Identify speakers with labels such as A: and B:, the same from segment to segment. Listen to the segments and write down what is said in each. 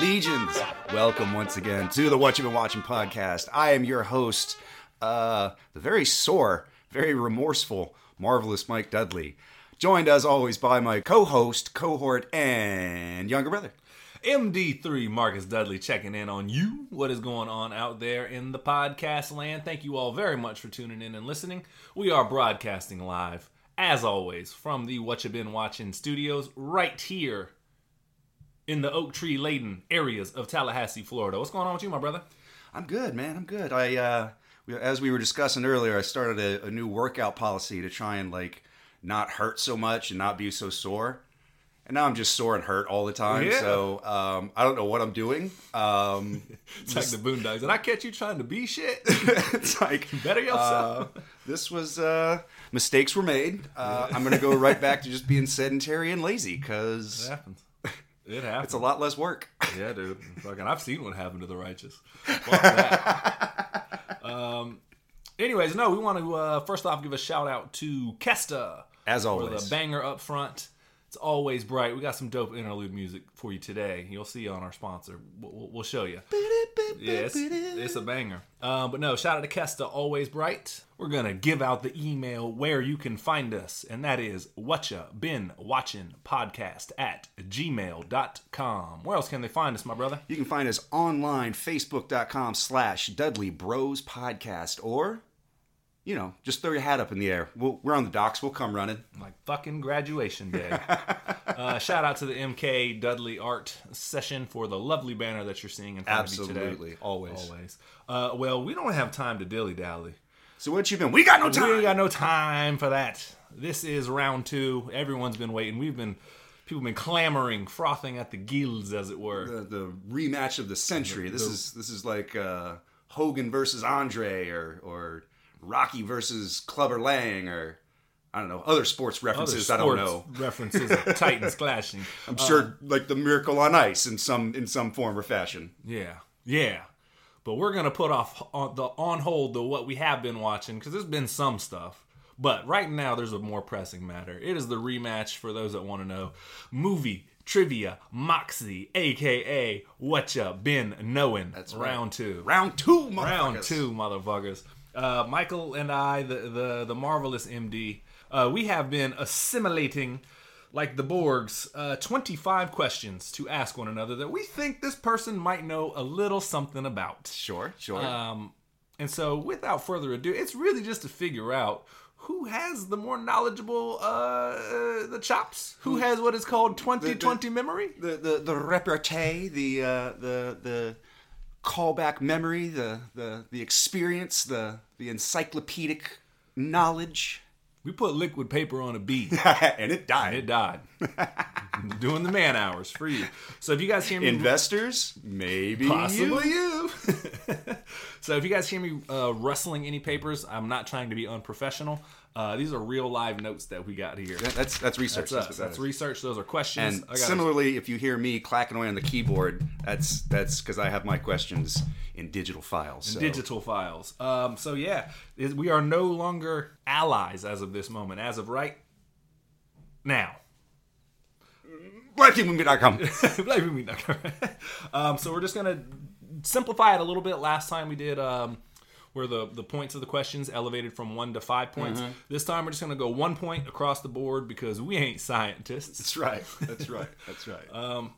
A: legions. Welcome once again to the What You've Been Watching podcast. I am your host, uh, the very sore, very remorseful, marvelous Mike Dudley, joined as always by my co-host, cohort, and younger brother.
B: MD3 Marcus Dudley checking in on you. What is going on out there in the podcast land? Thank you all very much for tuning in and listening. We are broadcasting live, as always, from the What You Been Watching studios right here in the oak tree laden areas of Tallahassee, Florida. What's going on with you, my brother?
A: I'm good, man. I'm good. I, uh, we- as we were discussing earlier, I started a, a new workout policy to try and like not hurt so much and not be so sore. And now I'm just sore and hurt all the time.
B: Yeah.
A: So um, I don't know what I'm doing. Um,
B: It's like the boondocks. Did I catch you trying to be shit?
A: it's like
B: Better yourself.
A: this was uh, mistakes were made. Uh, I'm gonna go right back to just being sedentary and lazy because
B: it happens. It happens.
A: it's a lot less work.
B: Yeah, dude. Fucking, I've seen what happened to the righteous. Fuck that. um. Anyways, no, we want to uh, first off give a shout out to Kesta
A: As
B: for
A: always,
B: the banger up front. It's always bright. We got some dope interlude music for you today. You'll see on our sponsor. We'll- We'll, we'll show you. Yeah, it's, it's a banger. Um, but no, shout out to Kesta, always bright. We're gonna give out the email where you can find us, and that is whatcha been watching podcast at gmail.com. Where else can they find us, my brother?
A: you can find us online, Facebook.com/slash Dudley Bros Podcast, or you know, just throw your hat up in the air. We'll, we're on the docks. We'll come running.
B: Like fucking graduation day. uh, shout out to the MK Dudley Art Session for the lovely banner that you're seeing in front of you
A: Absolutely,
B: today.
A: always.
B: always. Uh, well, we don't have time to dilly dally.
A: So what you been? We got no time.
B: We ain't got no time for that. This is round two. Everyone's been waiting. We've been people been clamoring, frothing at the gills, as it were.
A: the, uh, the rematch of the century. This is this is like uh, Hogan versus Andre, or or Rocky versus Clubber Lang, or I don't know other sports references. I don't know.
B: Sports Uh, references of Titans clashing.
A: I'm sure like the Miracle on Ice in some in some form or fashion.
B: Yeah, yeah. But we're gonna put off on the on hold the what we have been watching because there's been some stuff. But right now, there's a more pressing matter. It is the rematch for those that want to know. Movie trivia, Moxie, aka What Ya Been Knowing. That's
A: right.
B: round two.
A: Round two,
B: round
A: motherfuckers.
B: two, motherfuckers. Uh, Michael and I, the the, the marvelous MD, uh, we have been assimilating like the Borgs, uh, 25 questions to ask one another that we think this person might know a little something about.
A: Sure, sure.
B: Um, and so, without further ado, it's really just to figure out who has the more knowledgeable uh, the chops, who has what is called 2020 memory.
A: the, the the repartee, the uh, the the callback memory, the the the experience, the the encyclopedic knowledge,
B: We put liquid paper on a bead.
A: and it died.
B: It died. Doing the man hours for you. So if you guys hear me,
A: Investors, maybe
B: possibly
A: you.
B: you. so if you guys hear me uh, rustling any papers, I'm not trying to be unprofessional. Uh, these are real live notes that we got here.
A: Yeah, That's that's research.
B: That's, us.
A: what that
B: That's
A: is.
B: research. Those are questions.
A: And
B: I got
A: similarly, if you hear me clacking away on the keyboard, that's that's because I have my questions in digital files. So.
B: digital files. Um, so yeah, is- we are no longer allies as of this moment. As of right now.
A: BlackTeamMovie.com.
B: Black People Meet Dr. um, so we're just gonna simplify it a little bit. Last time we did um, where the the points of the questions elevated from one to five points. This time we're just gonna go one point across the board because we ain't scientists.
A: that's right. That's right. That's right.
B: Well,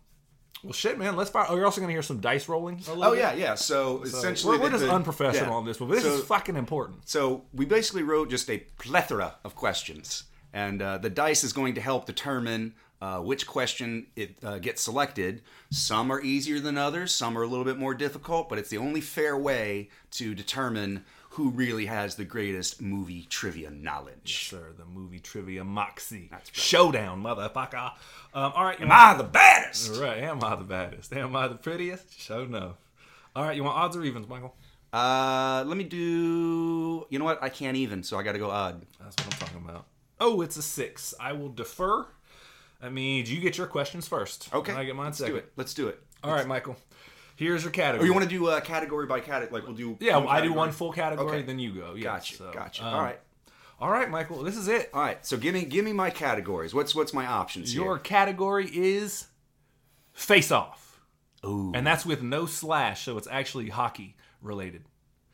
B: shit, man. Let's fire. Oh, you're also gonna hear some dice rolling. A little
A: oh
B: bit.
A: yeah, yeah. So, essentially,
B: We're, we're
A: the-
B: just
A: the-
B: unprofessional
A: yeah.
B: on this one, but this
A: so,
B: is fucking important.
A: so we basically wrote just a plethora of questions, and uh, the dice is going to help determine. Uh, which question it uh, gets selected. Some are easier than others. Some are a little bit more difficult, but it's the only fair way to determine who really has the greatest movie trivia knowledge.
B: Sir, the movie trivia moxie showdown, motherfucker. Um, all right, you
A: Am I the baddest?
B: right. Am I the baddest? Am I the prettiest? Show no. All right, you want odds or evens, Michael?
A: Uh, let me do. You know what? I can't even, so I got to go odd.
B: That's what I'm talking about. Oh, it's a six. I will defer. That means you get your questions first.
A: Okay.
B: And I get mine
A: Let's
B: second.
A: do it. Let's do it.
B: All right, Michael. Here's your category.
A: Or you want to do uh, category by category? Like we'll do.
B: yeah, well, I do
A: category.
B: one full category,
A: Okay.
B: then you go. Yeah,
A: Gotcha.
B: so,
A: gotcha.
B: um,
A: all right.
B: All right, Michael. This is it.
A: All right. So give me give me my categories. What's what's my options
B: Your
A: here?
B: category is face off.
A: Ooh.
B: And that's with no slash, so it's actually hockey related.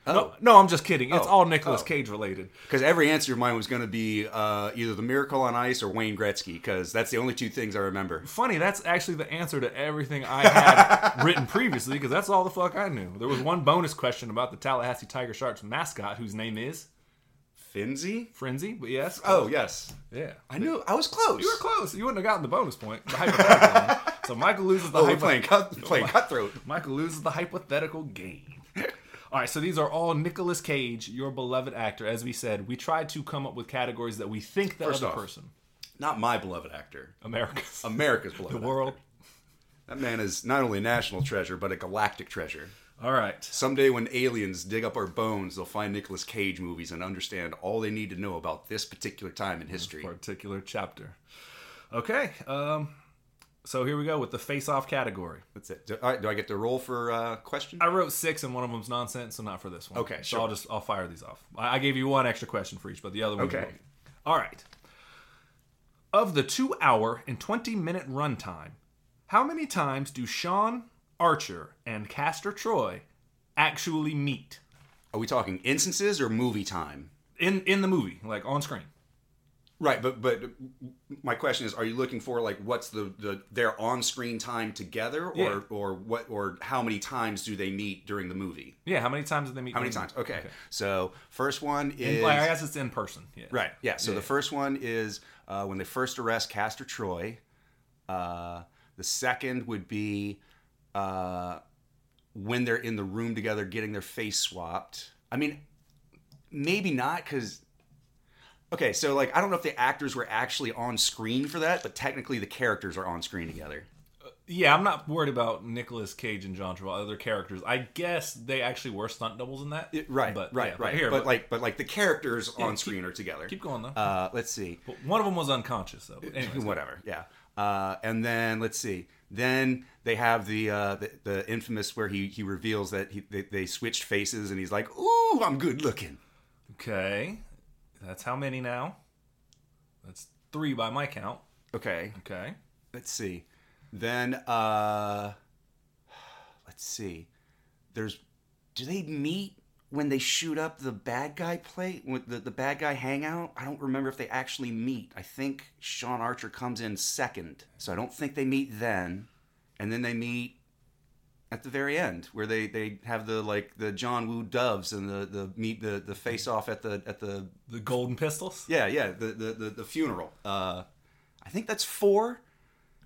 A: Oh.
B: No, no, I'm just kidding. It's
A: Oh.
B: all Nicolas
A: Oh.
B: Cage related.
A: Because every answer of mine was going to be uh, either The Miracle on Ice or Wayne Gretzky, because that's the only two things I remember.
B: Funny, that's actually the answer to everything I had written previously because that's all the fuck I knew. There was one bonus question about the Tallahassee Tiger Sharks mascot whose name is
A: Finzi?
B: Frenzy, but yes.
A: Oh, yes.
B: yeah.
A: I knew. I was close.
B: You were close. You wouldn't have gotten the bonus point. The hypothetical one. So Michael loses the
A: Oh, we're
B: hypo-
A: playing, cut, playing Cutthroat.
B: Michael loses the hypothetical game. All right, so these are all Nicolas Cage, your beloved actor. As we said, we tried to come up with categories that we think the
A: First
B: other
A: off.
B: person,
A: Not my beloved actor.
B: America's,
A: America's beloved
B: the
A: actor.
B: world.
A: That man is not only a national treasure, but a galactic treasure.
B: All right,
A: Someday, when aliens dig up our bones, they'll find Nicolas Cage movies and understand all they need to know about this particular time in history.
B: particular chapter. Okay, um, so here we go with the face-off category.
A: That's it. Do, all right, do I get to roll for uh, question?
B: I wrote six, and one of them's nonsense, so not for this one.
A: Okay,
B: so
A: sure.
B: I'll just I'll fire these off. I, I gave you one extra question for each, but the other one.
A: Okay.
B: All right. Of the two-hour and twenty-minute runtime, how many times do Sean Archer and Castor Troy actually meet
A: Are we talking instances or movie time?
B: in in the movie, like on screen?
A: Right, but but my question is: Are you looking for like what's the, the their on screen time together, or
B: Yeah.
A: or what, or how many times do they meet during the movie?
B: Yeah, how many times do they meet?
A: How many times? Mm-hmm. Okay, so first one is
B: Like, I guess it's in person. Yeah.
A: Right. Yeah. So the first one is uh, when they first arrest Castor Troy. Uh, the second would be uh, when they're in the room together getting their face swapped. I mean, maybe not because. Okay, so like I don't know if the actors were actually on screen for that, but technically the characters are on screen together.
B: Yeah, I'm not worried about Nicolas Cage and John Travolta, other characters. I guess they actually were stunt doubles in that.
A: right.
B: but,
A: right.
B: yeah,
A: right. But,
B: Here, but,
A: like, but like the characters on
B: keep-
A: screen are together.
B: keep going though.
A: uh, let's see.
B: But one of them was unconscious though. Anyways,
A: whatever. Yeah. Uh, and then let's see. Then they have the uh, the, the infamous where he he reveals that he, they, they switched faces and he's like, "Ooh, I'm good looking."
B: okay, that's how many now? That's three by my count.
A: Okay.
B: Okay,
A: Let's see. Then uh, let's see. There's do they meet when they shoot up the bad guy plate with the, the bad guy hangout? I don't remember if they actually meet. I think Sean Archer comes in second, so I don't think they meet then. And then they meet at the very end where they, they have the like the John Woo doves and the, the meet the, the face off at the at the
B: the golden pistols.
A: yeah, yeah, the the the, the funeral. Uh, I think that's four,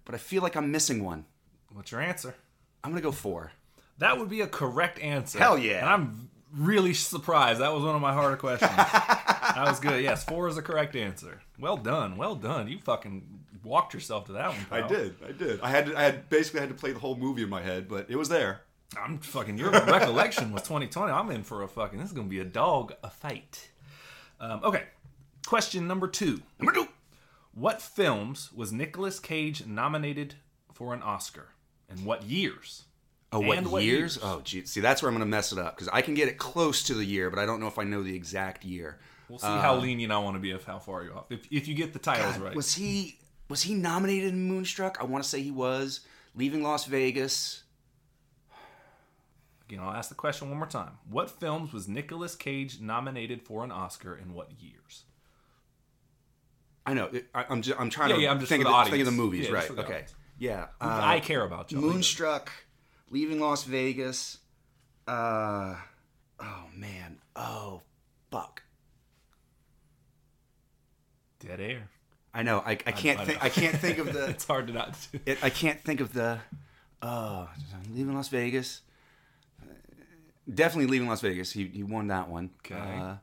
A: but I feel like I'm missing one.
B: What's your answer?
A: I'm gonna go four.
B: That would be a correct answer.
A: Hell yeah.
B: And I'm really surprised. That was one of my harder questions. that was good. Yes, four is the correct answer. Well done. Well done. You fucking walked yourself to that one. pal.
A: I did. I had, I had basically had to play the whole movie in my head, but it was there.
B: I'm fucking. Your recollection was 2020. I'm in for a fucking. This is gonna be a dog a fight. Um, okay. Question number two.
A: Number two.
B: What films was Nicolas Cage nominated for an Oscar, and what years?
A: Oh, what,
B: And what
A: years?
B: years?
A: Oh, gee. See, that's where I'm gonna mess it up because I can get it close to the year, but I don't know if I know the exact year.
B: We'll see how lenient I want to be of how far you're off. If, if you get the titles right,
A: Uh, Was he was he nominated in Moonstruck? I want to say he was. Leaving Las Vegas.
B: again, I'll ask the question one more time. What films was Nicolas Cage nominated for an Oscar, and what years?
A: I know. it- I, I'm just, I'm trying
B: Yeah,
A: to
B: yeah, I'm just
A: think
B: for
A: of
B: the
A: the, think of
B: audience.
A: the movies,
B: Yeah, just
A: right?
B: for the
A: Okay.
B: audience.
A: Yeah. uh,
B: I care about you.
A: Moonstruck, leaving Las Vegas. Uh, oh man. Oh, fuck.
B: Dead air.
A: I know. I, I can't
B: I
A: think.
B: know.
A: I can't think of the.
B: It's hard to not. Do.
A: It, I can't think of the. Oh, leaving Las Vegas. Definitely leaving Las Vegas. He he won that one.
B: Okay.
A: Uh,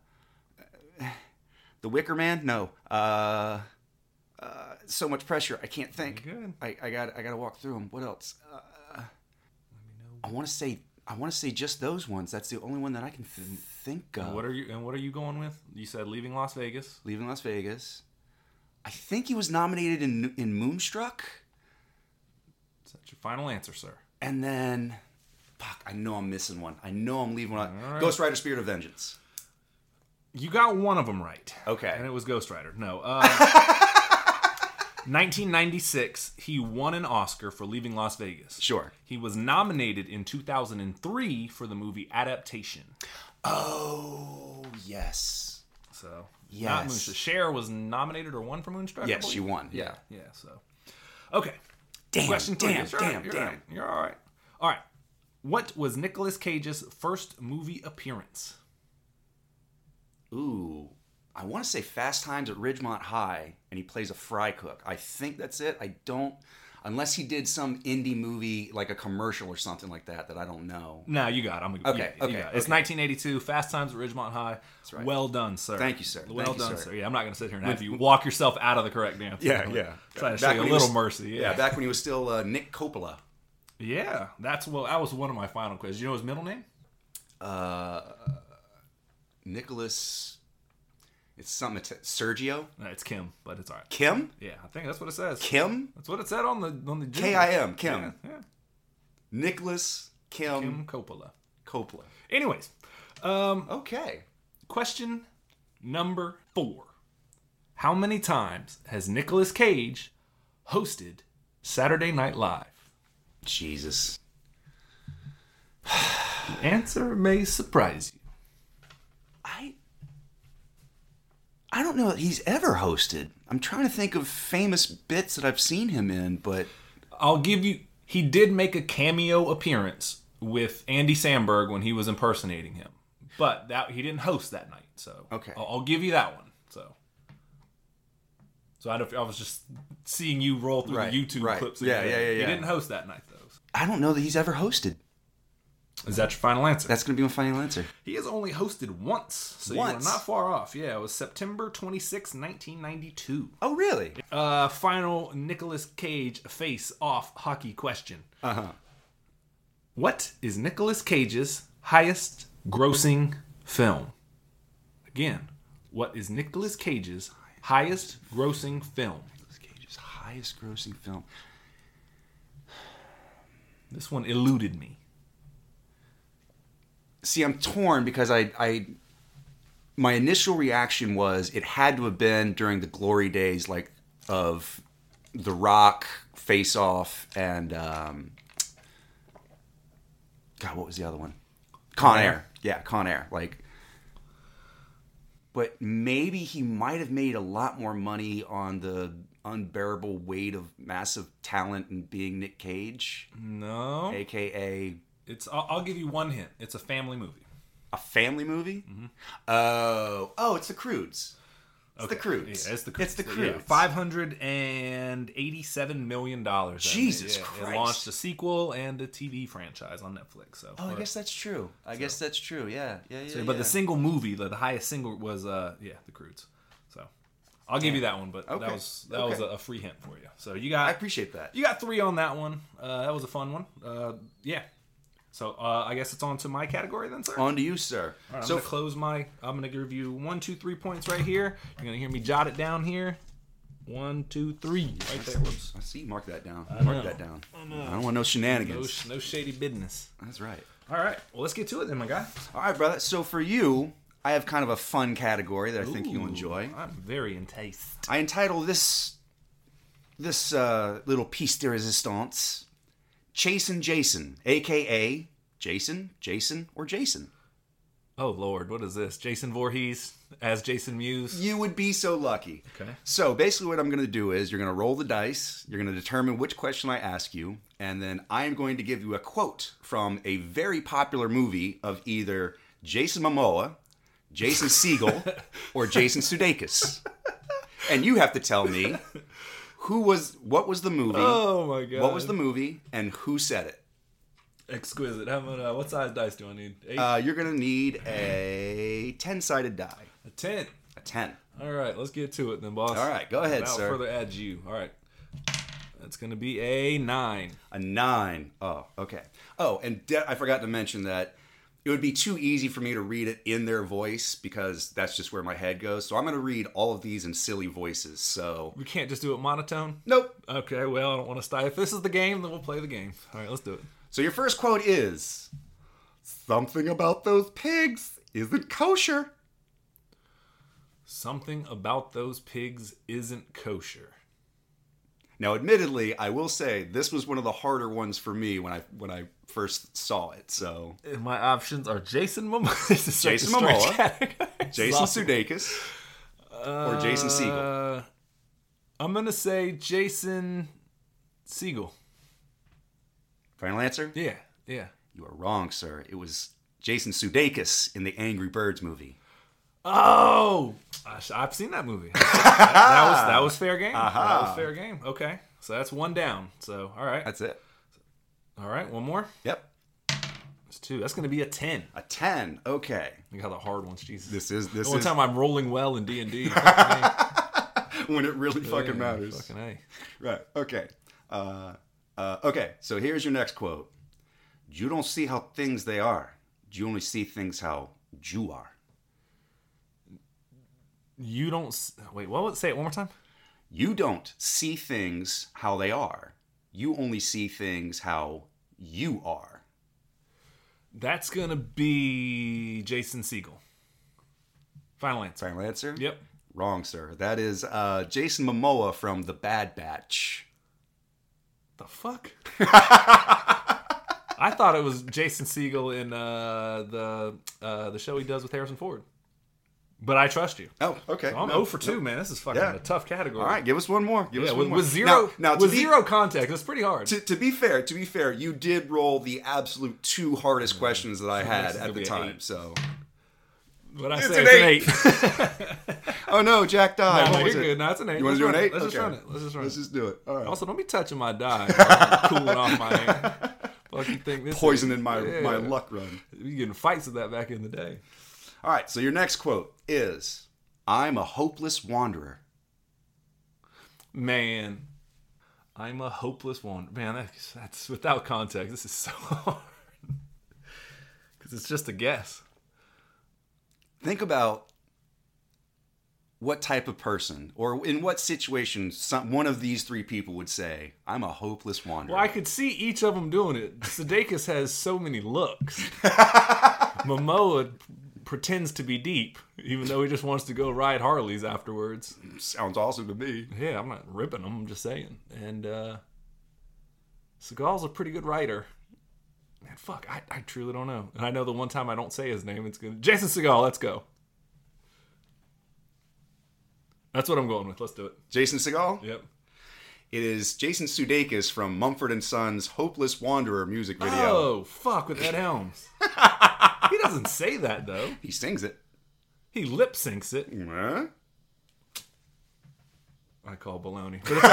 A: the Wicker Man? No. Uh, uh, so much pressure. I can't think.
B: Good.
A: I, I got I got to walk through them. What else? Uh, I want to say I want to say just those ones. That's the only one that I can th- think of.
B: What are you? And what are you going with? You said leaving Las Vegas.
A: Leaving Las Vegas. I think he was nominated in in Moonstruck,
B: Is that your final answer, sir?
A: and then fuck, I know I'm missing one. I know I'm leaving one.
B: All right.
A: Ghost Rider: Spirit of Vengeance.
B: You got one of them right.
A: Okay.
B: And it was Ghost Rider. No. Uh, 1996, he won an Oscar for Leaving Las Vegas.
A: Sure.
B: He was nominated in 2003 for the movie Adaptation.
A: Oh yes,
B: So, not
A: Yes.
B: Moonstruck. Cher was nominated or won for Moonstruck? I
A: yes, she
B: believe?
A: won. Yeah.
B: Yeah, so. Okay.
A: Damn.
B: Question three.
A: damn.
B: It's all right,
A: Damn.
B: you're
A: Damn.
B: all right, You're all right. All right. What was Nicolas Cage's first movie appearance?
A: Ooh. I want to say Fast Times at Ridgemont High, and he plays a fry cook. I think that's it. I don't, unless he did some indie movie like a commercial or something like that that I don't know.
B: No, you got. It. I'm gonna-
A: Okay,
B: yeah, you
A: okay,
B: got it. It's 1982. Fast Times at Ridgemont High. That's
A: right.
B: Well done, sir.
A: Thank you, sir.
B: Well
A: Thank you,
B: done,
A: sir.
B: sir. Yeah, I'm not gonna sit here and have you walk yourself out of the correct answer.
A: Yeah,
B: I'm
A: yeah.
B: Trying to show
A: Back
B: you a
A: when he
B: little
A: was-
B: mercy. Yeah.
A: Yeah,
B: yeah,
A: back when he was still uh, Nick Coppola.
B: That's well. That was one of my final questions. You know his middle name?
A: Nicholas, it's something, it's Sergio?
B: No, Uh, it's Kim, but it's all right.
A: Kim?
B: Yeah, I think that's what it says.
A: Kim?
B: That's what it said on the on the.
A: K I M, Kim.
B: Yeah, yeah.
A: Nicholas Kim,
B: Kim Coppola.
A: Coppola.
B: Anyways, um,
A: Okay.
B: question number four: How many times has Nicolas Cage hosted Saturday Night Live?
A: Jesus.
B: The answer may surprise you.
A: I I don't know that he's ever hosted. I'm trying to think of famous bits that I've seen him in, but
B: I'll give you. He did make a cameo appearance with Andy Samberg when he was impersonating him, but that he didn't host that night. So
A: Okay.
B: I'll, I'll give you that one. So. So I, don't, I was just seeing you roll through
A: Right,
B: the YouTube
A: right.
B: clips.
A: Yeah,
B: again.
A: yeah, yeah,
B: He
A: yeah.
B: didn't host that night though.
A: I don't know that he's ever hosted.
B: Is that your final answer?
A: That's going to be my final answer.
B: He has only hosted once, so
A: Once?
B: you are not far off. Yeah, it was September 26, 1992.
A: Oh, really?
B: Uh, final Nicolas Cage face-off hockey question. Uh-huh. What is Nicolas Cage's highest grossing film? Again, what is Nicolas Cage's highest grossing film?
A: Nicolas Cage's highest grossing film.
B: This one eluded me.
A: See, I'm torn because I I my initial reaction was it had to have been during the glory days like of The Rock, Face Off and um God, what was the other one? Con Air. Yeah, Con Air. Like, but maybe he might have made a lot more money on the unbearable weight of massive talent and being Nick Cage,
B: No,
A: aka
B: it's. I'll, I'll give you one hint. It's a family movie.
A: a family movie.
B: Mm-hmm.
A: Oh, oh, it's the Crudes. It's the Crudes.
B: Yeah, it's the
A: It's the
B: Croods. Yeah,
A: Crudes.
B: Five hundred and eighty-seven million dollars.
A: Jesus
B: It
A: Christ.
B: launched a sequel and a TV franchise on Netflix. So,
A: Oh, I
B: or-
A: guess that's true. I guess that's true. Yeah, yeah, yeah.
B: but
A: yeah.
B: the single movie, the, the highest single was, uh, yeah, the Crudes. So, I'll give you that one, but that
A: Okay.
B: was that
A: Okay.
B: was a, a free hint for you. So you
A: I
B: got
A: appreciate that.
B: you got three on that one. Uh, that was a fun one. Uh, yeah. So uh, I guess it's on to my category then, sir.
A: On to you, sir.
B: All right, I'm
A: so
B: gonna close my. I'm gonna give you one, two, three points right here. You're gonna hear me jot it down here. One, two, three, right there. Whoops.
A: I see. Mark that down. Mark
B: know.
A: that down. I,
B: know.
A: don't want no
B: No,
A: shenanigans.
B: sh- no shady business.
A: That's right.
B: All right. Well, let's get to it then, my guy.
A: All right, brother. So for you, I have kind of a fun category that I think you'll
B: Ooh,
A: enjoy.
B: I'm very enticed.
A: I entitle this this uh, little piece de resistance, Chasin Jason, aka Jason, Jason, or Jason.
B: Oh Lord, what is this? Jason Voorhees as Jason Mewes.
A: You would be so lucky.
B: Okay.
A: So basically, what I'm going to do is you're going to roll the dice. You're going to determine which question I ask you, and then I am going to give you a quote from a very popular movie of either Jason Momoa, Jason Segel, or Jason Sudeikis, and you have to tell me who was what was the movie,
B: Oh my God.
A: what was the movie, and who said it.
B: exquisite? How many? Uh, what size dice do I need? Eight,
A: Uh, you're going to need a ten-sided die,
B: a ten.
A: a ten.
B: All right, let's get to it then, boss.
A: All right, go ahead,
B: Without
A: sir.
B: further ado. All right. That's gonna be a nine.
A: A nine. Oh, okay. Oh, and de- I forgot to mention that it would be too easy for me to read it in their voice because that's just where my head goes. So I'm going to read all of these in silly voices. So,
B: We can't just do it monotone.
A: nope.
B: Okay, well, I don't want to stop. If this is the game, then we'll play the game. All right, let's do it.
A: So your first quote is Something about those pigs isn't kosher.
B: Something about those pigs isn't kosher.
A: Now, admittedly, I will say this was one of the harder ones for me when I when I first saw it. So
B: And my options are Jason Momoa. This is such a
A: Jason
B: strange
A: Momoa.
B: category. It's
A: Jason
B: awesome.
A: Sudeikis or Jason Siegel.
B: Uh, I'm gonna say Jason Siegel.
A: Final answer?
B: Yeah, yeah.
A: You are wrong, sir. It was Jason Sudeikis in the Angry Birds movie.
B: Oh, I sh- I've seen that movie. that was that was fair game. That was fair game. Okay, so that's one down. So all right,
A: That's it.
B: all right, one more.
A: Yep.
B: That's two. That's gonna be a ten.
A: A ten. Okay.
B: Look how the hard ones. Jesus.
A: This is this
B: the one
A: is
B: time I'm rolling well in D and D.
A: when it really fucking matters.
B: Fucking a.
A: Right. Okay. Uh, uh, okay. So here's your next quote. You don't see how things they are. You only see things how you are.
B: You don't s- wait. What was say it one more time?
A: You don't see things how they are. You only see things how you are.
B: That's gonna be Jason Siegel. Final answer.
A: Final answer?
B: Yep.
A: Wrong, sir. That is uh, Jason Momoa from The Bad Batch.
B: The fuck? I thought it was Jason Siegel in uh, the uh, the show he does with Harrison Ford. But I trust you.
A: Oh, okay.
B: So I'm
A: No,
B: 0 for 2,
A: no.
B: man. This is fucking
A: Yeah.
B: a tough category.
A: All right, give us one more. Give
B: Yeah,
A: us one
B: with,
A: more.
B: with zero
A: Now, now to
B: with
A: be-
B: zero context, it's pretty hard.
A: To, to be fair, to be fair, you did roll the absolute two hardest questions that I had
B: Mm. is gonna
A: at the
B: be an
A: time.
B: eight.
A: So,
B: But I
A: It's
B: say
A: an
B: it's an eight.
A: oh no, Jack died.
B: no,
A: What
B: no,
A: was
B: you're
A: it?
B: good. No, it's an eight.
A: You
B: Let's
A: want to do
B: run
A: an
B: it.
A: eight?
B: Let's just
A: Okay.
B: run it. Let's just run
A: Let's
B: it.
A: just do it. All right.
B: Also, don't be touching my die. I'm cooling off my hand. Fuck you think this is-
A: Poisoning my
B: Yeah.
A: my luck run.
B: You getting fights with that back in the day.
A: All right. So your next quote is, "I'm a hopeless wanderer."
B: Man, I'm a hopeless wanderer. Man, that's, that's without context. This is so hard because it's just a guess.
A: Think about what type of person, or in what situation, some, one of these three people would say, "I'm a hopeless wanderer."
B: Well, I could see each of them doing it. Sudeikis has so many looks. Momoa pretends to be deep, even though he just wants to go ride Harleys afterwards.
A: Sounds awesome to me.
B: Yeah, I'm not ripping him. I'm just saying. And uh, Seagal's a pretty good writer. Man, fuck, I, I truly don't know. And I know the one time I don't say his name, it's gonna Jason Seagal. Let's go. That's what I'm going with. Let's do it.
A: Jason Segal.
B: Yep.
A: It is Jason Sudeikis from Mumford and Sons' "Hopeless Wanderer" music video.
B: Oh fuck with Ed Helms. he doesn't say that though.
A: He sings it.
B: He lip syncs it.
A: Huh?
B: I call baloney. But it's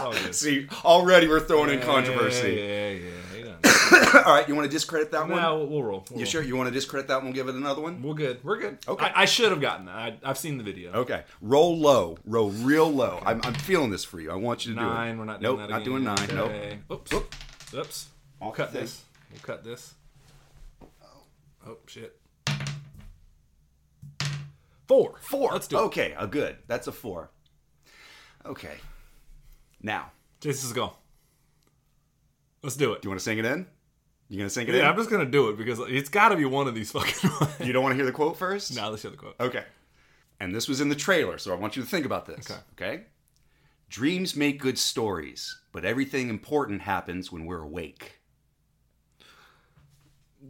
B: all good. It's all
A: See, already we're throwing in
B: good.
A: controversy.
B: Yeah, yeah, yeah. He doesn't.
A: All right, you want to discredit that one?
B: no, we'll roll. We'll
A: You
B: roll.
A: sure you want to discredit that one? Give it another one.
B: We're good. We're good.
A: Okay.
B: I, I should have gotten that. I, I've seen the video.
A: Okay, roll low, roll real low. I'm, I'm feeling this for you. I want you to do
B: Nine.
A: it.
B: We're not
A: nope,
B: doing that
A: not
B: again.
A: doing nine. Nope.
B: Okay. Oops. Oops. Oops. We'll
A: Off
B: cut
A: the
B: this. We'll cut this. Oh shit. Four.
A: Four. Oh.
B: Let's do it.
A: Okay, a good. That's a four. Okay. Now,
B: Jason's go. Let's do it.
A: do you want to sing it in? You gonna sing it
B: Yeah, I'm
A: in?
B: just gonna do it because it's got to be one of these fucking ones.
A: You don't want to hear the quote first?
B: Now let's hear the quote.
A: Okay. And this was in the trailer, so I want you to think about this.
B: Okay.
A: Okay. Dreams make good stories, but everything important happens when we're awake.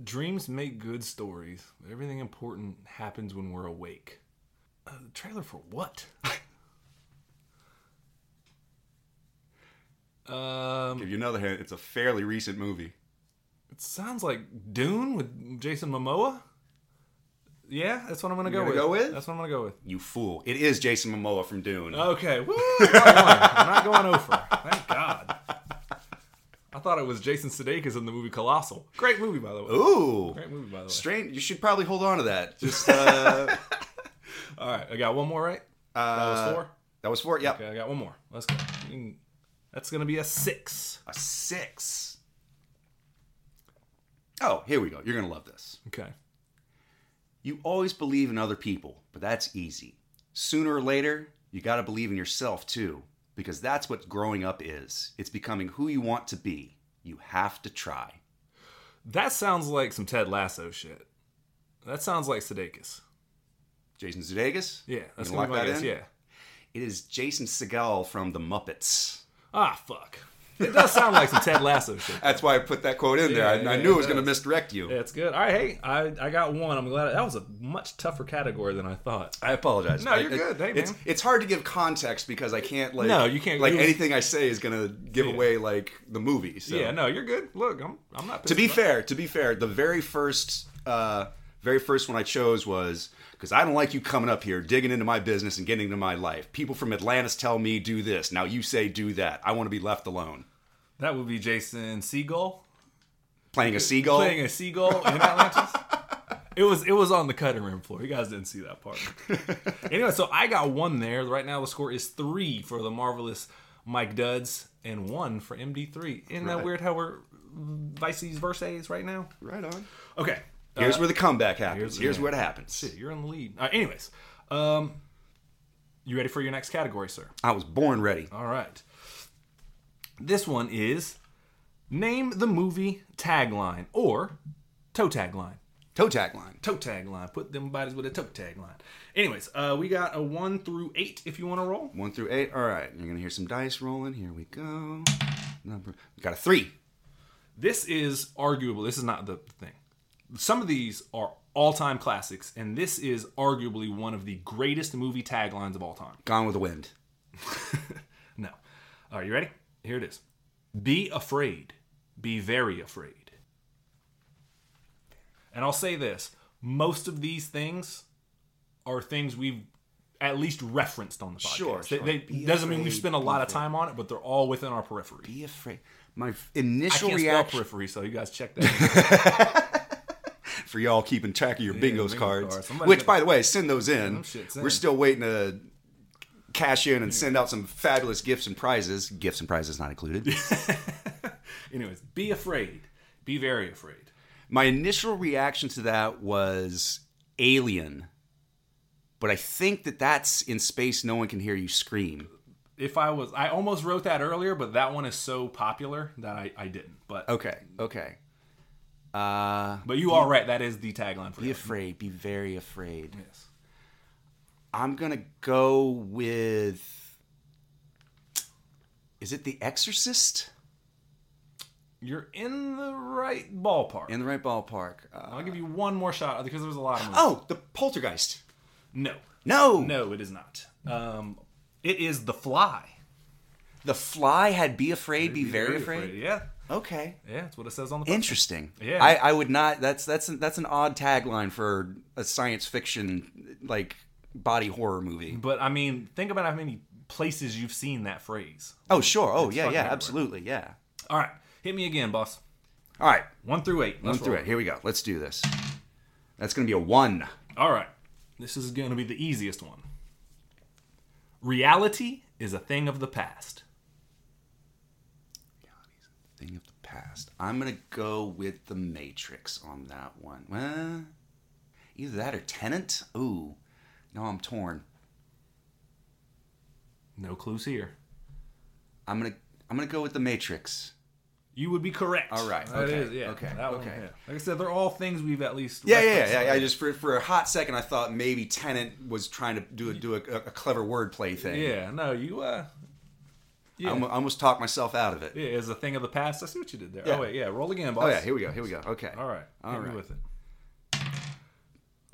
B: Dreams make good stories. but Everything important happens when we're awake. Uh, the trailer for what? um,
A: Give you another hint. It's a fairly recent movie.
B: it sounds like Dune with Jason Momoa. Yeah, that's what I'm gonna go
A: gonna
B: with.
A: go with?
B: That's what I'm gonna go with.
A: You fool! It is Jason Momoa from Dune.
B: Okay, woo! I won. I'm not going over. Thank God. I thought it was Jason Sudeikis in the movie Colossal. Great movie, by the way.
A: Ooh.
B: Great movie, by the way.
A: Strange. You should probably hold on to that. Just uh,
B: All right, I got one more, right? that was four.
A: that was four. Yep.
B: Okay, I got one more. Let's go. Mm, That's gonna be a six.
A: A six. Oh, here we go. You're gonna love this.
B: Okay.
A: You always believe in other people, but that's easy. Sooner or later, you gotta believe in yourself too, because that's what growing up is. It's becoming who you want to be. You have to try.
B: That sounds like some Ted Lasso shit. That sounds like Sudeikis.
A: Jason Sudeikis.
B: Yeah, that's gonna
A: You gonna
B: be
A: lock
B: my
A: that
B: guess.
A: in?
B: Yeah.
A: It is Jason Segal from The Muppets.
B: Ah, fuck. It does sound like some Ted Lasso shit.
A: That's why I put that quote in there. I,
B: Yeah,
A: I
B: yeah,
A: knew
B: it
A: it was going to
B: does.
A: misdirect you.
B: That's good. All right, hey, I, I got one. I'm glad that was a much tougher category than I thought.
A: I apologize.
B: No,
A: I-
B: you're
A: it-
B: good. Hey,
A: it's
B: man.
A: it's hard to give context because I can't like
B: No, you can't-
A: like
B: you-
A: anything I say is going to give away like the movie. So.
B: Yeah, no, you're good. Look, I'm I'm not
A: to be fair, to be fair, the very first, uh, very first one I chose was because I don't like you coming up here, digging into my business and getting into my life. People from Atlantis tell me do this. Now you say do that. I want to be left alone.
B: That would be Jason Seagull
A: Playing a seagull.
B: playing a seagull in Atlantis. It was it was on the cutting room floor. You guys didn't see that part. anyway, so I got one there. Right now the score is three for the marvelous Mike Duds and one for MD3. Isn't that
A: Right.
B: weird how we're vices verses right now?
A: right on.
B: Okay, Uh,
A: Here's where the comeback happens. Here's,
B: yeah.
A: where it happens.
B: Shit, you're in the lead. All right, anyways, um, you ready for your next category, sir?
A: I was born ready.
B: All right. This one is name the movie tagline or toe tagline.
A: Toe tagline.
B: Toe tagline. Put them bodies with a toe tagline. Anyways, uh, we got a one through eight. If you want to roll,
A: One through eight. All right. You're gonna hear some dice rolling. Here we go. Number. Got a three.
B: this is arguable. This is not the thing. Some of these are all-time classics, and this is arguably one of the greatest movie taglines of all time.
A: Gone with the wind.
B: No. Are you ready? Here it is. Be afraid. Be very afraid. And I'll say this most of these things are things we've at least referenced on the podcast.
A: Sure,
B: They-
A: sure.
B: they-
A: Be
B: doesn't mean we've
A: afraid,
B: spent a lot of time on it, but they're all within our periphery.
A: Be afraid. My f-
B: I
A: initial
B: can't spell
A: reaction
B: periphery, so you guys check that.
A: for y'all keeping track of your bingos
B: bingo
A: cards.
B: cards. Somebody
A: Which,
B: get-
A: by the way, send those in.
B: shits
A: We're
B: in.
A: still waiting to cash in and send out some fabulous gifts and prizes. Gifts and prizes not included.
B: Anyways, be afraid. Be very afraid.
A: My initial reaction to that was alien, but I think that that's in space. No one can hear you scream.
B: If I was, I almost wrote that earlier, but that one is so popular that I, I didn't. But
A: Okay, okay. Uh,
B: but you are right. That is the tagline for
A: be
B: it.
A: afraid. Be very afraid.
B: Yes.
A: I'm gonna go with. Is it The Exorcist?
B: You're in the right ballpark.
A: In the right ballpark. Uh,
B: I'll give you one more shot because there was a lot of movies.
A: Oh, the poltergeist.
B: No,
A: No.
B: no, it is not. Um, it is The Fly.
A: The fly had be afraid, be, very, afraid.
B: Yeah,
A: Okay.
B: yeah, that's what it says on the.
A: Interesting.
B: Yeah.
A: I, I would not that's that's an, that's an odd tagline for a science fiction like body horror movie.
B: but I mean, think about how many places you've seen that phrase.
A: Oh sure. Oh yeah,
B: fucking
A: yeah,
B: everywhere.
A: absolutely. Yeah.
B: All right, hit me again, boss.
A: All right.
B: One through eight.
A: One
B: Let's
A: through
B: roll.
A: it. Here we go. Let's do this. That's going to be a 1.
B: All right, this is going to be the easiest one. Reality is a thing of the past.
A: Thing of the past. I'm going to go with The Matrix on that one. Well, either that or Tenant. Ooh. No, I'm torn.
B: No clues here.
A: I'm going to I'm going to go with The Matrix.
B: You would be correct.
A: All right,
B: That
A: okay,
B: is- yeah.
A: okay,
B: that one,
A: okay.
B: yeah. Like I said, they're all things we've at least.
A: Yeah, yeah,
B: referenced
A: yeah, yeah. I
B: already.
A: just for, for a hot second, I thought maybe Tenant was trying to do a, do a, a clever wordplay thing.
B: Yeah, no, you uh
A: I almo- I almost talked myself out of it.
B: yeah, is a thing of the past. I see what you did there.
A: Yeah.
B: Oh wait, yeah, roll again, boss.
A: Oh yeah, here we go. Here we go. Okay.
B: All right.
A: All
B: hit me
A: right.
B: with it.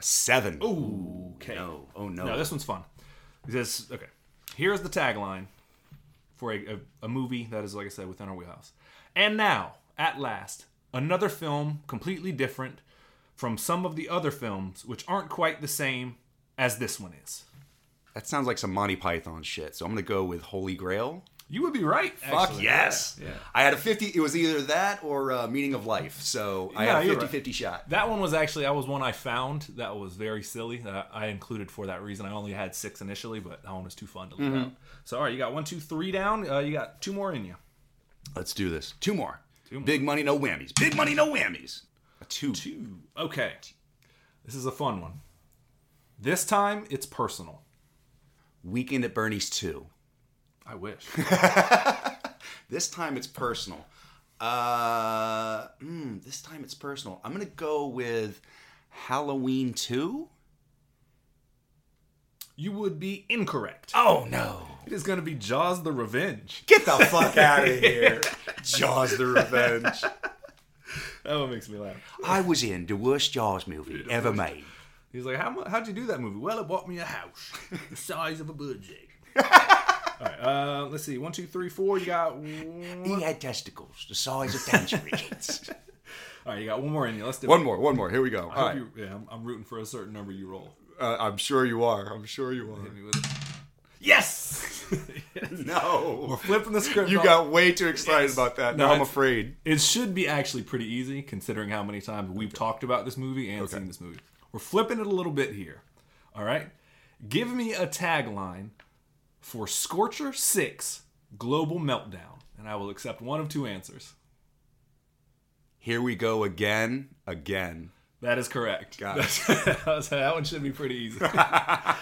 A: Seven. Oh
B: Ooh, okay.
A: no. Oh no.
B: No, this one's fun. This okay. Here's the tagline for a, a, a movie that is like I said within our wheelhouse. And now, at last, another film completely different from some of the other films which aren't quite the same as this one is.
A: that sounds like some Monty Python shit. So I'm gonna go with Holy Grail.
B: You would be right.
A: Fuck
B: actually.
A: yes.
B: Yeah.
A: I had a fifty. It was either that or uh, Meaning of Life. So I
B: No,
A: had a
B: you're
A: 50
B: right.
A: 50 shot.
B: That one was actually that was one I found that was very silly that I included for that reason. I only had six initially, but that one was too fun to leave out. So all right, you got one, two, three down. Uh, you got two more in you.
A: Let's do this. Two more.
B: more.
A: Big money, no whammies. Big money, no whammies. A two.
B: Two. Okay, this is a fun one. This time it's personal.
A: Weekend at Bernie's two.
B: I wish.
A: This time it's personal. Uh, mm, this time it's personal. I'm gonna go with Halloween two.
B: you would be incorrect.
A: Oh no!
B: It is going to be Jaws the Revenge.
A: Get the fuck out of here. Jaws the Revenge.
B: That one makes me laugh.
A: I was in the worst Jaws movie ever made.
B: He's like, how, mu- how'd you do that movie? Well, it bought me a house the size of a budget. All right, uh, let's see. One, two, three, four. You got one.
A: He had testicles the size of tangerines.
B: All right, you got one more in you. Let's do
A: one
B: it.
A: more, one more. Here we go. All
B: I
A: right.
B: hope you- yeah, I'm, I'm rooting for a certain number you roll.
A: Uh, I'm sure you are. I'm sure you
B: Hit
A: are.
B: me with it. Yes!
A: No.
B: Flipping the script.
A: You
B: off.
A: got way too excited about that.
B: No,
A: Now I'm
B: it's-
A: afraid.
B: It should be actually pretty easy considering how many times we've talked about this movie and seen this movie. We're flipping it a little bit here. All right. Give me a tagline for Scorcher 6 Global Meltdown, and I will accept one of two answers.
A: Here we go again, again.
B: That is correct.
A: Got
B: That's- I was like, that one should be pretty easy. Yeah.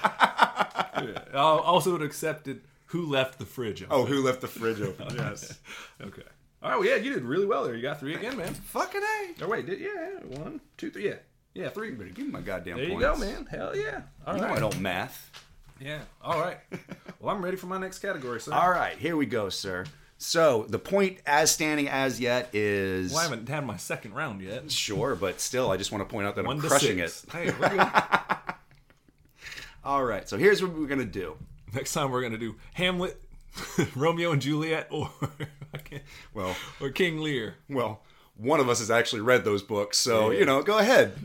B: I also would have accepted Who Left the Fridge Open.
A: Oh, who left the fridge open? yes.
B: Okay. All right. Well, yeah, you did really well there. You got three again, man.
A: Fucking A.
B: Oh, wait. Did, yeah. yeah, One, two, three. Yeah. Yeah, three.
A: Better give me my goddamn
B: There you
A: points.
B: go, man. Hell yeah. All
A: You know
B: right.
A: I don't math.
B: Yeah. All right. Well, I'm ready for my next category, sir.
A: All right, here we go, sir. So the point as standing as yet is
B: Well, I haven't had my second round yet.
A: sure, but still, I just want to point out that
B: One
A: I'm
B: to
A: crushing
B: six.
A: it.
B: Hey, we're doing...
A: All right, so here's what we're gonna do.
B: next time we're gonna do Hamlet, Romeo and Juliet, or I can't-
A: Well,
B: or King Lear.
A: well, one of us has actually read those books, so
B: Yeah.
A: you know, go ahead.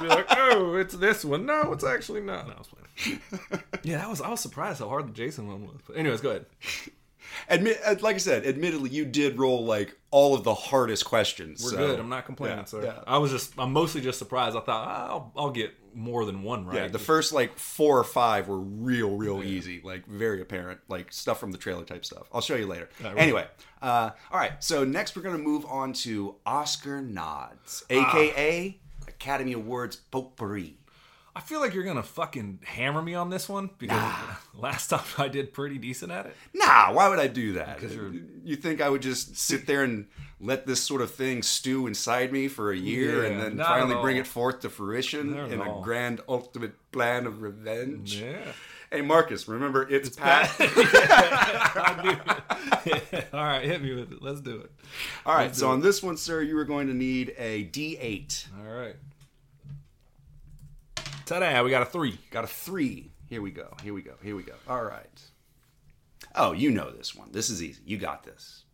B: Be like, oh, it's this one. No, it's actually not. No, I was playing. yeah, that was. I was surprised how hard the Jason one was. But anyways, go ahead.
A: Admit, uh, like I said, admittedly, you did roll like all of the hardest questions.
B: We're
A: so-
B: good. I'm not complaining,
A: yeah,
B: sir.
A: yeah.
B: I was just. I'm mostly just surprised. I thought "Ah, I'll, I'll get more than one right.
A: Yeah, the first like four or five were real, real easy, like very apparent, like stuff from the trailer type stuff. I'll show you later.
B: right.
A: anyway, uh, all right. So next we're gonna move on to Oscar nods,
B: Ah.
A: aka Academy Awards potpourri.
B: I feel like you're gonna fucking hammer me on this one because last time I did pretty decent at it.
A: Nah, why would I do that?
B: you're-
A: You think I would just sit there and let this sort of thing stew inside me for a year
B: Yeah,
A: and then
B: not at
A: finally bring
B: all.
A: it forth to fruition
B: Not at
A: in a
B: all.
A: grand ultimate plan of revenge?
B: Yeah,
A: Hey, Marcus, remember it's, Pat.
B: I do. All right, hit me with it. Let's do it.
A: All right, so on this one, sir, you are going to need a D8.
B: All right. Ta-da! We got a three.
A: Got a three. Here we go. Here we go. Here we go. All right. Oh, you know this one. This is easy. You got this.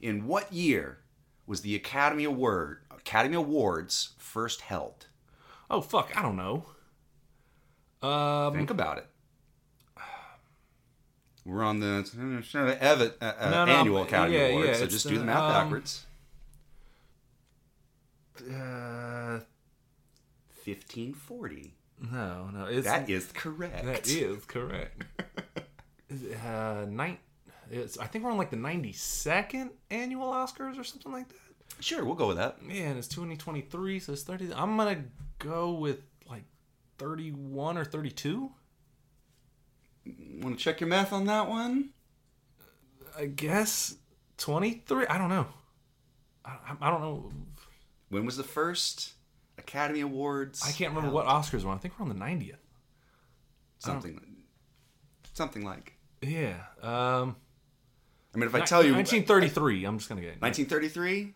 A: In what year was the Academy Award Academy Awards first held?
B: Oh fuck! I don't know. Um,
A: Think about it. We're on the ev- uh, uh,
B: No, no,
A: annual
B: I'm-
A: Academy
B: yeah,
A: Awards,
B: yeah,
A: so
B: it's
A: just
B: the-
A: do the math
B: um,
A: backwards. Uh, 1540.
B: no, no, it's
A: That is correct.
B: that is correct. Is it, uh, nine. It's, I think we're on like the 92nd annual Oscars or something like that.
A: Sure, we'll go with that.
B: Man, it's 2023, so it's 30. I'm gonna go with like 31 or 32.
A: Want to check your math on that one?
B: I guess 23. I don't know. I, I- I don't know.
A: When was the first Academy Awards?
B: I can't remember what Oscars were. on. I think we're on the 90th.
A: something, something like.
B: Yeah. Um,
A: I mean, if I tell you uh,
B: 1933. I'm just gonna get. It.
A: 1933,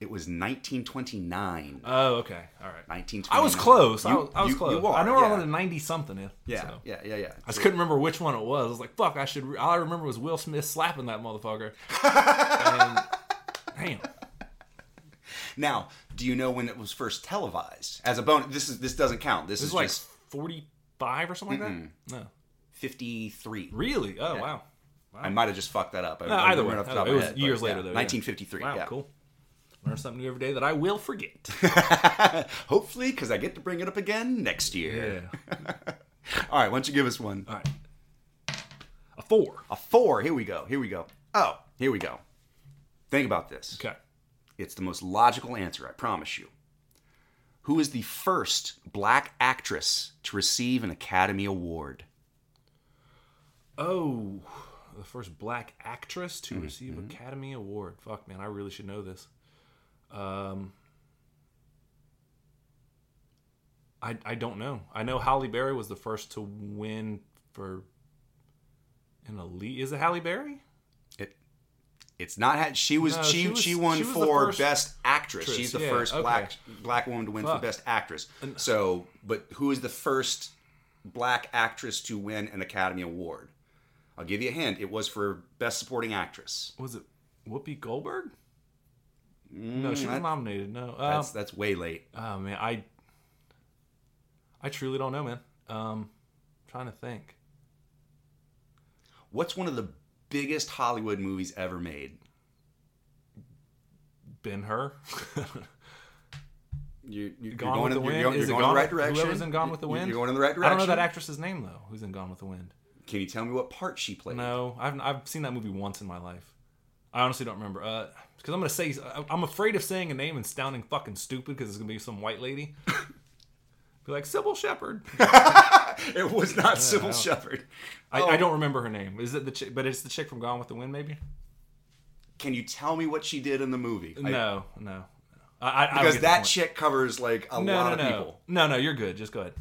A: it was 1929.
B: Oh, okay. All right.
A: 1929.
B: I was close. I
A: You-
B: was, I was
A: you-
B: close.
A: You are,
B: I know we're
A: yeah.
B: on the 90 something. Yeah.
A: Yeah,
B: so.
A: yeah, yeah, yeah.
B: I just couldn't remember which one it was. I was like, "Fuck!" I should. Re- all I remember was Will Smith slapping that motherfucker. and, damn.
A: Now, do you know when it was first televised? As a bonus, this is this doesn't count. This,
B: This
A: is
B: is like
A: just
B: 45 or something like that. No.
A: 53.
B: Really? Oh, wow.
A: I might have just fucked that up. I, I
B: either
A: remember
B: way,
A: off the
B: either
A: top
B: way. It
A: of my
B: was
A: head,
B: years
A: but, yeah,
B: later, though, yeah.
A: 1953.
B: Wow,
A: yeah.
B: cool. Learn something new every day that I will forget.
A: Hopefully, because I get to bring it up again next year. All right, why don't you give us one?
B: All right. A four.
A: A four. Here we go. Here we go. Oh, here we go. Think about this.
B: Okay.
A: It's the most logical answer, I promise you. Who is the first black actress to receive an Academy Award?
B: Oh, the first black actress to receive
A: Mm-hmm.
B: Academy Award. Fuck, man, I really should know this. Um, I I don't know. I know Holly Berry was the first to win for an elite. Is it Halle Berry?
A: It, it's not. ha- She was.
B: No,
A: she,
B: she
A: she,
B: was-
A: won
B: she was the
A: for
B: first
A: best actress.
B: actress,
A: She's the
B: yeah,
A: first
B: okay.
A: black black woman to win
B: Fuck.
A: for best actress. So, but who is the first black actress to win an Academy Award? I'll give you a hint. It was for best supporting actress.
B: Was it Whoopi Goldberg? no, she was
A: that-
B: nominated. No. Um,
A: Mm, That's that's way late.
B: oh man, I I truly don't know, man. Um, trying to think.
A: What's one of the biggest Hollywood movies ever made?
B: Ben Hur.
A: You, you,
B: Gone with
A: you're going
B: the
A: in,
B: Wind?
A: you're going,
B: Is
A: you're
B: it
A: going
B: Gone
A: in the right
B: with-
A: direction.
B: whoever's in Gone with the
A: You-
B: Wind?
A: You're going in the right
B: I
A: direction.
B: don't know that actress's name though. Who's in Gone with the Wind?
A: Can you tell me what part she played?
B: No, I've I've seen that movie once in my life. I honestly don't remember. Uh, because I'm gonna say I- I'm afraid of saying a name and sounding fucking stupid because it's gonna be some white lady. be like Sybil Shepherd.
A: It was not Sybil
B: don't-
A: Shepherd.
B: I, I don't remember her name. Is it the chick? But it's the chick from Gone with the Wind, maybe.
A: Can you tell me what she did in the movie? I-
B: no, no. I, I, I don't
A: because
B: get the
A: that
B: point.
A: chick covers like a
B: no,
A: lot
B: no,
A: of
B: no.
A: people.
B: No, no, you're good. Just go ahead.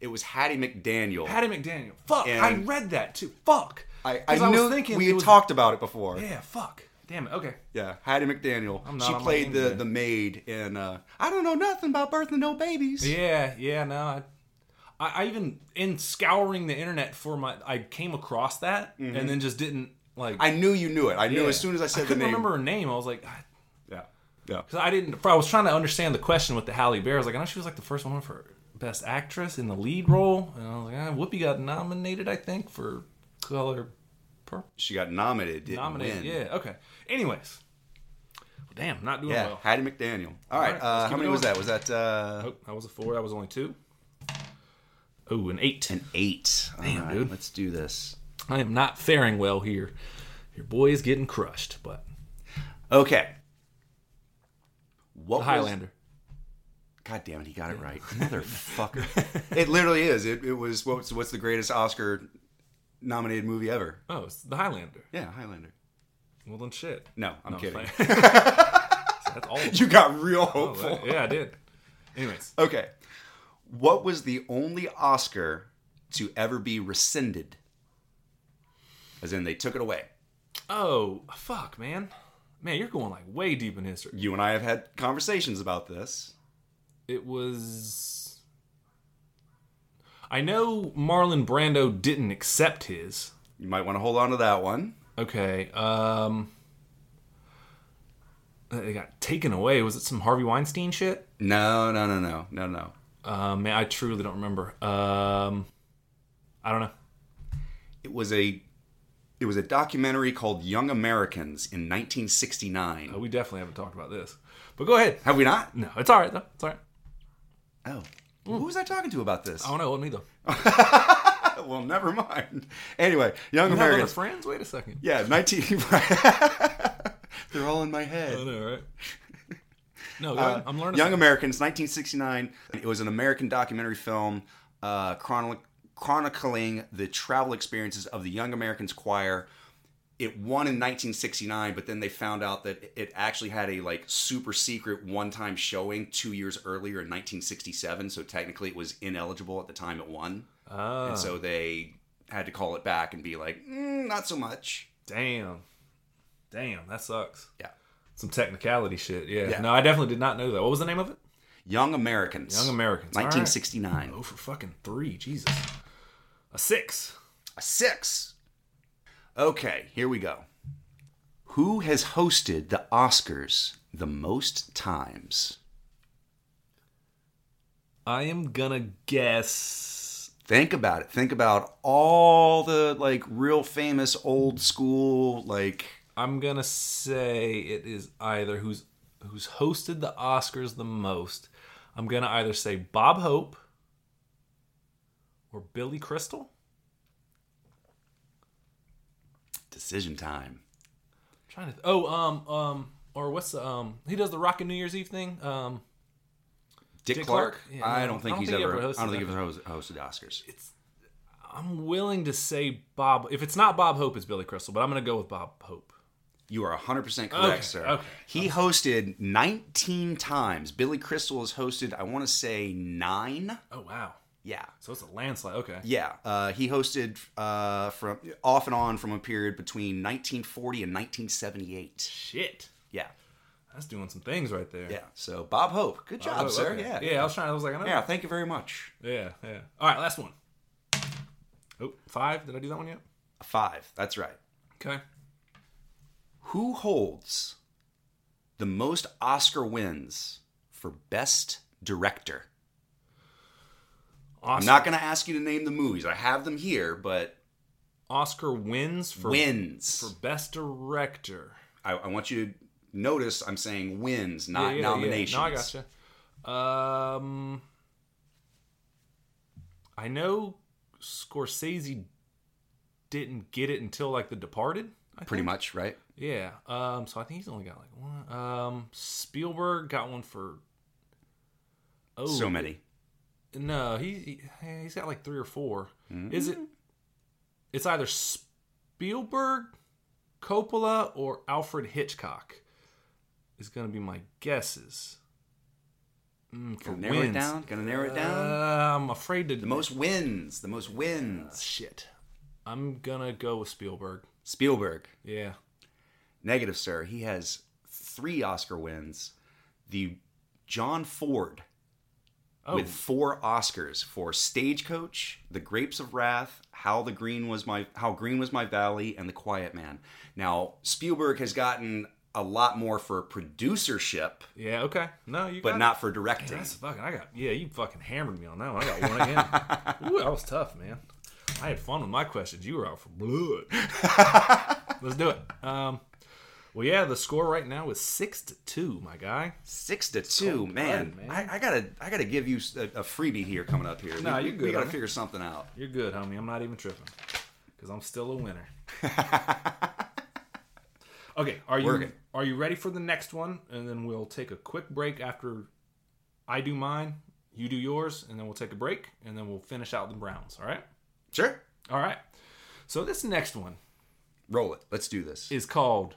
A: It was Hattie McDaniel.
B: Patty McDaniel. Fuck,
A: And-
B: I read that too. Fuck.
A: I, I
B: 'Cause
A: knew
B: was thinking
A: we
B: it
A: had
B: was-
A: talked about it before. Yeah,
B: Yeah, fuck. Damn it. Okay.
A: Hattie McDaniel.
B: not
A: she
B: on my
A: played
B: game
A: the
B: today.
A: the maid in uh, I don't know nothing about birthing no babies.
B: Yeah, yeah, no. I, I I even in scouring the internet for my, I came across that and then just didn't like.
A: Mm-hmm. I knew you knew it. I knew
B: yeah.
A: as soon as I said the
B: couldn't
A: name.
B: remember her name. I was like, "Ah,"
A: Yeah, yeah.
B: 'cause I didn't. I was trying to understand the question with the Halle Berry. I was like, I know she was like the first woman for best actress in the lead role, and I was like, ah, Whoopi got nominated, I think, for color purple.
A: She got nominated. Didn't
B: Nominated,
A: win.
B: yeah. Okay. Anyways, well, damn, not doing
A: Yeah,
B: Oh, well.
A: Hattie McDaniel. All right,
B: right, let's
A: uh, how
B: keep it
A: many was
B: going.
A: that? Was that uh,
B: Oh, that was a four. That was only two. Oh, an eight.
A: an eight? All right,
B: dude.
A: Let's do this.
B: I am not faring well here. Your boy is getting crushed, but
A: Okay. What was-
B: Highlander.
A: God damn it, he got it right. Motherfucker. it literally is. It, it was what's what's the greatest Oscar nominated movie ever?
B: Oh, it's the Highlander.
A: Yeah, Highlander.
B: Well then, shit.
A: No, I'm
B: No, Oh,
A: kidding.
B: it's fine. That's all. Of
A: You got real
B: all
A: hopeful.
B: that. Yeah, I did. Anyways,
A: Okay. What was the only Oscar to ever be rescinded? As in they took it away.
B: oh fuck, man, man, you're going like way deep in history.
A: You and I have had conversations about this.
B: It was. I know Marlon Brando didn't accept his.
A: You might want to hold on to that one.
B: Okay. Um. They got taken away. Was it some Harvey Weinstein shit?
A: No, no, no, no, no, no.
B: Uh, man, I truly don't remember. Um, I don't know.
A: It was a it was a documentary called Young Americans in 1969.
B: Uh, We definitely haven't talked about this. But go ahead.
A: Have we not?
B: No, it's all right though. It's all right.
A: Oh. Who was I talking to about this?
B: I don't know. Wasn't me though.
A: well, never mind. Anyway,
B: You
A: Young
B: have other
A: Americans.
B: friends? Wait a second.
A: Yeah, 19. They're all in my
B: I
A: head.
B: know, right? No, go ahead. I'm learning.
A: Uh, Young
B: something.
A: Americans, 1969. It was an American documentary film uh, chronic- chronicling the travel experiences of the Young Americans Choir. It won in 1969, but then they found out that it actually had a like super secret one-time showing two years earlier in 1967. So technically, it was ineligible at the time it won.
B: Ah,
A: And so they had to call it back and be like, mm, not so much.
B: damn, damn, that sucks.
A: Yeah.
B: Some technicality shit. Yeah.
A: Yeah.
B: No, I definitely did not know that. What was the name of it?
A: Young Americans.
B: Young Americans. All right.
A: 1969.
B: Oh, for fucking three. Jesus. A six.
A: A six. Okay, here we go. Who has hosted the Oscars the most times?
B: I am gonna guess.
A: Think about it. Think about all the like real famous old school like
B: I'm gonna say it is either who's who's hosted the Oscars the most. I'm gonna either say Bob Hope or Billy Crystal.
A: decision time.
B: trying to th- oh um um or what's the um he does the Rockin' New Year's Eve thing. Um,
A: Dick,
B: Dick
A: Clark?
B: Clark? Yeah,
A: I
B: no,
A: don't think
B: I don't
A: he's
B: think he
A: ever,
B: ever
A: I don't
B: hosted
A: think he ever hos- hosted Oscars.
B: I'm willing to say Bob. If it's not Bob Hope, it's Billy Crystal. But I'm gonna go with Bob Hope.
A: You are 100% correct,
B: Okay,
A: sir.
B: okay.
A: He hosted 19 times. Billy Crystal has hosted, I want to say, nine.
B: Oh wow,
A: Yeah.
B: So it's a landslide. Okay.
A: Yeah, uh, he hosted uh, from off and on from a period between 1940 and 1978.
B: Shit.
A: Yeah,
B: That's doing some things right there.
A: yeah. So Bob Hope, good job,
B: Oh,
A: sir.
B: okay.
A: Yeah.
B: yeah. I was trying. I was like, I know.
A: Yeah, Thank you very much.
B: yeah, yeah. All right, last one. Oh, five. Did I do that one yet?
A: Five. That's right.
B: Okay.
A: Who holds the most Oscar wins for Best Director? I'm
B: Oscar,
A: not going to ask you to name the movies. I have them here, but
B: Oscar wins for
A: wins.
B: for best director.
A: I, I want you to notice I'm saying wins, not
B: Yeah, yeah,
A: nominations.
B: Yeah. No, I gotcha. Um, I know Scorsese didn't get it until like The Departed. I
A: Pretty much, right?
B: Yeah. Um. So I think he's only got like one. Um. Spielberg got one for. Oh
A: So many.
B: no, he, he yeah, he's got like three or 4
A: Mm-hmm.
B: Is it? It's either Spielberg, Coppola, or Alfred Hitchcock. Is going to be my guesses. Mm, for
A: Gonna narrow
B: wins.
A: it down. Gonna narrow it down.
B: Uh, I'm afraid to.
A: The most wins. The most wins.
B: shit. I'm gonna go with Spielberg.
A: Spielberg.
B: Yeah.
A: Negative, sir. He has three Oscar wins. The John Ford
B: Oh,
A: with four Oscars for Stagecoach, The Grapes of Wrath, How the Green Was My How Green Was My Valley, and The Quiet Man. Now Spielberg has gotten a lot more for producership,
B: yeah. Okay. No, you.
A: but
B: got
A: not for directing.
B: That's fucking. I got yeah. You fucking hammered me on that one. I got one again. Ooh, that was tough, man. I had fun with my questions. You were out for blood. Let's do it. Um, well, yeah. The score right now is six to two, my guy.
A: Six to two, man.
B: man.
A: I, I gotta, I gotta give you a, a freebie here coming up here.
B: Nah,
A: we,
B: you're
A: we-
B: good,
A: We gotta
B: homie.
A: figure something out.
B: You're good, homie. I'm not even tripping because I'm still a winner. okay. Are you
A: Working.
B: are you ready for the next one? And then we'll take a quick break after I do mine. You do yours, and then we'll take a break, and then we'll finish out the Browns. All right.
A: Sure.
B: All right. So this next one
A: Roll it. Let's do this.
B: is called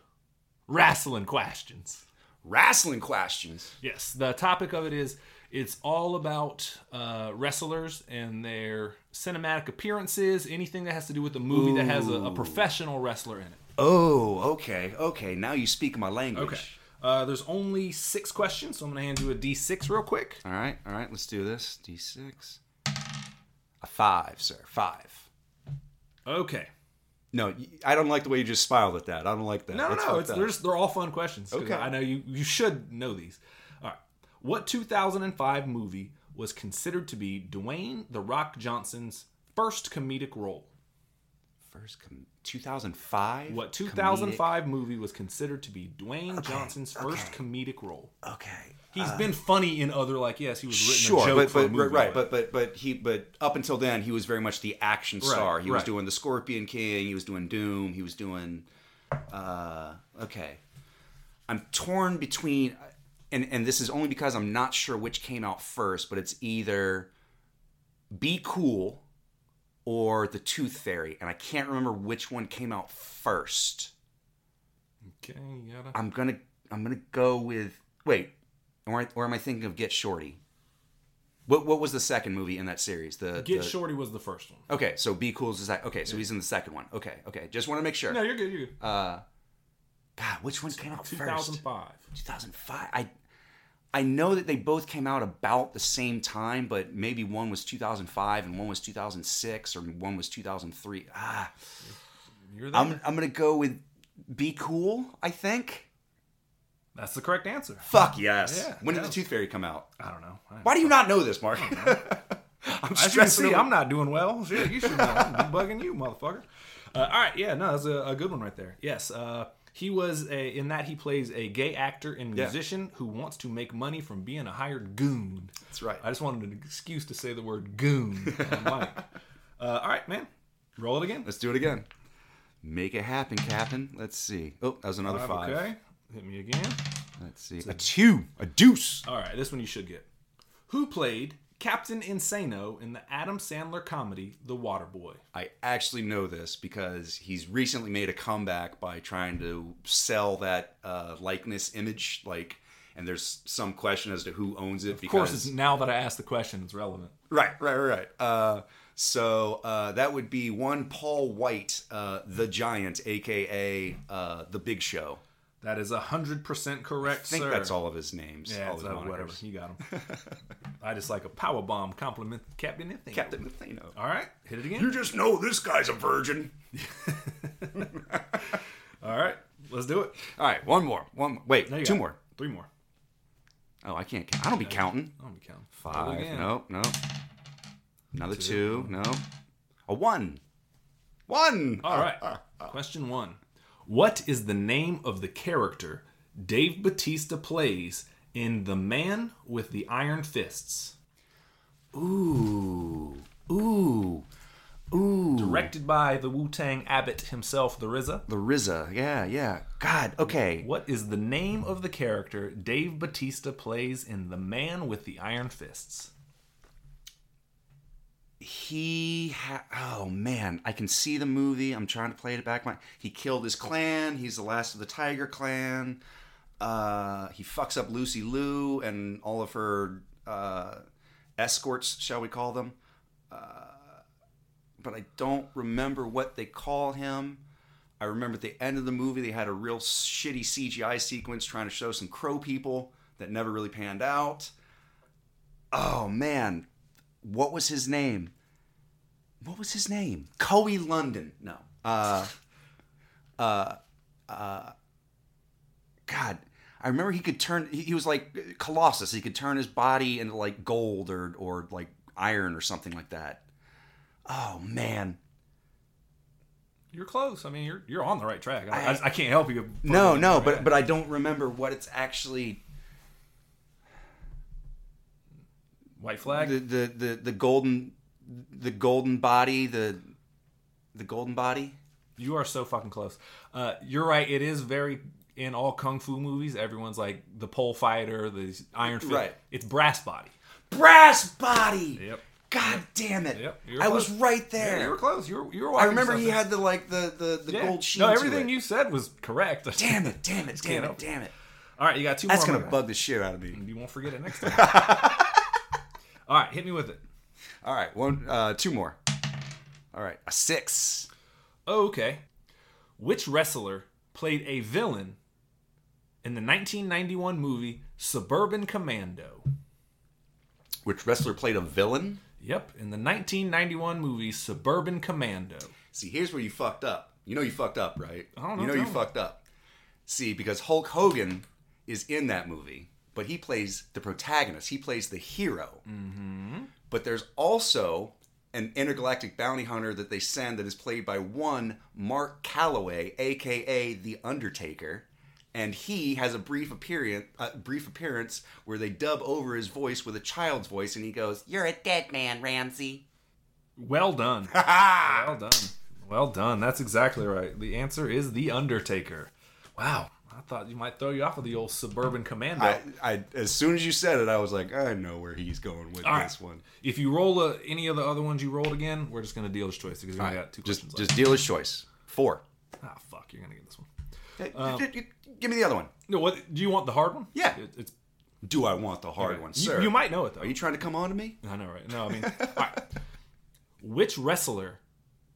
B: Wrestling Questions.
A: Wrestling questions.
B: Yes, the topic of it is it's all about uh, wrestlers and their cinematic appearances, anything that has to do with a movie that has a, a professional wrestler in it.
A: Oh, okay, okay. Now you speak my language.
B: Uh, there's only six questions, so I'm going to hand you a D6 real quick.
A: All right, all right. Let's do this. D six. A five, sir. Five.
B: Okay.
A: No, y- I don't like the way you just smiled at that. I don't like that.
B: No,
A: That's
B: no, no.
A: fucked
B: It's,
A: up.
B: they're, just, they're all fun questions. 'cause
A: Okay.
B: I know you, you should know these. All right. What 2005 movie was considered to be Dwayne The Rock Johnson's first comedic role?
A: first com- 2005.
B: What 2005 movie was considered to be Dwayne Johnson's first comedic role?
A: Okay.
B: He's been funny in other, like yes, he was written a
A: Uh, Sure,
B: joke
A: but
B: for a
A: but
B: movie,
A: right, right, but but but he but up until then he was very much the action star. he was
B: right.
A: doing the Scorpion King. He was doing Doom. He was doing. Uh, okay, I'm torn between, and and this is only because I'm not sure which came out first, but it's either Be Cool or The Tooth Fairy, and I can't remember which one came out first.
B: okay, you gotta-
A: I'm gonna I'm gonna go with wait, or, or am I thinking of Get Shorty? What what was the second movie in that series? The
B: Get
A: the-
B: Shorty was the first one.
A: Okay, so Be Cool's is that okay? So he's in the second one. Okay, okay. Just want to make sure.
B: No, you're good. You're good.
A: Uh, God, which one came out first?
B: 2005.
A: 2005. I I know that they both came out about the same time, but maybe one was 2005 and one was 2006 or one was 2003. Ah,
B: You're there.
A: I'm I'm gonna go with Be Cool. I think.
B: That's the correct answer.
A: Fuck yes.
B: Yeah,
A: when did
B: no.
A: the Tooth Fairy come out?
B: I don't know. I,
A: Why do you not know this, Mark? I'm
B: I should see.
A: over-
B: I'm not doing well. Shit, you should know. I'm bugging you, motherfucker. Uh, all right, yeah, no, that's a, a good one right there. Yes, uh, he was a, in that he plays a gay actor and musician who wants to make money from being a hired goon.
A: That's right.
B: I just wanted an excuse to say the word goon. on mic. uh, all right, man, roll it again.
A: Let's do it again. Make it happen, Captain. Let's see. Oh, that was another five.
B: Okay, hit me again.
A: Let's see. A two. A deuce.
B: All right, this one you should get. Who played Captain Insano in the Adam Sandler comedy The Waterboy?
A: I actually know this because he's recently made a comeback by trying to sell that uh, likeness image. Like, and there's some question as to who owns it.
B: Of course, it's now that I asked the question, it's relevant.
A: Right, right, right. right. Uh, so uh, that would be one Paul White, uh, the Giant, aka uh, the Big Show.
B: That is hundred percent correct,
A: I think
B: sir.
A: that's all of his names.
B: Yeah,
A: all
B: it's
A: his
B: not-
A: monikers.
B: whatever. You got him. I just like a power bomb compliment Captain Ethan.
A: Captain Athena.
B: All right, hit it again.
A: You just know this guy's a virgin.
B: All right, let's do it.
A: All right, one more. One more. Wait,
B: No, you
A: two
B: got it.
A: more.
B: Three more.
A: Oh, I can't count. I don't be counting.
B: I'm gonna count. Do it
A: Five.
B: again.
A: No, no. Another two. No. A one. One.
B: All right. Question one. What is the name of the character Dave Batista plays in The Man with the Iron Fists?
A: Ooh. Ooh. Ooh.
B: Directed by the Wu Tang Abbott himself, the RZA.
A: The Rizza. Yeah, yeah. God, okay.
B: What is the name of the character Dave Batista plays in The Man with the Iron Fists?
A: He ha- oh man, I can see the movie. I'm trying to play it back my He killed his clan. He's the last of the Tiger clan. Uh he fucks up Lucy Liu and all of her uh escorts, shall we call them? Uh but I don't remember what they call him. I remember at the end of the movie they had a real shitty CGI sequence trying to show some crow people that never really panned out. Oh man, what was his name? What was his name? Coe London. No. Uh, uh, uh, God, I remember he could turn. He, he was like Colossus. He could turn his body into like gold or or like iron or something like that. Oh man.
B: You're close. I mean, you're you're on the right track. I, I, I can't help you.
A: No, no, but but I don't remember what it's actually
B: White Flag.
A: the the the, the golden the golden body the the golden body.
B: You are so fucking close. Uh, you're right. It is very in all kung fu movies. Everyone's like the pole fighter, the Iron Fist.
A: Right.
B: It's Brass Body.
A: Brass body.
B: Yep.
A: God damn it!
B: Yep, you were
A: I was
B: close.
A: right
B: Yeah,
A: there.
B: you were close. You were. You were
A: I
B: walking
A: remember he
B: something.
A: had the like the the, the
B: Yeah.
A: gold sheen.
B: No,
A: to
B: everything
A: it.
B: you said was correct.
A: Damn it! Damn it! Damn
B: up.
A: it! Damn it!
B: All right, you got two.
A: That's
B: more, Oh
A: gonna
B: my guy.
A: bug the shit out of me.
B: You won't forget it next time. all right, hit me with it.
A: All right, one, uh, two more. All right, a six.
B: Oh, okay. Which wrestler played a villain in the 1991 movie Suburban Commando?
A: Which wrestler played a villain?
B: Yep, in the 1991 movie Suburban Commando.
A: See, here's where you fucked up. You know you fucked up, right?
B: I don't know,
A: You know you
B: tell me.
A: fucked up. See, because Hulk Hogan is in that movie, but he plays the protagonist. He plays the hero. Mm-hmm. But there's also an intergalactic bounty hunter that they send that is played by one Mark Calloway, aka the Undertaker. And he has a brief appearance, uh, brief appearance where they dub over his voice with a child's voice, and he goes, "You're a dead man, Ramsey."
B: Well done. well done. Well done. That's exactly right. The answer is The Undertaker. Wow. I thought you might throw you off of the old Suburban Commando.
A: I, I as soon as you said it, I was like, I know where he's going with
B: All
A: this
B: right.
A: one.
B: If you roll uh any of the other ones you rolled again, we're just going to deal his choice because we only got two
A: Just
B: questions
A: just dealer's choice. Four.
B: left. Ah, fuck. You're going to get this one.
A: Hey, d- d- d- Give me the other one.
B: No, what? Do you want the hard one?
A: Yeah.
B: It- it's
A: Do I want the hard one,
B: you,
A: sir?
B: you might know it though.
A: Are you trying to come on to me?
B: I know, right? No, I mean, all right. Which wrestler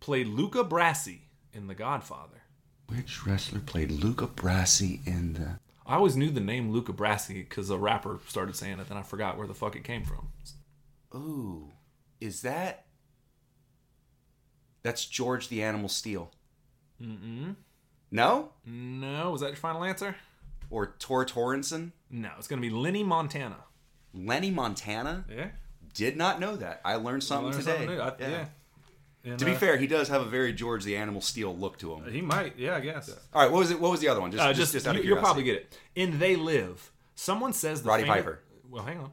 B: played Luca Brasi in The Godfather?
A: Which wrestler played Luca Brasi in the?
B: I always knew the name Luca Brasi because a rapper started saying it, then I forgot where the fuck it came from.
A: Ooh, is that? That's George the Animal Steel.
B: Mm-mm.
A: No,
B: No, was that your final answer?
A: or Tor Torrenson,
B: No, it's gonna be Lenny Montana.
A: Lenny Montana.
B: Yeah,
A: Did not know that. I learned something
B: Learn
A: today.
B: something new. I- yeah. And,
A: To be
B: uh,
A: fair, he does have a very George the Animal Steel look to him.
B: he might. Yeah, I guess.
A: All right, what was it? What was the other one? Just,
B: Uh,
A: Uh, just,
B: just,
A: just out of
B: you, you'll
A: curiosity.
B: probably get it. In They Live, someone says the
A: Roddy
B: famous-
A: Piper.
B: Well, hang on.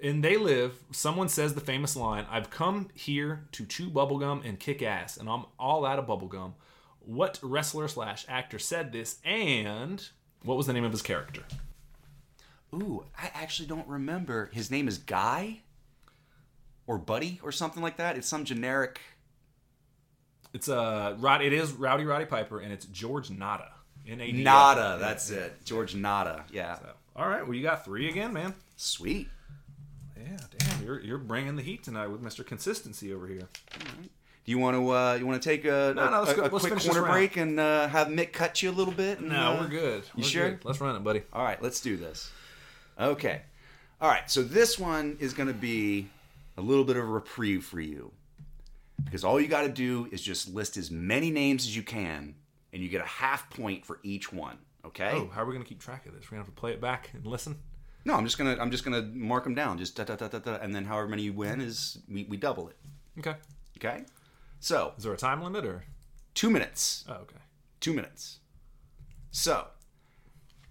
B: In They Live, someone says the famous line, "I've come here to chew bubblegum and kick ass, and I'm all out of bubblegum." What wrestler slash actor said this, and what was the name of his character?
A: Ooh, I actually don't remember. His name is Guy or Buddy or something like that. It's some generic.
B: It's uh, Rod. It is Rowdy Roddy Piper, and it's George Nada. N A D A.
A: Nada, that's it. George Nada. Yeah.
B: All right. Well, you got three again, man.
A: Sweet.
B: Yeah, damn, You're you're bringing the heat tonight with Mr. Consistency over here.
A: Do you want to uh, you want to take a,
B: No, no,
A: a-
B: let's
A: a-
B: go-
A: a
B: let's
A: quick
B: finish this
A: corner
B: round.
A: break and uh, have Mick cut you a little bit? and,
B: No,
A: uh,
B: we're good.
A: You
B: We're
A: sure?
B: good. Let's run it, buddy.
A: All right, let's do this. Okay. All right, so this one is going to be a little bit of a reprieve for you because all you got to do is just list as many names as you can, and you get a half point for each one. Okay.
B: Oh, how are we gonna keep track of this? We're gonna have to play it back and listen.
A: No, I'm just gonna I'm just gonna mark them down, just da da da da da, and then however many you win is we, we double it.
B: Okay.
A: Okay. So
B: Is there a time limit or?
A: two minutes.
B: Oh, okay.
A: Two minutes. So,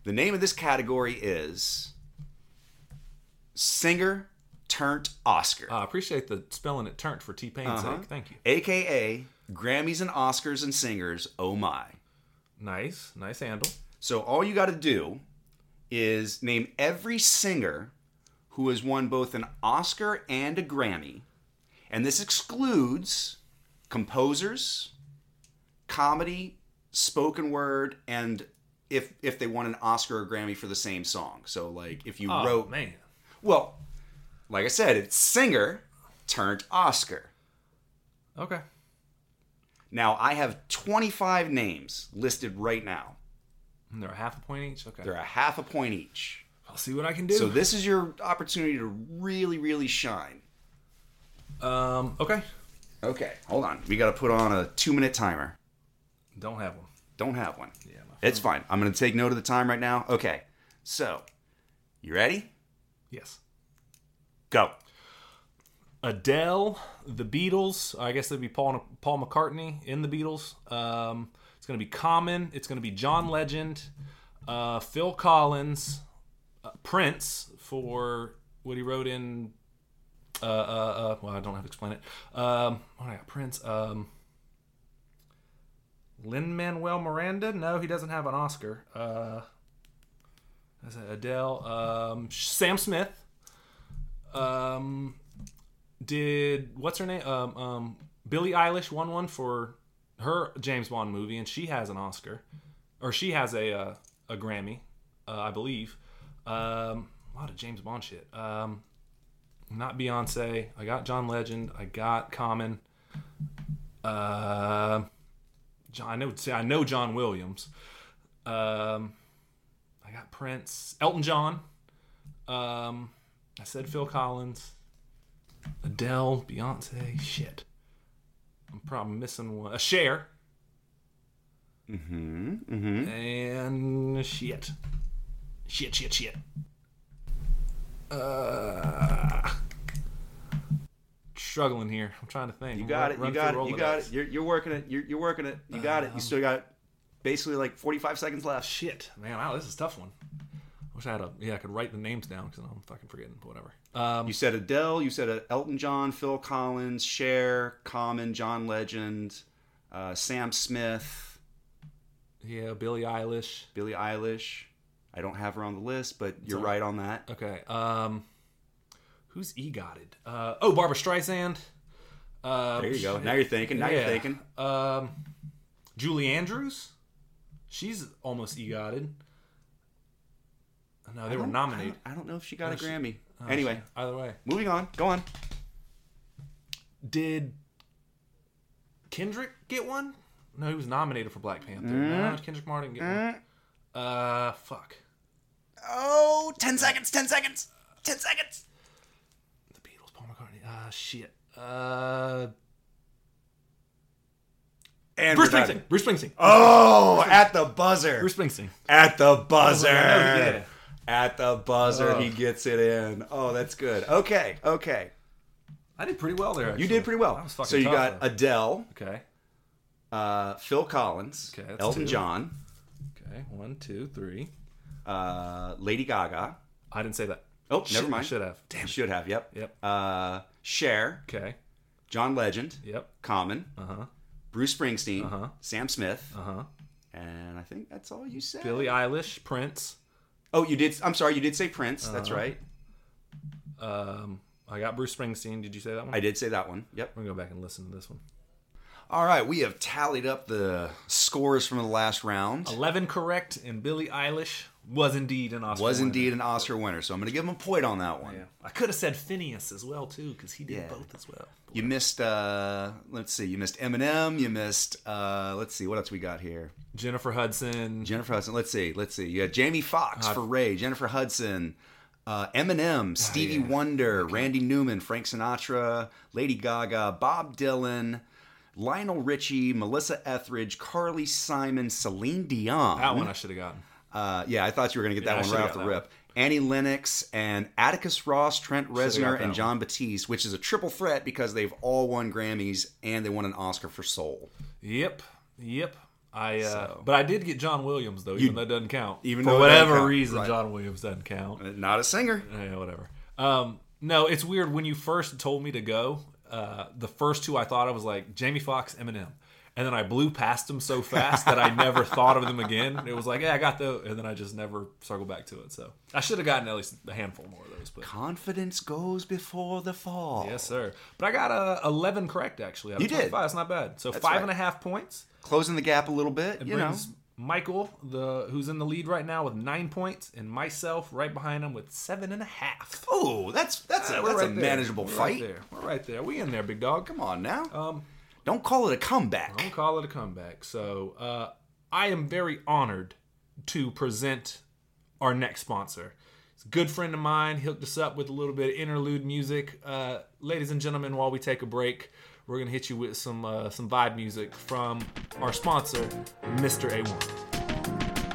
A: the name of this category is Singer Turned Oscar,
B: Uh, I appreciate the spelling it turned for T Pain's
A: Uh-huh.
B: sake. Thank you.
A: aka Grammys and Oscars and Singers. Oh my.
B: Nice, nice handle.
A: So, all you got to do is name every singer who has won both an Oscar and a Grammy. And this excludes composers, comedy, spoken word, and if if they won an Oscar or Grammy for the same song. So like if you
B: Oh
A: wrote
B: man,
A: well, like I said, it's singer turned Oscar.
B: okay.
A: Now I have 25 names listed right now.
B: And they're half a point each. Okay,
A: They're a half a point each.
B: I'll see what I can do.
A: So this is your opportunity to really, really shine.
B: um, okay,
A: Okay, hold on. We got to put on a two-minute timer.
B: don't have one.
A: Don't have one.
B: Yeah, my
A: It's fine. I'm going to take note of the time right now. Okay. So, you ready?
B: yes.
A: Go.
B: Adele, The Beatles. I guess that'd be Paul Paul McCartney in The Beatles. Um, it's gonna be Common. It's gonna be John Legend, uh, Phil Collins, uh, Prince for what he wrote in. Uh, uh, uh, well, I don't have to explain it. Um, what do I got? Prince. Um, Lin Manuel Miranda. No, he doesn't have an Oscar. Uh, that's it, Adele. Um, Sam Smith. Um, did what's her name? Um, um, Billie Eilish won one for her James Bond movie, and she has an Oscar, or she has a uh, a Grammy, uh, I believe. Um, a lot of James Bond shit. Um, not Beyonce. I got John Legend. I got Common. Uh, John, I know. see, I know John Williams. Um, I got Prince, Elton John. Um, I said Phil Collins. Adele, Beyonce, shit. I'm probably missing one. A share
A: Mm-hmm. Mm-hmm.
B: and shit, shit, shit, shit. Uh, struggling here. I'm trying to think.
A: You got it. You got it. You got it. You're, you're working it. You're, you're working it. You got
B: Um,
A: it. You still got basically like 45 seconds left.
B: Shit, man. Wow, this is a tough one. I wish I had a yeah. I could write the names down because I'm fucking forgetting. But whatever. Um,
A: You said Adele. You said uh, Elton John, Phil Collins, Cher, Common, John Legend, uh, Sam Smith,
B: yeah, Billie Eilish.
A: Billie Eilish. I don't have her on the list, but you're
B: all right.
A: right on that.
B: Okay. Um, who's egotted? Uh, oh, Barbara Streisand. Uh,
A: There you go. Now you're thinking. Now you're
B: Yeah.
A: thinking.
B: Um, Julie Andrews, she's almost egotted. No, they were
A: don't-
B: nominated.
A: I don't, I don't know if she got a Grammy.
B: Oh,
A: anyway,
B: Either way,
A: moving on. Go on.
B: did Kendrick get one? No, he was nominated for Black Panther.
A: Mm.
B: No, Kendrick Martin didn't get one. Uh, fuck.
A: Oh, 10 seconds, 10 seconds, 10 seconds.
B: The Beatles, Paul McCartney. Ah, shit. Uh,
A: And
B: Bruce
A: we're done.
B: Springsteen. Bruce Springsteen.
A: Oh, at the buzzer.
B: Bruce Springsteen. Oh,
A: At the buzzer.
B: I know he did it.
A: At the buzzer, he gets it in. Oh, that's good. Okay, okay.
B: I did pretty well there. Actually.
A: You did pretty well.
B: That was fucking
A: so you
B: tough,
A: got
B: though.
A: Adele,
B: okay.
A: uh, Phil Collins,
B: Okay, that's
A: Elton
B: two.
A: John,
B: Okay. One, two, three.
A: uh, Lady Gaga.
B: I didn't say that.
A: Oh,
B: Shit,
A: never mind.
B: I should have.
A: You
B: Damn.
A: should have. Yep.
B: Yep.
A: Uh, Cher,
B: Okay.
A: John Legend,
B: Yep.
A: Common,
B: Uh huh.
A: Bruce Springsteen,
B: Uh-huh.
A: Sam Smith,
B: Uh huh.
A: and I think that's all you said.
B: Billie Eilish, Prince.
A: Oh, you did. I'm sorry, you did say Prince. That's
B: Uh-huh.
A: right.
B: Um, I got Bruce Springsteen. Did you say that one?
A: I did say that one. Yep.
B: I'm gonna go back and listen to this one.
A: All right, we have tallied up the scores from the last round.
B: 11 correct, and Billie Eilish was indeed an Oscar.
A: Was
B: winner.
A: indeed an Oscar winner, so I'm going to give him a point on that one.
B: Yeah. I could have said Phineas as well too, because he did both as well.
A: You missed, uh, let's see, you missed Eminem, you missed, uh, let's see, what else we got here?
B: Jennifer Hudson.
A: Jennifer Hudson, let's see, let's see. You had Jamie Foxx
B: Uh,
A: for Ray, Jennifer Hudson, uh, Eminem, Stevie
B: Oh, yeah.
A: Wonder, Randy Newman, Frank Sinatra, Lady Gaga, Bob Dylan, Lionel Richie, Melissa Etheridge, Carly Simon, Celine Dion.
B: that one I should have gotten.
A: Uh, yeah, I thought you were going to get
B: Yeah, I
A: that one
B: should've
A: right off the
B: got that
A: rip. Annie Lennox and Atticus Ross, Trent Reznor,
B: that
A: and John Batiste, which is a triple threat because they've all won Grammys and they won an Oscar for Soul.
B: Yep. Yep. I uh, but I did get John Williams though, even though that doesn't count.
A: even
B: for
A: though it doesn't
B: whatever
A: count,
B: reason,
A: right.
B: John Williams doesn't count.
A: Uh, Not a singer.
B: Yeah, whatever. Um, no, it's weird when you first told me to go. Uh, the first two I thought I was like Jamie Foxx, Eminem, and then I blew past them so fast that I never thought of them again. It was like, yeah, I got those, and then I just never circled back to it. So I should have gotten at least a handful more of those. But
A: Confidence goes before the fall.
B: yes, sir. But I got uh, eleven correct actually. Out of
A: You did.
B: 25. That's not bad. So five
A: right.
B: and a half points.
A: Closing the gap a little bit, you know.
B: brings Michael, the who's in the lead right now with nine points, and myself right behind him with seven and a half.
A: Oh, that's that's a,
B: We're
A: that's a
B: right there.
A: manageable
B: We're
A: fight.
B: Right there. We're right there. We in there, big dog. Come
A: Come on now. Um, Don't call it a comeback.
B: on, call it a comeback. So uh, I am very honored to present our next sponsor. It's a good friend of mine hooked us up with a little bit of interlude music. Uh, ladies and gentlemen, while we take a break, we're gonna hit you with some uh, some vibe music from our sponsor, Mr. A1.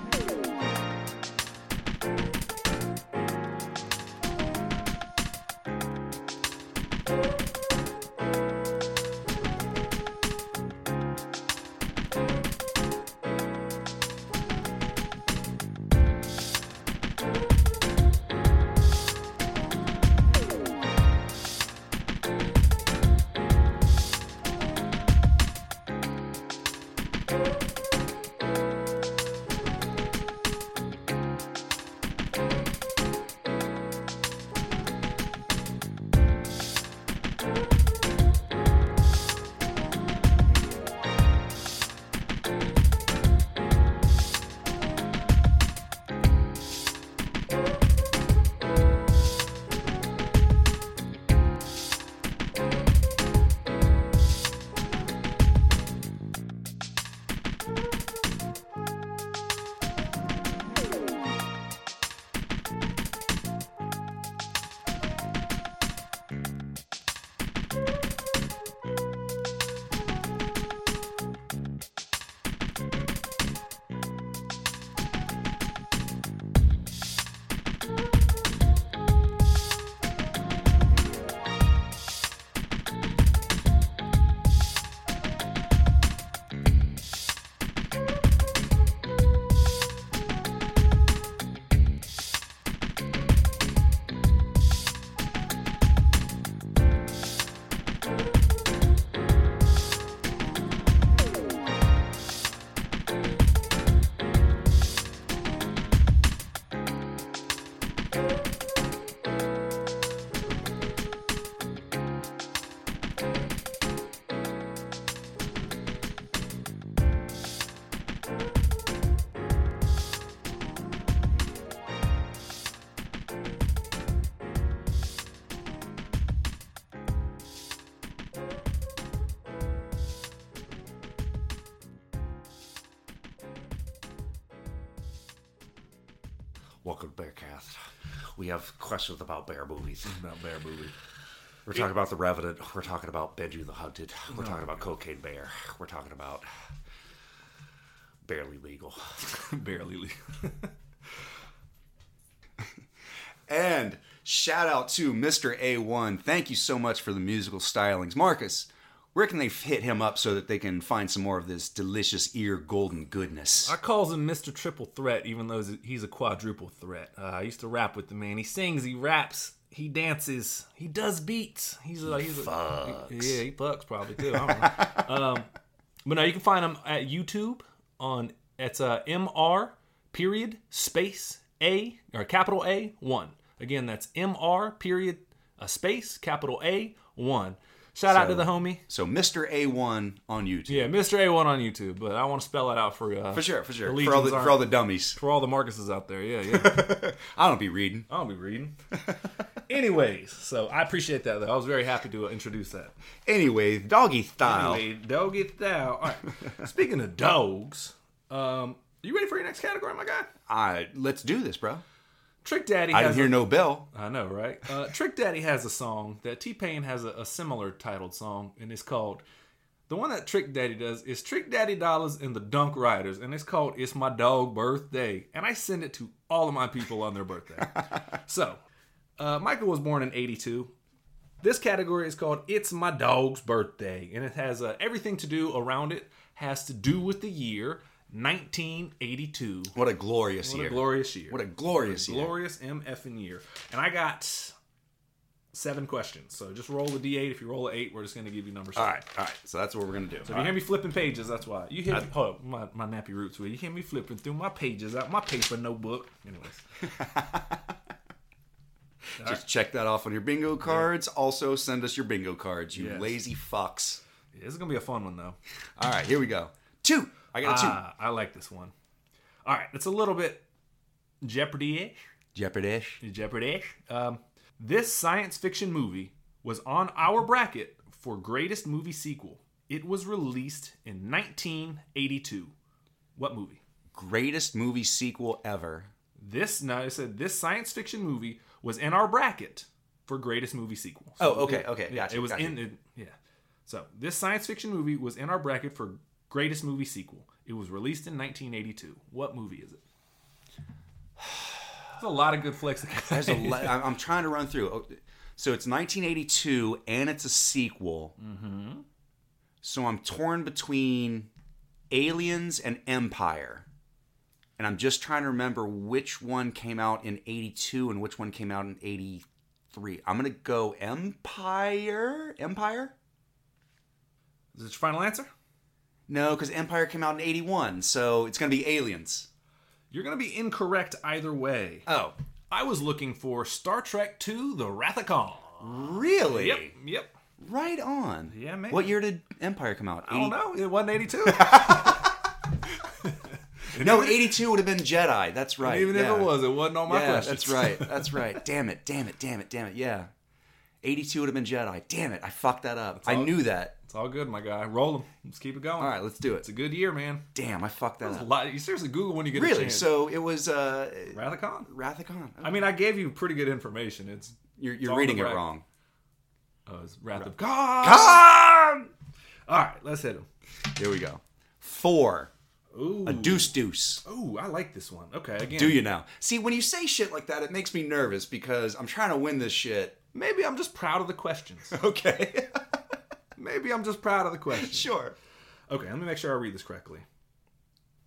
A: Welcome to Bearcast. We have questions about bear movies.
B: About Bear Movie.
A: We're talking about the Revenant. We're talking about Benji the Hunted. We're talking about Cocaine Bear. We're talking about barely legal.
B: Barely. legal.
A: And shout out to Mr. A1. Thank you so much for the musical stylings, Marcus. Where can they hit him up so that they can find some more of this delicious ear golden goodness?
B: I calls him Mr. Triple Threat, even though he's a quadruple threat. Uh, I used to rap with the man. He sings, he raps, he dances, he does beats. He's a, he's a he- yeah, he fucks probably too. I don't know. um, but no, you can find him at YouTube on it's uh, Mr. Period space A or capital A one. Again, that's Mr. Period uh, space capital A one. Shout out to the homie.
A: So Mr. A1 on YouTube.
B: Yeah, Mr. A1 on YouTube, but I want to spell it out for uh,
A: For sure, for sure.
B: The
A: for all the
B: legions
A: for all the dummies.
B: for all the Marcuses out there. Yeah, yeah.
A: I don't be reading.
B: I'll be reading. Anyways, so I appreciate that though. I was very happy to introduce that.
A: Anyway, doggy style.
B: Anyway, dog it thou. All right. Speaking of dogs, um, are you ready for your next category, my guy?
A: I let's do this, bro.
B: Trick Daddy.
A: I
B: has
A: didn't hear
B: a-
A: no bell.
B: I know, right? Uh, Trick Daddy has a song that T Pain has a, a similar titled song, and it's called the one that Trick Daddy does is Trick Daddy Dollars and the Dunk Riders, and it's called "It's My Dog Birthday," and I send it to all of my people on their birthday. so, uh, Michael was born in '82. This category is called "It's My Dog's Birthday," and it has uh, everything to do around it has to do with the year 1982.
A: What a glorious
B: What
A: year.
B: a glorious year!
A: what a glorious year.
B: glorious MFing year. And I got seven questions. So just roll the D8. If you roll a eight, we're just going to give you numbers.
A: All right, all right. So that's what we're gonna do.
B: If you hear me flipping pages, that's why. You hear me, oh, my, my nappy roots will. You hear me flipping through my pages out my paper notebook. Anyways,
A: Just check that off on your bingo cards. Also, send us your bingo cards, you
B: Yes.
A: lazy fucks.
B: Yeah, this is going to be a fun one, though.
A: All right, here we go. Two. I got a
B: Ah, I like this one. All right, it's a little bit Jeopardy ish.
A: two. Jeopardish.
B: Jeopardy. Um, this science fiction movie was on our bracket for greatest movie sequel. It was released in 1982. What movie?
A: Greatest movie sequel ever.
B: This no, it said this science fiction movie was in our bracket for greatest movie sequel.
A: Oh, okay, okay,
B: yeah,
A: gotcha,
B: it was
A: gotcha.
B: in it, yeah. So this science fiction movie was in our bracket for greatest movie sequel. It was released in 1982. What movie is it? There's a lot of good flicks.
A: There's a le- I'm I'm trying to run through. Oh, So it's 1982 and it's a sequel. Mm-hmm. So I'm torn between Aliens and Empire. And I'm just trying to remember which one came out in 82 and which one came out in 83. I'm going to go Empire. Empire?
B: Is this your final answer?
A: No, because Empire came out in 81. So it's going to be Aliens.
B: You're going to be incorrect either way.
A: Oh,
B: I was looking for Star Trek II The Wrath of Khan.
A: really?
B: Yep, yep.
A: Right on.
B: Yeah, man.
A: What year did Empire come out?
B: I don't know. It wasn't 82.
A: No, 82 would have been Jedi. That's right.
B: Even
A: yeah.
B: if it was, it wasn't on my
A: Yeah,
B: questions.
A: that's right. That's right. damn it. Damn it. Damn it. Damn it. Yeah. 82 would have been Jedi. Damn it. I fucked that up. I
B: all-
A: knew that.
B: It's all good, my guy. Roll them. Let's keep it going.
A: All right, let's do it.
B: It's a good year, man.
A: Damn, I fucked that
B: There's a
A: up.
B: lot. You seriously Google when you get a
A: Really?
B: chance.
A: So it was uh,
B: Wrath of Khan.
A: Wrath of Khan.
B: I mean, I gave you pretty good information. It's
A: You're,
B: it's
A: you're
B: on
A: reading
B: the
A: it
B: rack.
A: wrong.
B: Oh, it's Wrath of Khan.
A: Khan!
B: All right, let's hit him.
A: Here we go. Four.
B: Ooh.
A: A deuce deuce.
B: Ooh, I like this one. Okay, again.
A: Do you now? See, when you say shit like that, it makes me nervous because I'm trying to win this shit.
B: Maybe I'm just proud of the questions.
A: Okay.
B: Maybe I'm just proud of the questions.
A: sure.
B: Okay, let me make sure I read this correctly.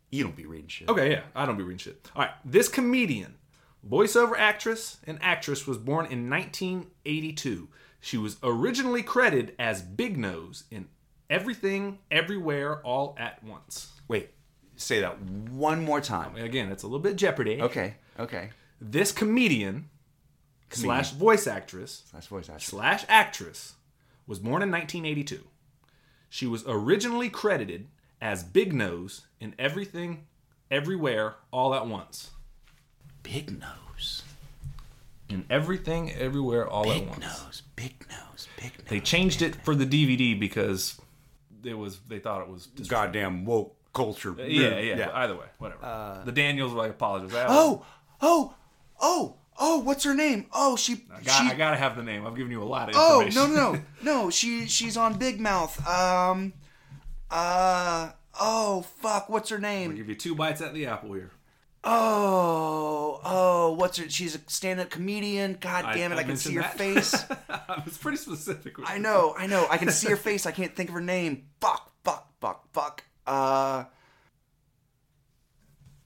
A: You don't be reading shit.
B: Okay, yeah, I don't be reading shit. All right, this comedian, voiceover actress, and actress was born in 1982. She was originally credited as Big Nose in Everything, Everywhere, All at Once.
A: Wait, say that one more time.
B: And Again, it's a little bit Jeopardy.
A: Okay, okay.
B: This comedian, slash voice actress
A: That's voice actor.
B: slash actress was born in 1982. She was originally credited as Big Nose in Everything, Everywhere, All at Once.
A: Big nose.
B: in everything, everywhere, all at once.
A: Nose. Big nose. Big nose.
B: They changed it for the DVD because it was they thought it was
A: Goddamn woke culture.
B: yeah yeah. but Either way, whatever. the Daniels like apologize. I,
A: Uh, Oh, oh, oh, oh. What's her name? Oh, she.
B: I, got,
A: she
B: I gotta have the name. I've given you a lot of
A: oh
B: information.
A: no no no no. She she's on Big Mouth. Um. Uh. Oh fuck. What's her
B: I'll
A: name?
B: give you two bites at the apple here.
A: Oh oh. What's her? She's a stand-up comedian. God damn it! I, can see her
B: mentioned that.
A: face.
B: I was pretty specific. With
A: I know, I know. I can see her face. I can't think of her name. Fuck, fuck, fuck, fuck. Uh,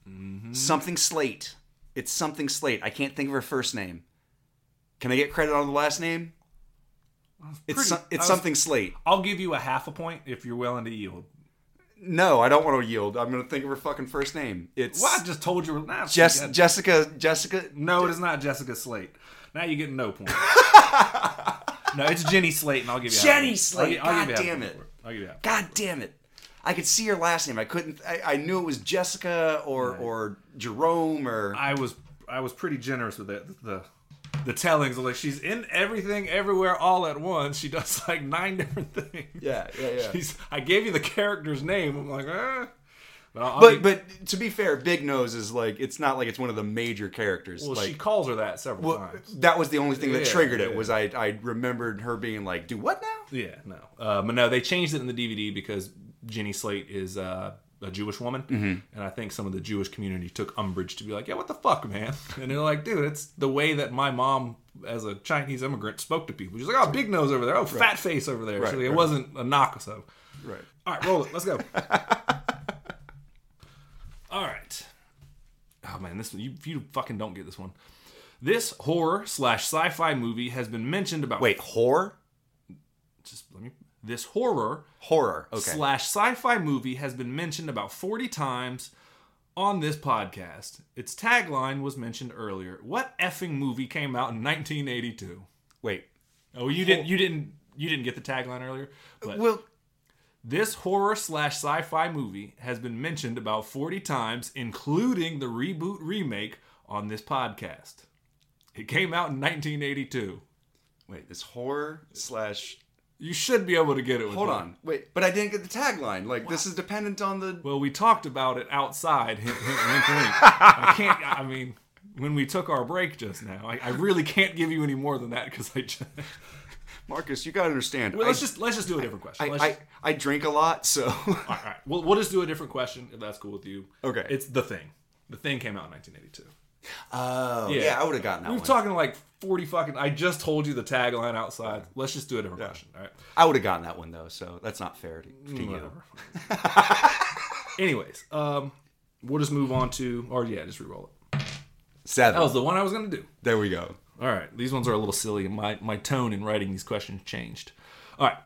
B: Mm-hmm.
A: something Slate. It's something Slate. I can't think of her first name. Can I get credit on the last name? It's
B: pretty-
A: some-
B: I
A: it's
B: was-
A: something Slate.
B: I'll give you a half a point if you're willing to yield.
A: No, I don't want to yield. I'm gonna think of her fucking first name. It's
B: Well, I just told you. Nah,
A: Jess-
B: forget it.
A: Jessica. Jessica.
B: No, it is not Jessica Slate. Now you get no point. No, it's Jenny Slate, and I'll give you half
A: Jenny
B: a point.
A: Slate,
B: I'll gi- I'll give you
A: God
B: half a
A: damn
B: point
A: it.
B: for I'll give you half.
A: God damn it. I could see her last name. I couldn't. I, I knew it was Jessica or or Jerome or.
B: I was I was pretty generous with the the, the tellings. Like she's in everything, everywhere, all at once. She does like nine different things.
A: Yeah, yeah, yeah.
B: She's, I gave you the character's name. I'm like, eh. But, I'll,
A: but but to be fair, Big Nose is like it's not like it's one of the major characters.
B: well,
A: like
B: she calls her that several times.
A: that was the only thing that
B: Yeah,
A: triggered it
B: yeah.
A: was I I remembered her being like, "Do what now?"
B: Yeah, no. Uh, but no, they changed it in the DVD because Jenny Slate is uh, a Jewish woman,
A: Mm-hmm.
B: and I think some of the Jewish community took umbrage to be like, "Yeah, what the fuck, man?" And they're like, "Dude, it's the way that my mom, as a Chinese immigrant, spoke to people. She's like, oh, big nose over there, oh, fat face over there.' so
A: Right,
B: it
A: right.
B: wasn't a knock or so.
A: Right.
B: All right, roll it. Let's go. All right. Oh man, this you you fucking don't get this one. This horror slash sci-fi movie has been mentioned about
A: Wait, horror,
B: Just let me. This horror
A: horror. Okay.
B: slash sci-fi movie has been mentioned about 40 times on this podcast. Its tagline was mentioned earlier. What effing movie came out in 1982?
A: Wait.
B: Oh, you didn't you didn't you didn't get the tagline earlier. But
A: Well,
B: this horror slash sci-fi movie has been mentioned about 40 times, including the reboot remake on this podcast. It came out in 1982.
A: wait. This horror slash.
B: You should be able to get it. With
A: Hold
B: that.
A: on. Wait, but I didn't get the tagline. Like this is dependent on the.
B: Well, we talked about it outside. Hint, hint, wink, wink. I can't. I mean, when we took our break just now, I, I really can't give you any more than that because I. Just,
A: Marcus, you gotta understand.
B: well,
A: I,
B: let's just let's just do a different question.
A: I,
B: Let's
A: I,
B: just,
A: I drink a lot, so
B: all right, we'll we'll just do a different question if that's cool with you.
A: Okay.
B: It's the thing. The thing came out in 1982.
A: oh yeah, I would have gotten that
B: We're
A: one.
B: talking like 40 fucking. I just told you the tagline outside. Let's just do a different question. All right.
A: I would have gotten that one though, so that's not fair to, to you.
B: Whatever. Anyways, um, we'll just move on to, or yeah, just re-roll it.
A: Seven.
B: That was the one I was gonna do.
A: there we go.
B: All right, these ones are a little silly, and my, my tone in writing these questions changed. All right,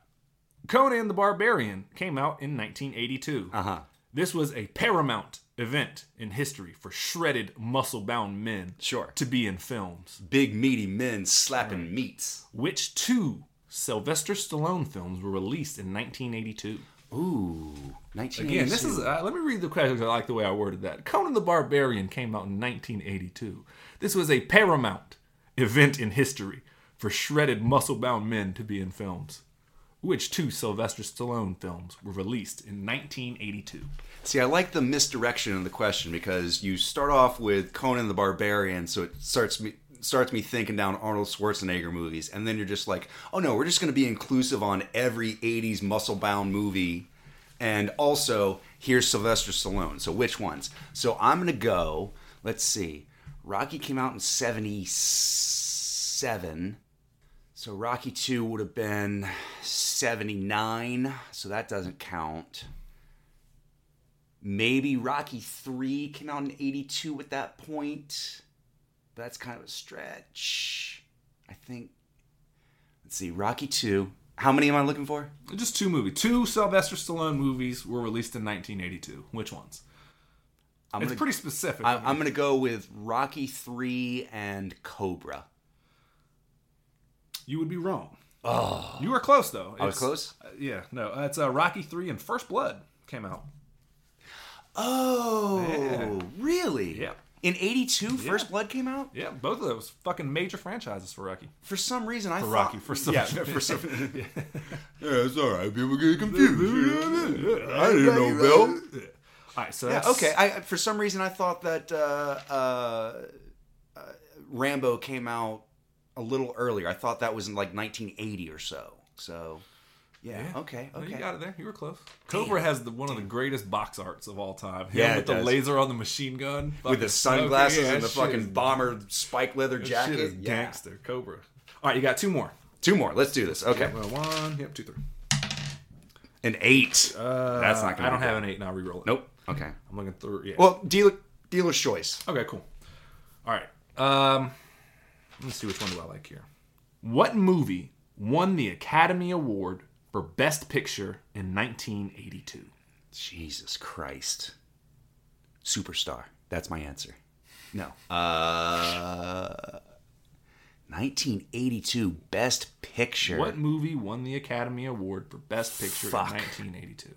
B: Conan the Barbarian came out in 1982.
A: Uh huh.
B: This was a paramount event in history for shredded, muscle bound men
A: Sure.
B: to be in films.
A: Big meaty men slapping meats.
B: Which two Sylvester Stallone films were released in 1982?
A: Ooh, nineteen.
B: Again, this is. Uh, let me read the question. 'cause I like the way I worded that. Conan the Barbarian came out in 1982. This was a paramount event in history for shredded, muscle-bound men to be in films. Which two Sylvester Stallone films were released in 1982?
A: See, I like the misdirection in the question because you start off with Conan the Barbarian, so it starts me starts me thinking down Arnold Schwarzenegger movies, and then you're just like, oh no, we're just going to be inclusive on every '80s muscle bound movie, and also here's Sylvester Stallone. So which ones? So I'm going to go. Let's see. Rocky came out in '77. So Rocky 2 would have been 79, so that doesn't count maybe Rocky 3 came out in 82 at that point. But that's kind of a stretch. I think let's see, Rocky 2. How many am I looking for?
B: Just two movies. Two Sylvester Stallone movies were released in 1982. Which ones?
A: I'm
B: it's
A: gonna,
B: pretty specific.
A: I, I'm gonna go with Rocky 3 and Cobra.
B: you would be wrong. Oh, you were close though.
A: I was
B: It's-
A: close?
B: uh, yeah, no, uh, it's uh, Rocky Three and First Blood came out.
A: Oh
B: Yeah.
A: really?
B: Yeah.
A: In 82, First Blood came out?
B: Yeah, both of those fucking major franchises for Rocky.
A: For some reason, I
B: For
A: thought.
B: Rocky, for some-
A: yeah, for some.
C: Yeah, it's all right. People get confused. I didn't know, Bill.
B: All right, so
A: Yeah,
B: that's
A: okay. I I- for some reason I thought that uh, uh, uh, Rambo came out a little earlier. I thought that was in like 1980 or so. So yeah,
B: Yeah.
A: okay,
B: Well, You
A: okay.
B: got it there. You were close. Cobra has the, one of the greatest box arts of all time. Him
A: Yeah,
B: with
A: it
B: the
A: does.
B: laser on the machine gun,
A: With the sunglasses and the fucking
B: box
A: bomber spike leather
B: Shit
A: jacket.
B: is
A: Yeah.
B: gangster. Cobra. All right, you got two more.
A: Two more. Let's do this. Okay,
B: Well, one. Yep, two, three.
A: an eight.
B: Uh,
A: That's not gonna
B: I don't
A: be
B: have an eight. Now reroll it.
A: nope. Okay.
B: I'm looking through. Yeah.
A: Well, dealer dealer's choice.
B: Okay, cool. All right. Um, let's see which one do I like here. What movie won the Academy Award for Best Picture in 1982?
A: Jesus Christ. Superstar. That's my answer. No. Uh, 1982 Best Picture.
B: What movie won the Academy Award for Best Picture
A: Fuck.
B: in 1982?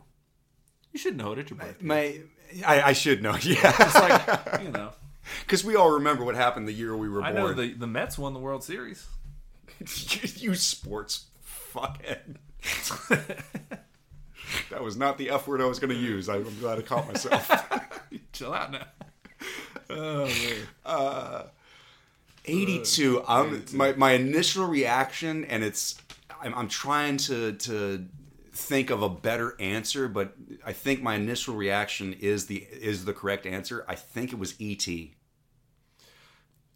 B: You should know it at your birthday.
A: My, I, I should know, yeah,
B: It's like, you know,
A: because we all remember what happened the year we were
B: I
A: born.
B: know the, the Mets won the World Series.
A: you sports fuckhead. that was not the F word I was going to use. I, I'm glad I caught myself.
B: Chill out now.
A: 82. I'm my my initial reaction, and it's I'm, I'm trying to to think of a better answer, but I think my initial reaction is the is the correct answer. I think it was E ET.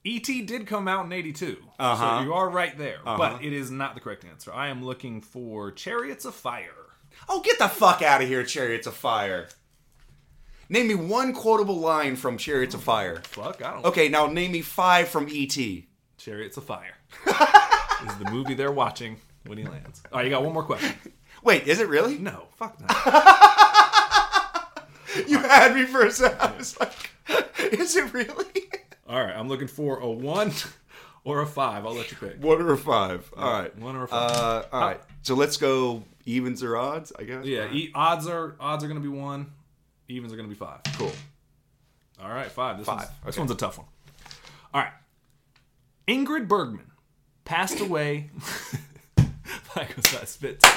B: E.T. E did come out in 82.
A: Uh-huh.
B: So you are right there. But it is not the correct answer. I am looking for Chariots of Fire.
A: Oh, get the fuck out of here, Chariots of Fire. Name me one quotable line from Chariots of Fire.
B: Fuck, I don't
A: Okay, now name me five from E ET.
B: Chariots of Fire is the movie they're watching when he lands. All right, you got one more question.
A: Wait, is it really?
B: No, fuck that.
A: You had me for a second. I was like, is it really?
B: All right, I'm looking for a one or a five. I'll let you pick.
A: One or a five. All right.
B: One or a five.
A: Uh, all right. So let's go evens or odds, I guess.
B: yeah, e- odds are odds are gonna be one, evens are gonna be five.
A: Cool.
B: All right, five. This, One's,
A: Five,
B: this
A: okay.
B: one's a tough one. All right. Ingrid Bergman passed away. Michael's I spit. take.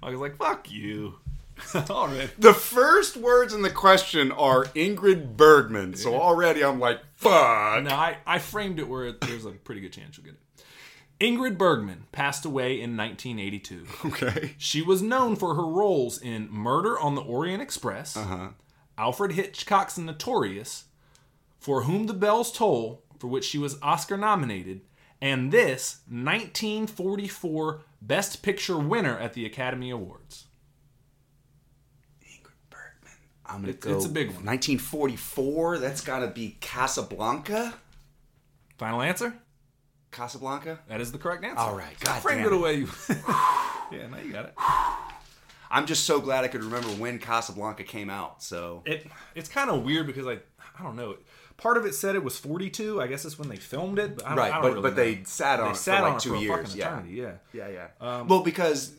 B: Michael's like, fuck you. Already.
A: The first words in the question are Ingrid Bergman. So already I'm like, fuck.
B: No, I, I framed it where there's a pretty good chance you'll get it. Ingrid Bergman passed away in 1982.
A: Okay.
B: She was known for her roles in Murder on the Orient Express, Alfred Hitchcock's Notorious, For Whom the Bells Toll, for which she was Oscar nominated, and this 1944 Best Picture winner at the Academy Awards.
A: I'm gonna
B: It's- it's a big one.
A: 1944. That's gotta be Casablanca.
B: Final answer?
A: Casablanca.
B: That is the correct answer.
A: All right. God
B: Framed
A: damn
B: it
A: it.
B: away. yeah, now you got it.
A: I'm just so glad I could remember when Casablanca came out. So
B: it it's kind of weird because I I don't know. Part of it said it was 42. I guess that's when they filmed it. But I don't,
A: Right,
B: I don't
A: but-
B: really
A: but they
B: know.
A: sat on
B: They
A: it for
B: sat
A: like
B: on it
A: two
B: for a
A: years,
B: fucking
A: yeah.
B: eternity, yeah.
A: Yeah, yeah.
B: Um,
A: well, because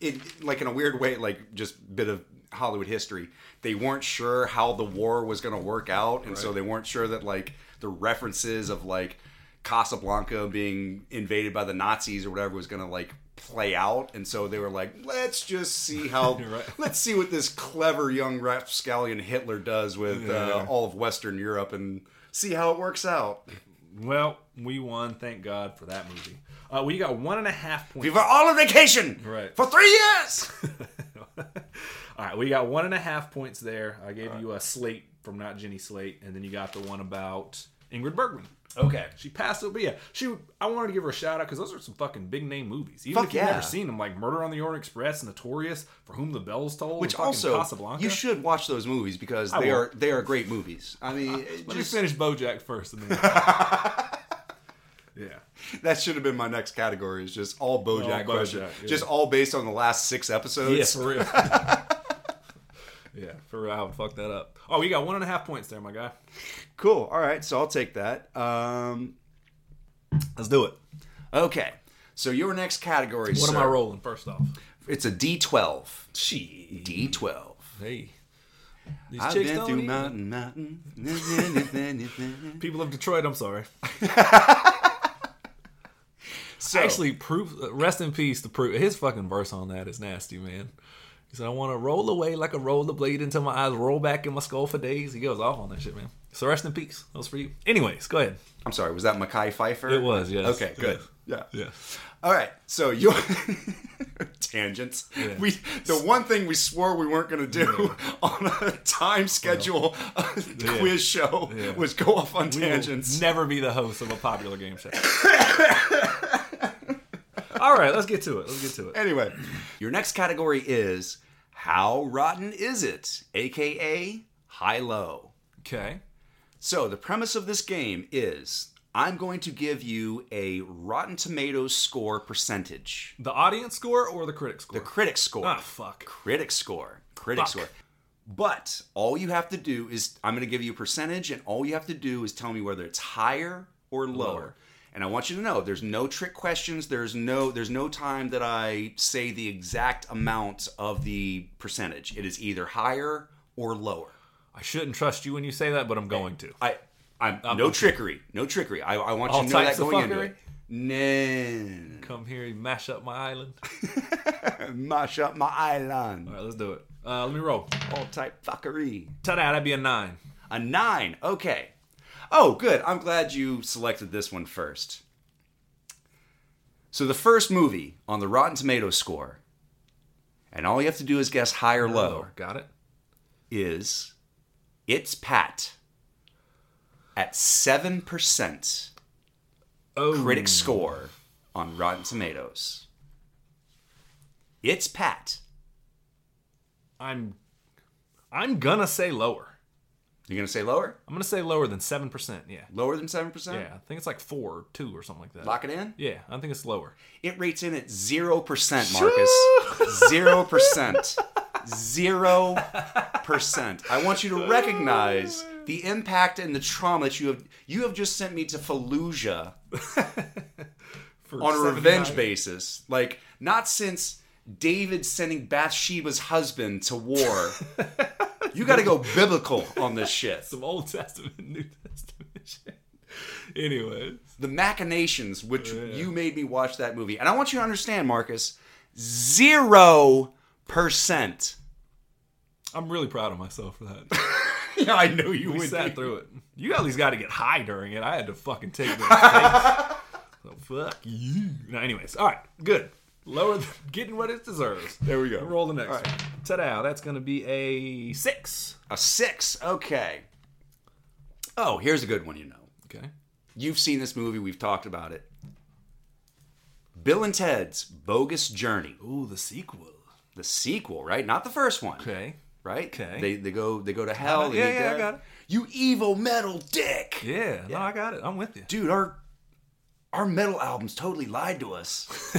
A: it, like in a weird way, like just bit of Hollywood history, they weren't sure how the war was going to work out, and so they weren't sure that like the references of like Casablanca being invaded by the Nazis or whatever was going to like play out, and so they were like, let's just see how,
B: Right.
A: let's see what this clever young rapscallion Hitler does with uh, all of Western Europe and see how it works out.
B: Well, we won. Thank God for that movie. Uh, well, you got one and a half
A: We
B: points.
A: were all on vacation
B: Right.
A: for three years.
B: All right, we got one and a half points there. I gave you a slate from not Jenny Slate, and then you got the one about Ingrid Bergman. Okay, she passed it, but yeah, she. I wanted to give her a shout out because those are some fucking big name movies. Even
A: Fuck
B: if you've
A: yeah.
B: never seen them, like Murder on the Orient Express, Notorious, For Whom the Bells Toll,
A: Which
B: and fucking
A: also,
B: Casablanca.
A: you should watch those movies because they
B: will.
A: are they are great movies. I mean, it
B: Let
A: just-
B: me finish BoJack first, and then. yeah,
A: that should have been my next category. Is just all BoJack,
B: BoJack,
A: questions,
B: yeah.
A: just all based on the last six episodes.
B: Oh, yeah, for real. yeah, for real, I would fuck that up. Oh, we got one and a half points there, my guy.
A: Cool. All right, so I'll take that. Um,
B: Let's do it.
A: okay, so your next category.
B: What
A: sir,
B: am I rolling? First off,
A: It's a D twelve.
B: she.
A: D twelve.
B: Hey. These
A: I've
B: chicks
A: been
B: don't
A: through
B: even-
A: mountain, mountain.
B: People of Detroit, I'm sorry.
A: so,
B: Actually, proof. uh, Rest in peace to proof. His fucking verse on that is nasty, man. He said, "I want to roll away like a rollerblade until my eyes roll back in my skull for days." He goes off on that shit, man. So rest in peace. That was for you. Anyways, go ahead.
A: I'm sorry. Was that Mackay Pfeiffer?
B: It was, yes.
A: Okay, good. Yeah.
B: Yeah.
A: All right, so your tangents. We the one thing we swore we weren't going to do on a time schedule uh, quiz show was go off on tangents.
B: Never be the host of a popular game show. All right, let's get to it. Let's get to it.
A: anyway, your next category is how rotten is it, aka high low.
B: Okay.
A: So the premise of this game is I'm going to give you a Rotten Tomatoes score percentage,
B: The audience score or the critic score?
A: the critic score.
B: ah, fuck.
A: critic score critic
B: Fuck.
A: score but all you have to do is i'm going to give you a percentage and all you have to do is tell me whether it's higher or lower, And I want you to know there's no trick questions. There's no there's no time that I say the exact amount of the percentage. It is either higher or lower.
B: I shouldn't trust you when you say that, but I'm going to.
A: I I'm, no trickery. No trickery. I, I want
B: All
A: you to know that
B: types of
A: going into
B: fuckery?
A: it. Nah.
B: Come here, you mash up my island.
A: Mash up my island.
B: All right, let's do it. Uh, let me roll.
A: All type fuckery.
B: Ta da, that'd be a nine.
A: A nine. Okay. Oh, good. I'm glad you selected this one first. So the first movie on the Rotten Tomatoes score, and all you have to do is guess high or low,
B: Oh, Got it?
A: is It's Pat at seven percent
B: Oh.
A: critic score on Rotten Tomatoes. It's Pat.
B: I'm I'm gonna say lower.
A: You're gonna say lower?
B: I'm gonna say lower than seven percent. Yeah,
A: Lower than seven percent?
B: yeah. I think it's like four, or two, or something like that.
A: Lock it in?
B: Yeah, I think it's lower.
A: It rates in at zero percent, Marcus. Zero percent. Zero percent. I want you to recognize the impact and the trauma that you have. You have just sent me to Fallujah
B: For
A: on
B: 79.
A: a revenge basis. Like not since David sending Bathsheba's husband to war. You got to go biblical on this shit.
B: some Old Testament, New Testament shit. Anyways,
A: the machinations which you made me watch that movie. And I want you to understand, Marcus, zero percent.
B: I'm really proud of myself for that.
A: Yeah, I know you
B: We
A: would.
B: sat
A: Be.
B: through it. You at least got to get high during it. I had to fucking take those takes. So fuck you. No, anyways, all right, good. Lower, the, getting what it deserves.
A: There we go.
B: Roll the next
A: All right.
B: one. Ta-da! That's gonna be a six.
A: A six. Okay. Oh, here's a good one. You know,
B: Okay.
A: you've seen this movie. We've talked about it. Bill and Ted's Bogus Journey,
B: Ooh, the sequel.
A: the sequel, right? Not the first one,
B: Okay.
A: right?
B: Okay. Uh-huh.
A: They they go they go to hell. they
B: Yeah,
A: meet
B: yeah, I
A: God.
B: got it.
A: You evil metal dick.
B: Yeah, No, I got it. I'm with you.
A: dude, our our metal albums totally lied to us.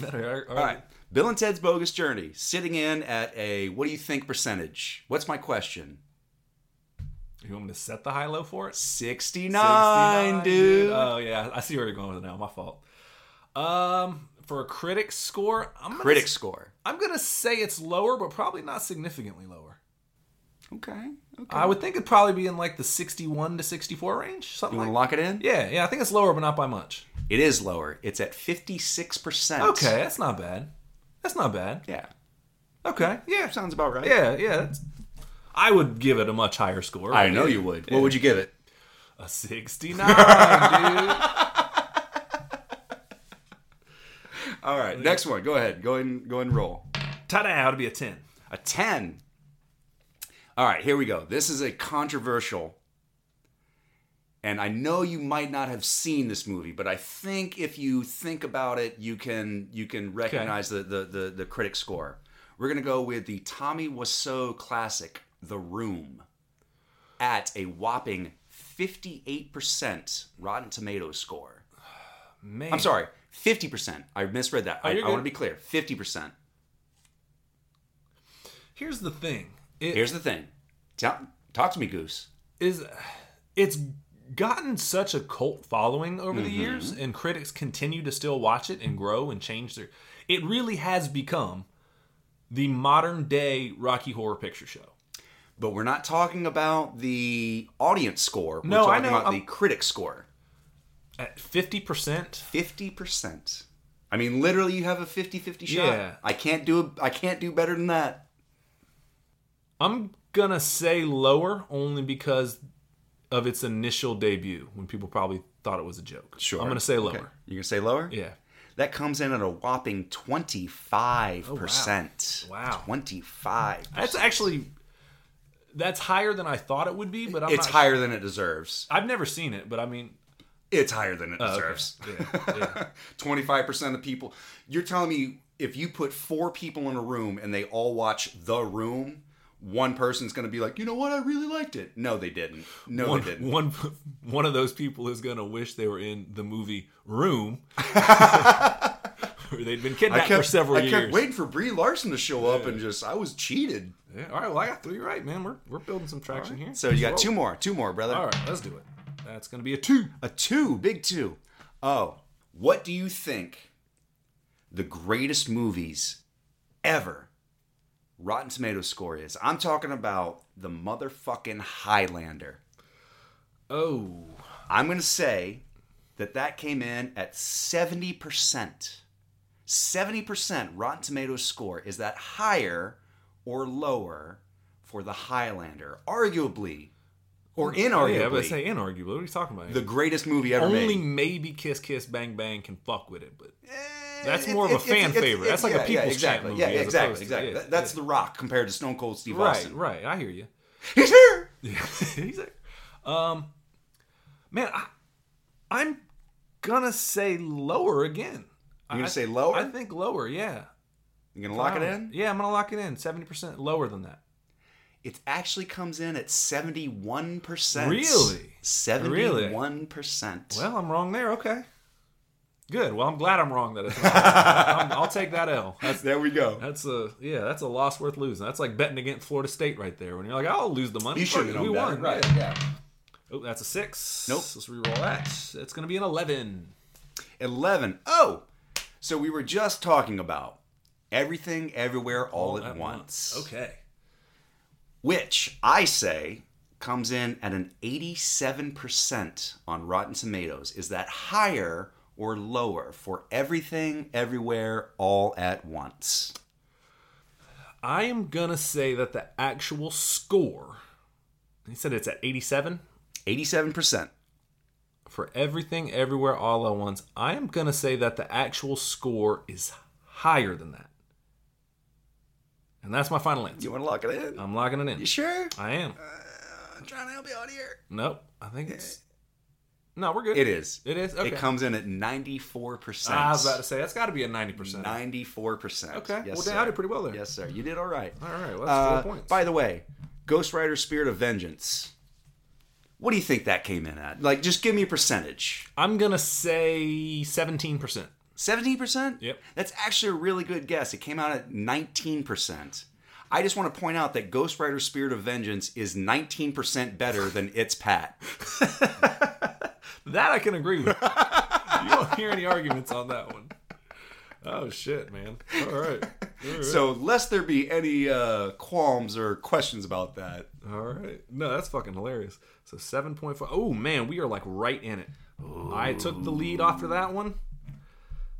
B: Better. All
A: All
B: right.
A: right. Bill and Ted's Bogus Journey, sitting in at a what do you think percentage? What's my question?
B: You want me to set the high low for it?
A: 69, dude. Uh,
B: Oh yeah, I see where you're going with it now. My fault. Um, for a critic score, I'm gonna,
A: Critic score.
B: I'm gonna say it's lower, but probably not significantly lower.
A: Okay. Okay.
B: I would think it'd probably be in like the 61 to 64 range,
A: You
B: something like.
A: want to lock it in?
B: Yeah, yeah, I think it's lower, but not by much.
A: It is lower. It's at 56%.
B: Okay, that's not bad. That's not bad.
A: Yeah.
B: Okay, yeah,
A: Sounds about right.
B: yeah, yeah. That's, I would give it a much higher score.
A: I know you would. What would you give it?
B: A 69, dude.
A: All right. Next one. Go ahead. Go ahead and go ahead and roll.
B: Ta-da, it'll be a 10.
A: A 10. All right, here we go. This is a controversial. And I know you might not have seen this movie, but I think if you think about it, you can you can recognize the, the the the critic score. We're gonna go with the Tommy Wiseau classic, The Room, at a whopping fifty-eight percent Rotten Tomatoes score.
B: Man.
A: I'm sorry, fifty percent. I misread that. I,
B: Oh, you're
A: I want to
B: good.
A: be clear. Fifty percent.
B: Here's the thing. It
A: Here's the thing. Tell, talk to me, Goose.
B: is it's gotten such a cult following over
A: Mm-hmm.
B: the years and critics continue to still watch it and grow and change their It really has become the modern day Rocky Horror Picture Show.
A: But we're not talking about the audience score. We're
B: No, I
A: talking
B: know, um,
A: about the
B: I'm-
A: critic score.
B: At 50%,
A: 50%. I mean, literally you have a 50-50 shot.
B: Yeah.
A: I can't do I can't do better than that.
B: I'm going to say lower only because of its initial debut when people probably thought it was a joke. I'm going to say lower.
A: Okay. You're going to say lower?
B: Yeah.
A: That comes in at a whopping 25%.
B: Oh, Wow.
A: 25.
B: That's actually that's higher than I thought it would be, but I'm
A: It's
B: not
A: higher than it deserves.
B: I've never seen it, but I mean,
A: It's higher than it
B: Oh,
A: deserves.
B: yeah, yeah.
A: 25% of people. You're telling me if you put four people in a room and they all watch The Room, one person's going to be like, you know what? I really liked it. No, they didn't. No,
B: one,
A: they didn't.
B: one one of those people is gonna wish they were in the movie Room, where they'd been kidnapped for several
A: I
B: years.
A: kept waiting for Brie Larson to show up and just, I was cheated.
B: Yeah, all right, well, I got three right, man. We're we're building some traction here.
A: So you got
B: Let's
A: two
B: roll.
A: more, two more, brother.
B: All right, let's do it. That's going to be a two.
A: A two, big two. Oh, what do you think the greatest movies ever Rotten Tomatoes score is? I'm talking about the motherfucking Highlander.
B: Oh,
A: I'm going to say that that came in at 70%. 70% Rotten Tomatoes score. Is that higher or lower for the Highlander? Arguably, or inarguably,
B: yeah, but say inarguably. What are you talking about?
A: the greatest movie ever
B: Only
A: made.
B: maybe Kiss Kiss Bang Bang can fuck with it, but that's
A: It-
B: more of a
A: it-
B: fan
A: Eh, it's- it's-
B: favorite. That's
A: it's-
B: like a
A: yeah,
B: people's
A: yeah,
B: champ
A: exactly.
B: movie
A: Yeah,
B: as opposed
A: exactly,
B: to-
A: exactly.
B: yeah,
A: That- that's The Rock compared to Stone Cold Steve
B: right,
A: Austin.
B: right. I hear you.
A: He's here.
B: He's like, um, man, I, I'm gonna say lower again.
A: You're gonna say lower?
B: I think lower. Yeah.
A: You gonna lock it
B: Wow.
A: in?
B: Yeah, I'm gonna lock it in. Seventy percent lower than that.
A: It actually comes in at seventy-one percent.
B: Really?
A: Seventy-one percent.
B: Well, I'm wrong there. Okay. Good. Well, I'm glad I'm wrong that it's. Not. I'm, I'll take that L. That's
A: there we go.
B: that's a yeah. That's a loss worth losing. That's like betting against Florida State right there. When you're like, I'll lose the money.
A: You
B: Fuck
A: should have
B: it,
A: known
B: We
A: better.
B: won.
A: Right?
B: Yeah.
A: Yeah.
B: Oh, that's a six.
A: Nope.
B: Let's re-roll that. That's gonna be an eleven.
A: 11. Oh! So we were just talking about everything, everywhere, all, at, once.
B: Okay.
A: Which I say comes in at an 87% on Rotten Tomatoes. Is that higher or lower for everything, everywhere, all at once?
B: I am gonna say that the actual score. He said it's at 87
A: 87%.
B: for everything, everywhere, all at once. I am gonna say that the actual score is higher than that, and that's my final answer.
A: You want to lock it in?
B: I'm locking it
A: You
B: in.
A: sure? Uh,
B: I am.
A: I'm trying to help you out here.
B: Nope. I think it's. No, we're good.
A: It is.
B: It is. Okay. Ah,
A: It comes in at 94%.
B: I was about to say that's got to be a 90%.
A: 94%.
B: Okay. well, then
A: Yes, sir.
B: I did pretty well there.
A: Yes, sir. You did all right.
B: All right. Well, that's
A: Uh,
B: four points.
A: by the way, Ghost Rider Spirit of Vengeance. What do you think that came in at? Like, just give me a percentage.
B: I'm gonna say 17%.
A: 17%?
B: Yep.
A: That's actually a really good guess. It came out at 19%. I just want to point out that Ghost Rider Spirit of Vengeance is 19% better than It's Pat.
B: That I can agree with. you don't hear any arguments on that one. Oh shit, man. All right. All right.
A: So, lest there be any uh, qualms or questions about that.
B: All right. No, that's fucking hilarious. So 7.5. Oh man, we are like right in it. I took the lead after that one.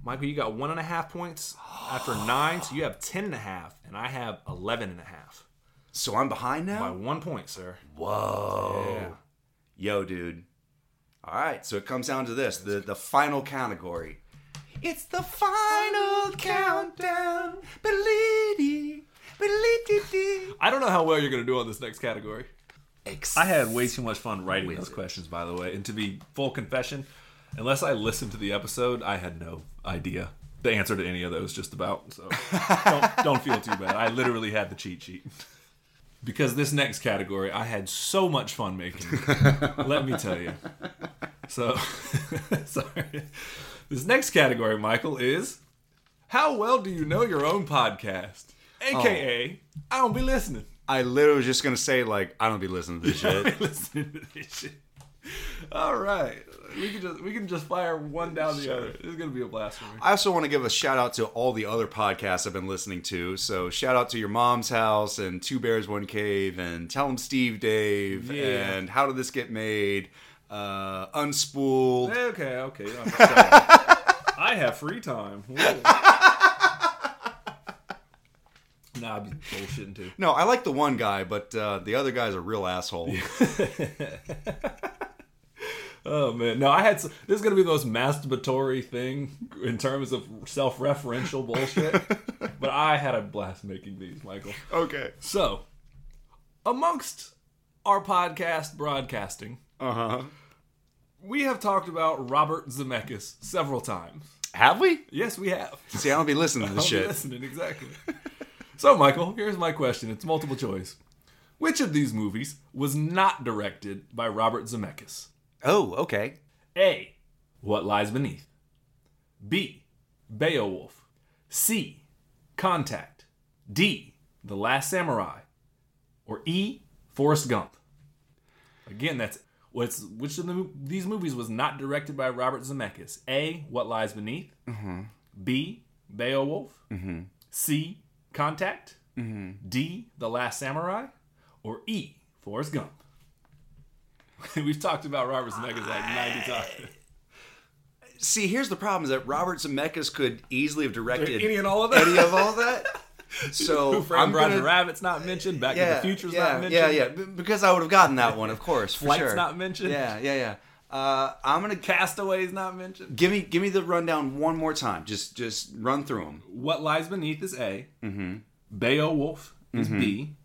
B: Michael, you got one and a half points after nine, so you have ten and a half, and I have eleven and a half.
A: So, I'm behind
B: By
A: now?
B: one point, sir.
A: Whoa.
B: Yeah.
A: Yo, dude. All right, so it comes down to this the, the final category. It's the final countdown. Belitty, belitty.
B: I don't know how well you're gonna do on this next category.
A: Ex-
B: I had way too much fun writing those questions, by the way. And to be full confession, unless I listened to the episode, I had no idea the answer to any of those. Just about. So don't, don't feel too bad. I literally had the cheat sheet because this next category I had so much fun making. let me tell you. So sorry. This next category, Michael, is how well do you know your own podcast, aka I don't be listening.
A: I literally was just gonna say like I don't be listening to this shit.
B: Listen to this shit. All right, we can just we can just fire one down the other. This is gonna be a blast for me.
A: I also want to give a shout out to all the other podcasts I've been listening to. So shout out to your mom's house and Two Bears One Cave and Tell 'em Steve Dave
B: Yeah.
A: and How Did This Get Made, uh, Unspooled.
B: Eh, Okay, okay. all right, sorry. I have free time. Whoa. nah, I'd be bullshitting too.
A: No, I like the one guy, but uh, the other guy's a real asshole.
B: Oh man, no, I had s this is gonna be the most masturbatory thing in terms of self-referential bullshit. but I had a blast making these, Michael.
A: Okay.
B: So, amongst our podcast broadcasting,
A: Uh
B: Uh-huh.
A: huh.
B: We have talked about Robert Zemeckis several times.
A: Have we?
B: Yes, we have.
A: See, I don't be listening to this
B: I'll be
A: shit.
B: listening, exactly. so, Michael, here's my question. It's multiple choice. Which of these movies was not directed by Robert Zemeckis?
A: Oh, okay.
B: A. What Lies Beneath. B. Beowulf. C. Contact. D. The Last Samurai. Or E. Forrest Gump. Again, that's Which, which of the, mo- these movies was not directed by Robert Zemeckis? A. What Lies Beneath. B. Beowulf. C. Contact. D. The Last Samurai. Or E. Forrest Gump. We've talked about Robert Zemeckis like 90 times.
A: See, here's the problem: is that Robert Zemeckis could easily have directed
B: Any and all of
A: any
B: that.
A: of all that. So
B: Who Framed
A: I'm
B: Roger
A: gonna,
B: Rabbit's not mentioned. Back to the Future's
A: yeah,
B: not mentioned.
A: Yeah, yeah, b- because I would have gotten that one, of course, for
B: Flight's
A: sure.
B: not mentioned.
A: Yeah, yeah, yeah. Uh, I'm gonna ca-
B: Castaway's not mentioned.
A: give me give me the rundown one more time. Just just run through them.
B: What Lies Beneath is A. Beowulf is B.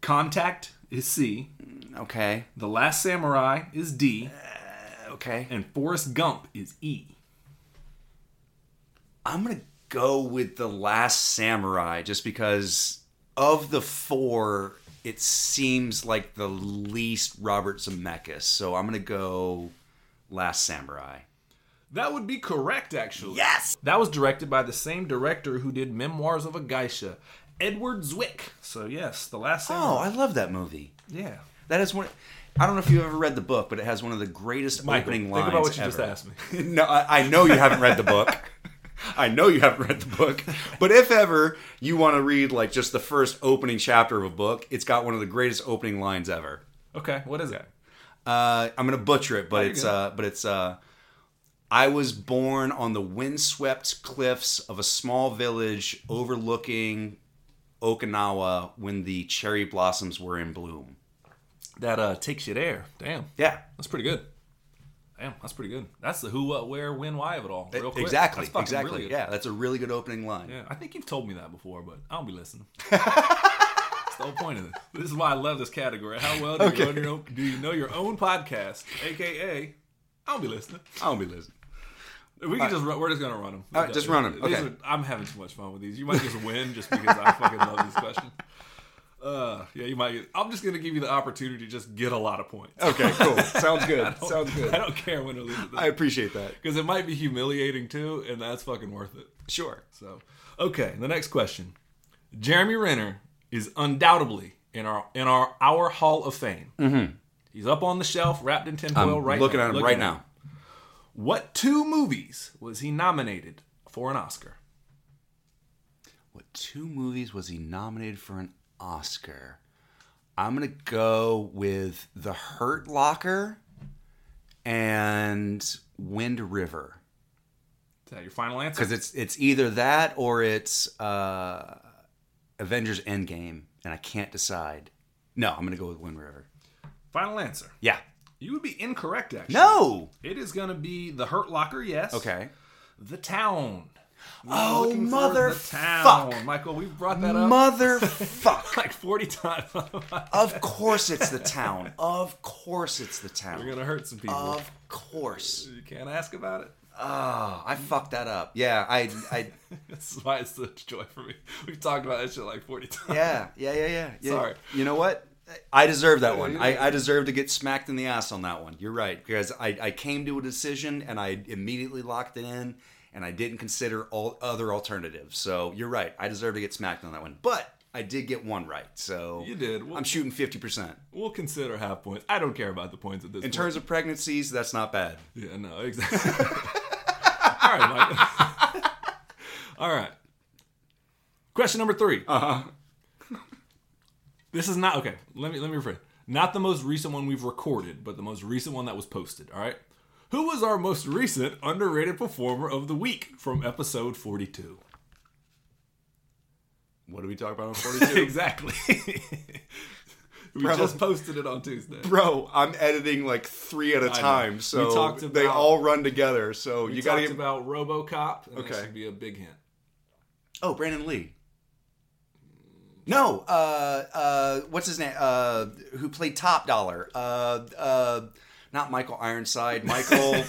B: Contact is C.
A: Okay,
B: The Last Samurai is D.
A: okay.
B: And Forrest Gump is E.
A: I'm gonna go with the Last Samurai, just because of the four, it seems like the least Robert Zemeckis. So I'm gonna go Last Samurai.
B: That would be correct, actually.
A: Yes!
B: That was directed by the same director who did Memoirs of a Geisha, Edward Zwick. So yes, The Last
A: Oh,
B: Samurai.
A: I love that movie.
B: yeah.
A: That is one. I don't know if you've ever read the book, but it has one of the greatest opening lines
B: think about what you just
A: ever.
B: asked me.
A: no, I, I know you haven't read the book. I know you haven't read the book. But if ever you want to read like just the first opening chapter of a book, it's got one of the greatest opening lines ever.
B: Okay, what is it?
A: Uh, I'm gonna butcher it, but it's
B: good.
A: uh, but it's uh, I was born on the windswept cliffs of a small village overlooking Okinawa when the cherry blossoms were in bloom.
B: That uh takes you there. Damn.
A: Yeah,
B: That's pretty good. Damn, that's pretty good. That's the who, what, where, when, why of it all. Real quick.
A: E, exactly,
B: That's fucking
A: exactly.
B: brilliant.
A: yeah, that's a really good opening line.
B: Yeah, I think you've told me that before, but I'll be listening. That's the whole point of this. This is why I love this category. How well do, you, own your own, do you know your own podcast, aka I'll be listening.
A: I don't be listening.
B: We can just run, we're just gonna run them.
A: right, just run 'em. Okay.
B: I'm having too much fun with these. You might just win just because I fucking love this question. Uh, yeah, you might. I'm just gonna give you the opportunity to just get a lot of points.
A: Okay, cool. Sounds good. Sounds
B: I
A: good.
B: don't care when or lose
A: I appreciate that.
B: because it might be humiliating too, and that's fucking worth it.
A: Sure.
B: So, okay, the next question. Jeremy Renner is undoubtedly in our in our our Hall of Fame. Mm-hmm. He's up on the shelf, wrapped in tinfoil,
A: I'm
B: right
A: looking
B: now,
A: at him right now.
B: him. What two movies was he nominated for an Oscar?
A: What two movies was he nominated for an Oscar? I'm gonna go with The Hurt Locker and Wind River
B: Is that your final answer?
A: because it's it's either that or it's uh, Avengers Endgame, and I can't decide. No, I'm gonna go with Wind River.
B: Final answer.
A: Yeah.
B: You would be incorrect, actually.
A: No.
B: It is going to be The Hurt Locker, yes.
A: Okay.
B: The Town. We were
A: Oh,
B: looking for
A: mother
B: The Town.
A: fuck.
B: Michael, we've brought that up
A: Motherfuck.
B: like 40 times. We're
A: of course it's the town. Of course it's the town.
B: going to hurt some people.
A: Of course.
B: you can't ask about it.
A: Oh, I fucked that up. Yeah, I, I,
B: This is why it's such joy for me. We've talked about that shit like 40 times.
A: yeah, yeah, yeah, yeah. yeah.
B: Sorry.
A: You know what? I deserve that one. I, I deserve to get smacked in the ass on that one. You're right because I, I came to a decision and I immediately locked it in and I didn't consider all other alternatives. So you're right. I deserve to get smacked on that one, but I did get one right. So
B: You did. Well-
A: I'm shooting fifty percent
B: We'll consider half points. I don't care about the points at this
A: in
B: point.
A: terms of pregnancies. That's not bad.
B: Yeah, no, exactly. All right, Michael. All right. Question number three. Uh huh.
A: Uh-huh.
B: This is not okay. Let me let me rephrase. Not the most recent one we've recorded, but the most recent one that was posted. All right. Who was our most recent underrated performer of the week from episode forty-two?
A: What do we talk about on forty two?
B: exactly. we just posted it on Tuesday.
A: Bro, I'm editing like three at a
B: know.
A: time,
B: We
A: so
B: talked
A: they
B: about-
A: all run together. So
B: We
A: you
B: talked
A: gotta get.
B: about RoboCop. And That
A: Okay.
B: should be a big hint.
A: oh, Brandon Lee. No, uh, uh, what's his name? Uh, who played Top Dollar? Uh, uh, not Michael Ironside. Michael.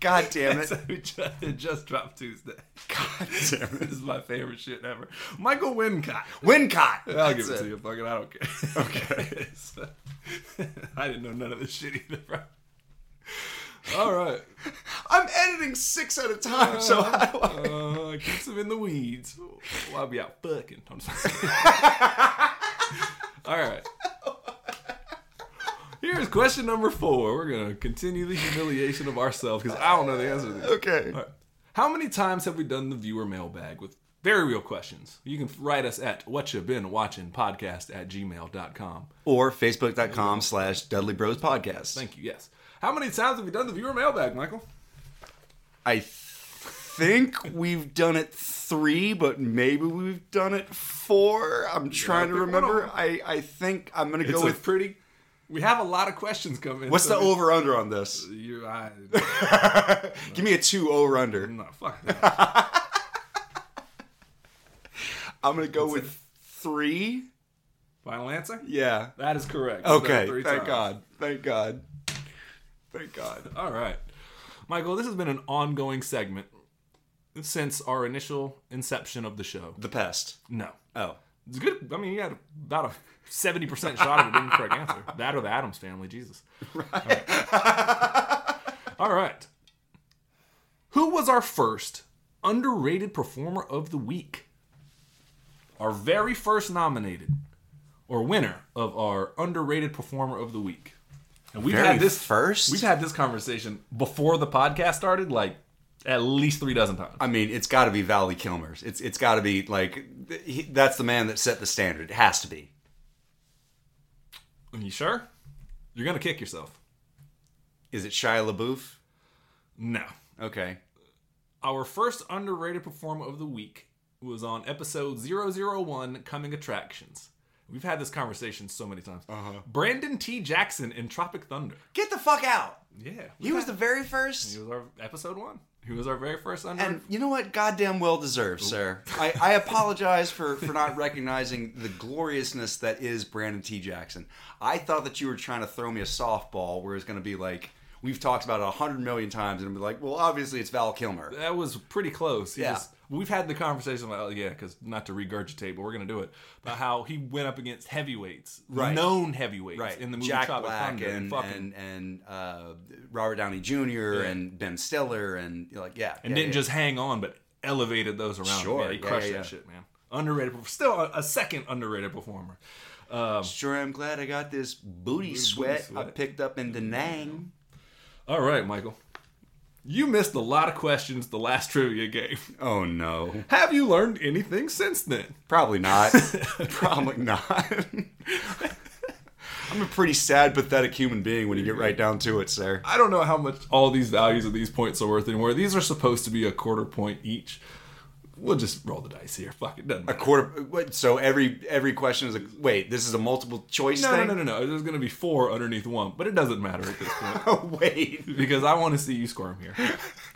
A: God damn it!
B: we just, it just dropped Tuesday.
A: God damn it!
B: this is my favorite shit ever. Michael Wincott.
A: Wincott.
B: I'll give
A: That's
B: it to you. Fucking, I don't care. Okay. I didn't know none of this shit either, bro. All right.
A: I'm editing six at a time, so how do I?
B: Uh, keeps him in the weeds. Well, I'll be out fucking. I'm just- All right. Here's question number four. We're gonna continue the humiliation of ourselves because I don't know the answer to this.
A: Okay.
B: All right. How many times have we done the viewer mailbag with very real questions? You can write us at what you been watching podcast at gmail.com.
A: Or facebook.com slash Dudley Bros Podcast.
B: Thank you. Yes. How many times have we done the viewer mailbag, Michael?
A: I th- think we've done it three, but maybe we've done it four. I'm trying to
B: pick one
A: remember.
B: of 'em.
A: I, I think I'm going to
B: It's
A: go
B: a
A: with.
B: pretty. We have a lot of questions coming.
A: What's the
B: so
A: over under on this?
B: You, I,
A: Give me a two over under.
B: no, fuck that.
A: I'm going to go with three.
B: Final answer?
A: Yeah.
B: That is correct.
A: Okay.
B: Three
A: Thank
B: times.
A: God. Thank God. Thank God.
B: All right. Michael, this has been an ongoing segment since our initial inception of the show.
A: The pest.
B: No.
A: Oh.
B: It's good. I mean, you had about a 70% shot of it being the correct answer. That or the Adams family, Jesus. All right. All right. Who was our first underrated performer of the week? Our very first nominated or winner of our underrated performer of the week. And we've
A: Very
B: had this
A: first?
B: We've had this conversation before the podcast started, like at least three dozen times.
A: I mean, it's got to be Valley Kilmer's. It's it's got to be like th- he, that's the man that set the standard. It has to be.
B: Are you sure? You're gonna kick yourself.
A: Is it Shia LaBeouf?
B: No.
A: Okay.
B: Our first underrated performer of the week was on episode 001 Coming Attractions. We've had this conversation so many times.
A: Uh-huh.
B: Brandon T. Jackson in Tropic Thunder.
A: Get the fuck out.
B: Yeah.
A: He was the very first.
B: He was our episode one. He was our very first under.
A: And you know what? Goddamn well deserved, sir. I, I apologize for, for not recognizing the gloriousness that is Brandon T. Jackson. I thought that you were trying to throw me a softball where it's going to be like, we've talked about it a hundred million times, and I'm like, well, obviously it's Val Kilmer.
B: that was pretty close. He
A: Yeah.
B: just- we've had the conversation about, oh, yeah, because not to regurgitate, but we're going to do it, about how he went up against heavyweights,
A: Right.
B: known heavyweights
A: Right.
B: in the movie
A: Jack
B: Tropic
A: Black
B: Thunder.
A: and,
B: fucking,
A: and, and uh, Robert Downey Jr. and Ben Stiller, and you're like, yeah.
B: and
A: yeah,
B: didn't
A: yeah.
B: just hang on, but elevated those around. him.
A: Sure,
B: yeah, he
A: yeah,
B: crushed
A: yeah, yeah.
B: that shit, man. Underrated, perf- still a, a second underrated performer. Um,
A: Sure, I'm glad I got this booty sweat, I
B: sweat.
A: picked up in Da Nang.
B: all right, Michael, you missed a lot of questions the last trivia game.
A: Oh, no.
B: Have you learned anything since then?
A: Probably not. Probably not. I'm a pretty sad, pathetic human being when you get right down to it, sir.
B: I don't know how much all these values of these points are worth anymore. These are supposed to be a quarter point each. We'll just roll the dice here. Fuck it, doesn't
A: A
B: matter.
A: quarter. What, so every every question is like, wait, this is a multiple choice
B: No, no,
A: thing.
B: no, no, no. There's going to be four underneath one, but it doesn't matter at this point.
A: Oh, wait.
B: because I want to see you squirm here.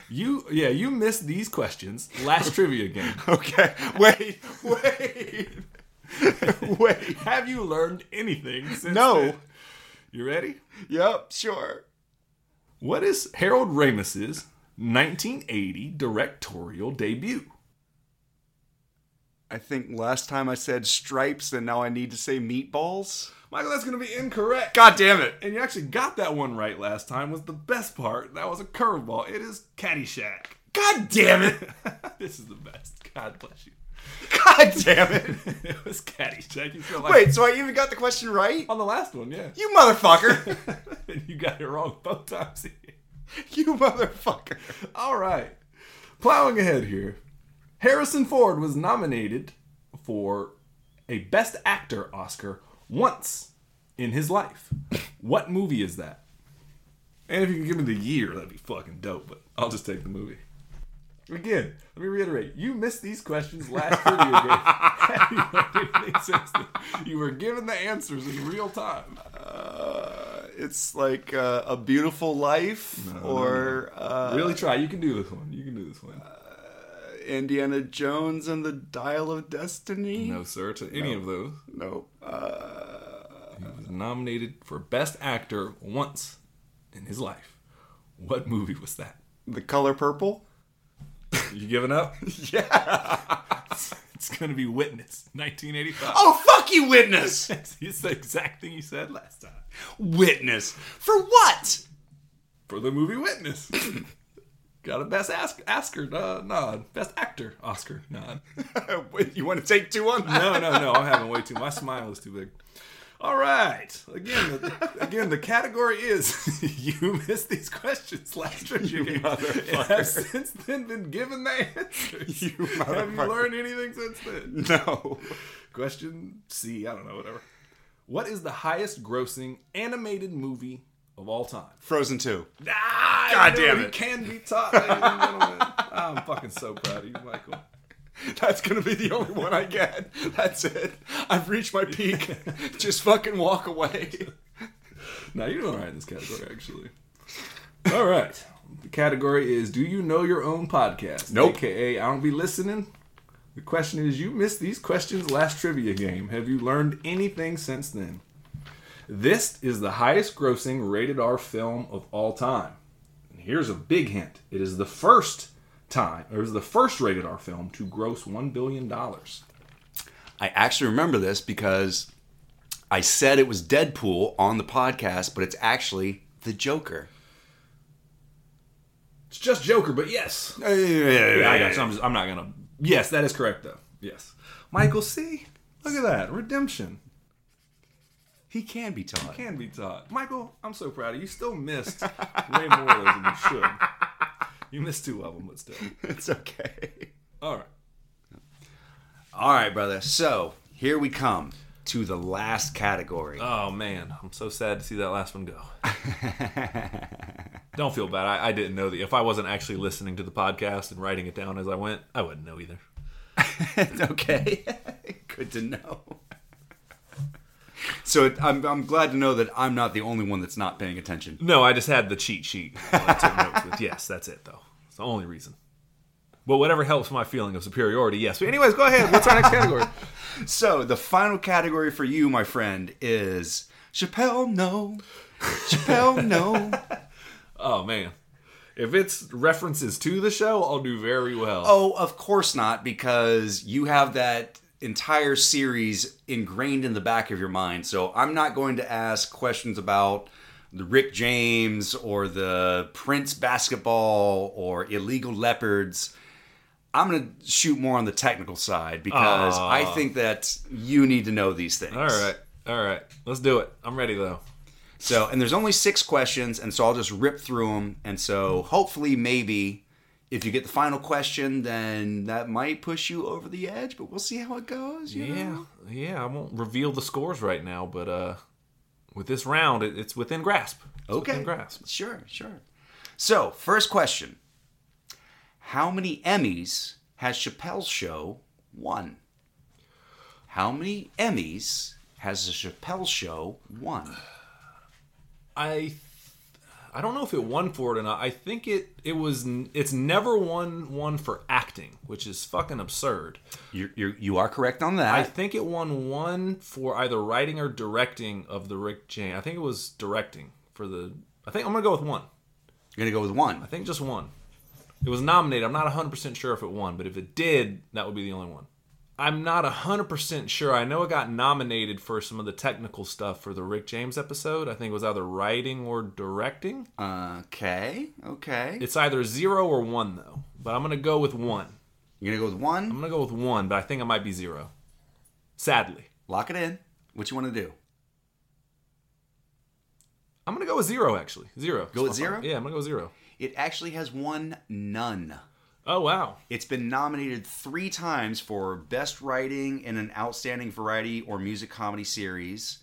B: You, yeah, you missed these questions last trivia game.
A: Okay. Wait. Wait. wait.
B: Have you learned anything since
A: No.
B: then? You ready?
A: Yep. Sure.
B: What is Harold Ramis's 1980 directorial debut?
A: I think last time I said stripes, and now I need to say meatballs.
B: Michael, that's going to be incorrect.
A: God damn it.
B: And you actually got that one right last time. Was the best part. That was a curveball. It is Caddyshack.
A: God damn it.
B: this is the best. God bless you.
A: God damn it.
B: it was Caddyshack. You feel like
A: Wait. So I even got the question right.
B: on the last one, yeah.
A: You motherfucker.
B: and you got it wrong both times.
A: you motherfucker.
B: All right. Plowing ahead here. Harrison Ford was nominated for a Best Actor Oscar once in his life. What movie is that? And if you can give me the year, that'd be fucking dope, but I'll just take the movie. Again, let me reiterate. You missed these questions last trivia game. Have you learned anything since then? You were given the answers in real time.
A: Uh, it's like uh, a beautiful life or uh,
B: Really try. You can do this one. You can do this one.
A: Indiana Jones and the Dial of Destiny.
B: No, sir, to any of those.
A: Nope. Uh,
B: He was nominated for Best Actor once in his life. What movie was that?
A: the color purple.
B: You giving up?
A: Yeah.
B: it's going to be Witness, 1985.
A: Oh fuck you, witness.
B: It's the exact thing you said last time.
A: witness for what?
B: For the movie Witness. Got a Best ask, Oscar uh, nod. Best Actor Oscar nod.
A: you want to take two on that?
B: No, no, no. I'm having way too My smile is too big. All right. Again, the, again, the category is you missed these questions last trivia game. And have since then been given the answers.
A: You
B: have you
A: motherfucker.
B: learned anything since then?
A: No.
B: Question C, I don't know, whatever. What is the highest grossing animated movie of all time?
A: Frozen 2.
B: Ah,
A: God
B: you know,
A: damn
B: he
A: it.
B: can be taught, ladies and gentlemen. I'm fucking so proud of you, Michael.
A: That's going to be the only one I get. That's it. I've reached my peak. Just fucking walk away.
B: Now you're doing all right in this category, actually. All right. The category is Do You Know Your Own Podcast?
A: Nope.
B: AKA, I don't be listening. The question is You missed these questions last trivia game. Have you learned anything since then? This is the highest grossing rated R film of all time. And here's a big hint it is the first time, or it was the first rated R film to gross $1 billion.
A: I actually remember this because I said it was Deadpool on the podcast, but it's actually the Joker.
B: It's just Joker, but yes. Yeah, I got you. I'm, just, I'm not gonna. Yes, that is correct though. Yes, Michael C. Look at that redemption
A: He can be taught.
B: can be taught. Michael, I'm so proud of you. You still missed way more of those than you should. You missed two of them, but still.
A: It's okay.
B: All right.
A: All right, brother. So here we come to the last category.
B: Oh man, I'm so sad to see that last one go. Don't feel bad. I, I didn't know that. If I wasn't actually listening to the podcast and writing it down as I went, I wouldn't know either.
A: okay. Good to know. So it, I'm, I'm glad to know that I'm not the only one that's not paying attention.
B: No, I just had the cheat sheet. I took notes with. Yes, that's it though. It's the only reason. But whatever helps my feeling of superiority, yes. But anyways, go ahead. What's our next category?
A: So the final category for you, my friend, is Chappelle No. Chappelle No.
B: Oh man. If it's references to the show, I'll do very well.
A: Oh, of course not, because you have that entire series ingrained in the back of your mind. So I'm not going to ask questions about the Rick James or the Prince basketball or illegal leopards. I'm going to shoot more on the technical side because
B: Aw.
A: I think that you need to know these things.
B: All right. All right. Let's do it. I'm ready though.
A: So, and there's only six questions, and so I'll just rip through them. And so, hopefully, maybe if you get the final question, then that might push you over the edge. But we'll see how it goes. You
B: Yeah.
A: know?
B: Yeah, I won't reveal the scores right now, but uh with this round, it, it's within grasp. It's
A: Okay.
B: Within grasp.
A: Sure. Sure. So, first question: How many Emmys has Chappelle's Show won? How many Emmys has the Chappelle Show won?
B: I th- I don't know if it won for it or not. I think it it was n- it's never won one for acting, which is fucking absurd.
A: You're, you're, you are correct on
B: I
A: that.
B: think it won one for either writing or directing of the Rick James. I think it was directing for the. I think I'm gonna go with one.
A: You're gonna go with one.
B: I think just one. It was nominated. I'm not 100% sure if it won, but if it did, that would be the only one. I'm not 100% sure. I know it got nominated for some of the technical stuff for the Rick James episode. I think it was either writing or directing.
A: Okay. Okay.
B: It's either zero or one, though. But I'm going to go with one.
A: You're gonna go with one.
B: I'm going to go with one, but I think it might be zero. Sadly.
A: Lock it in. What you want to do?
B: I'm going to go with zero, actually. Zero.
A: Go with zero?
B: Yeah, I'm going to go with zero.
A: It actually has won none.
B: Oh, wow.
A: It's been nominated three times for Best Writing in an Outstanding Variety or Music Comedy Series,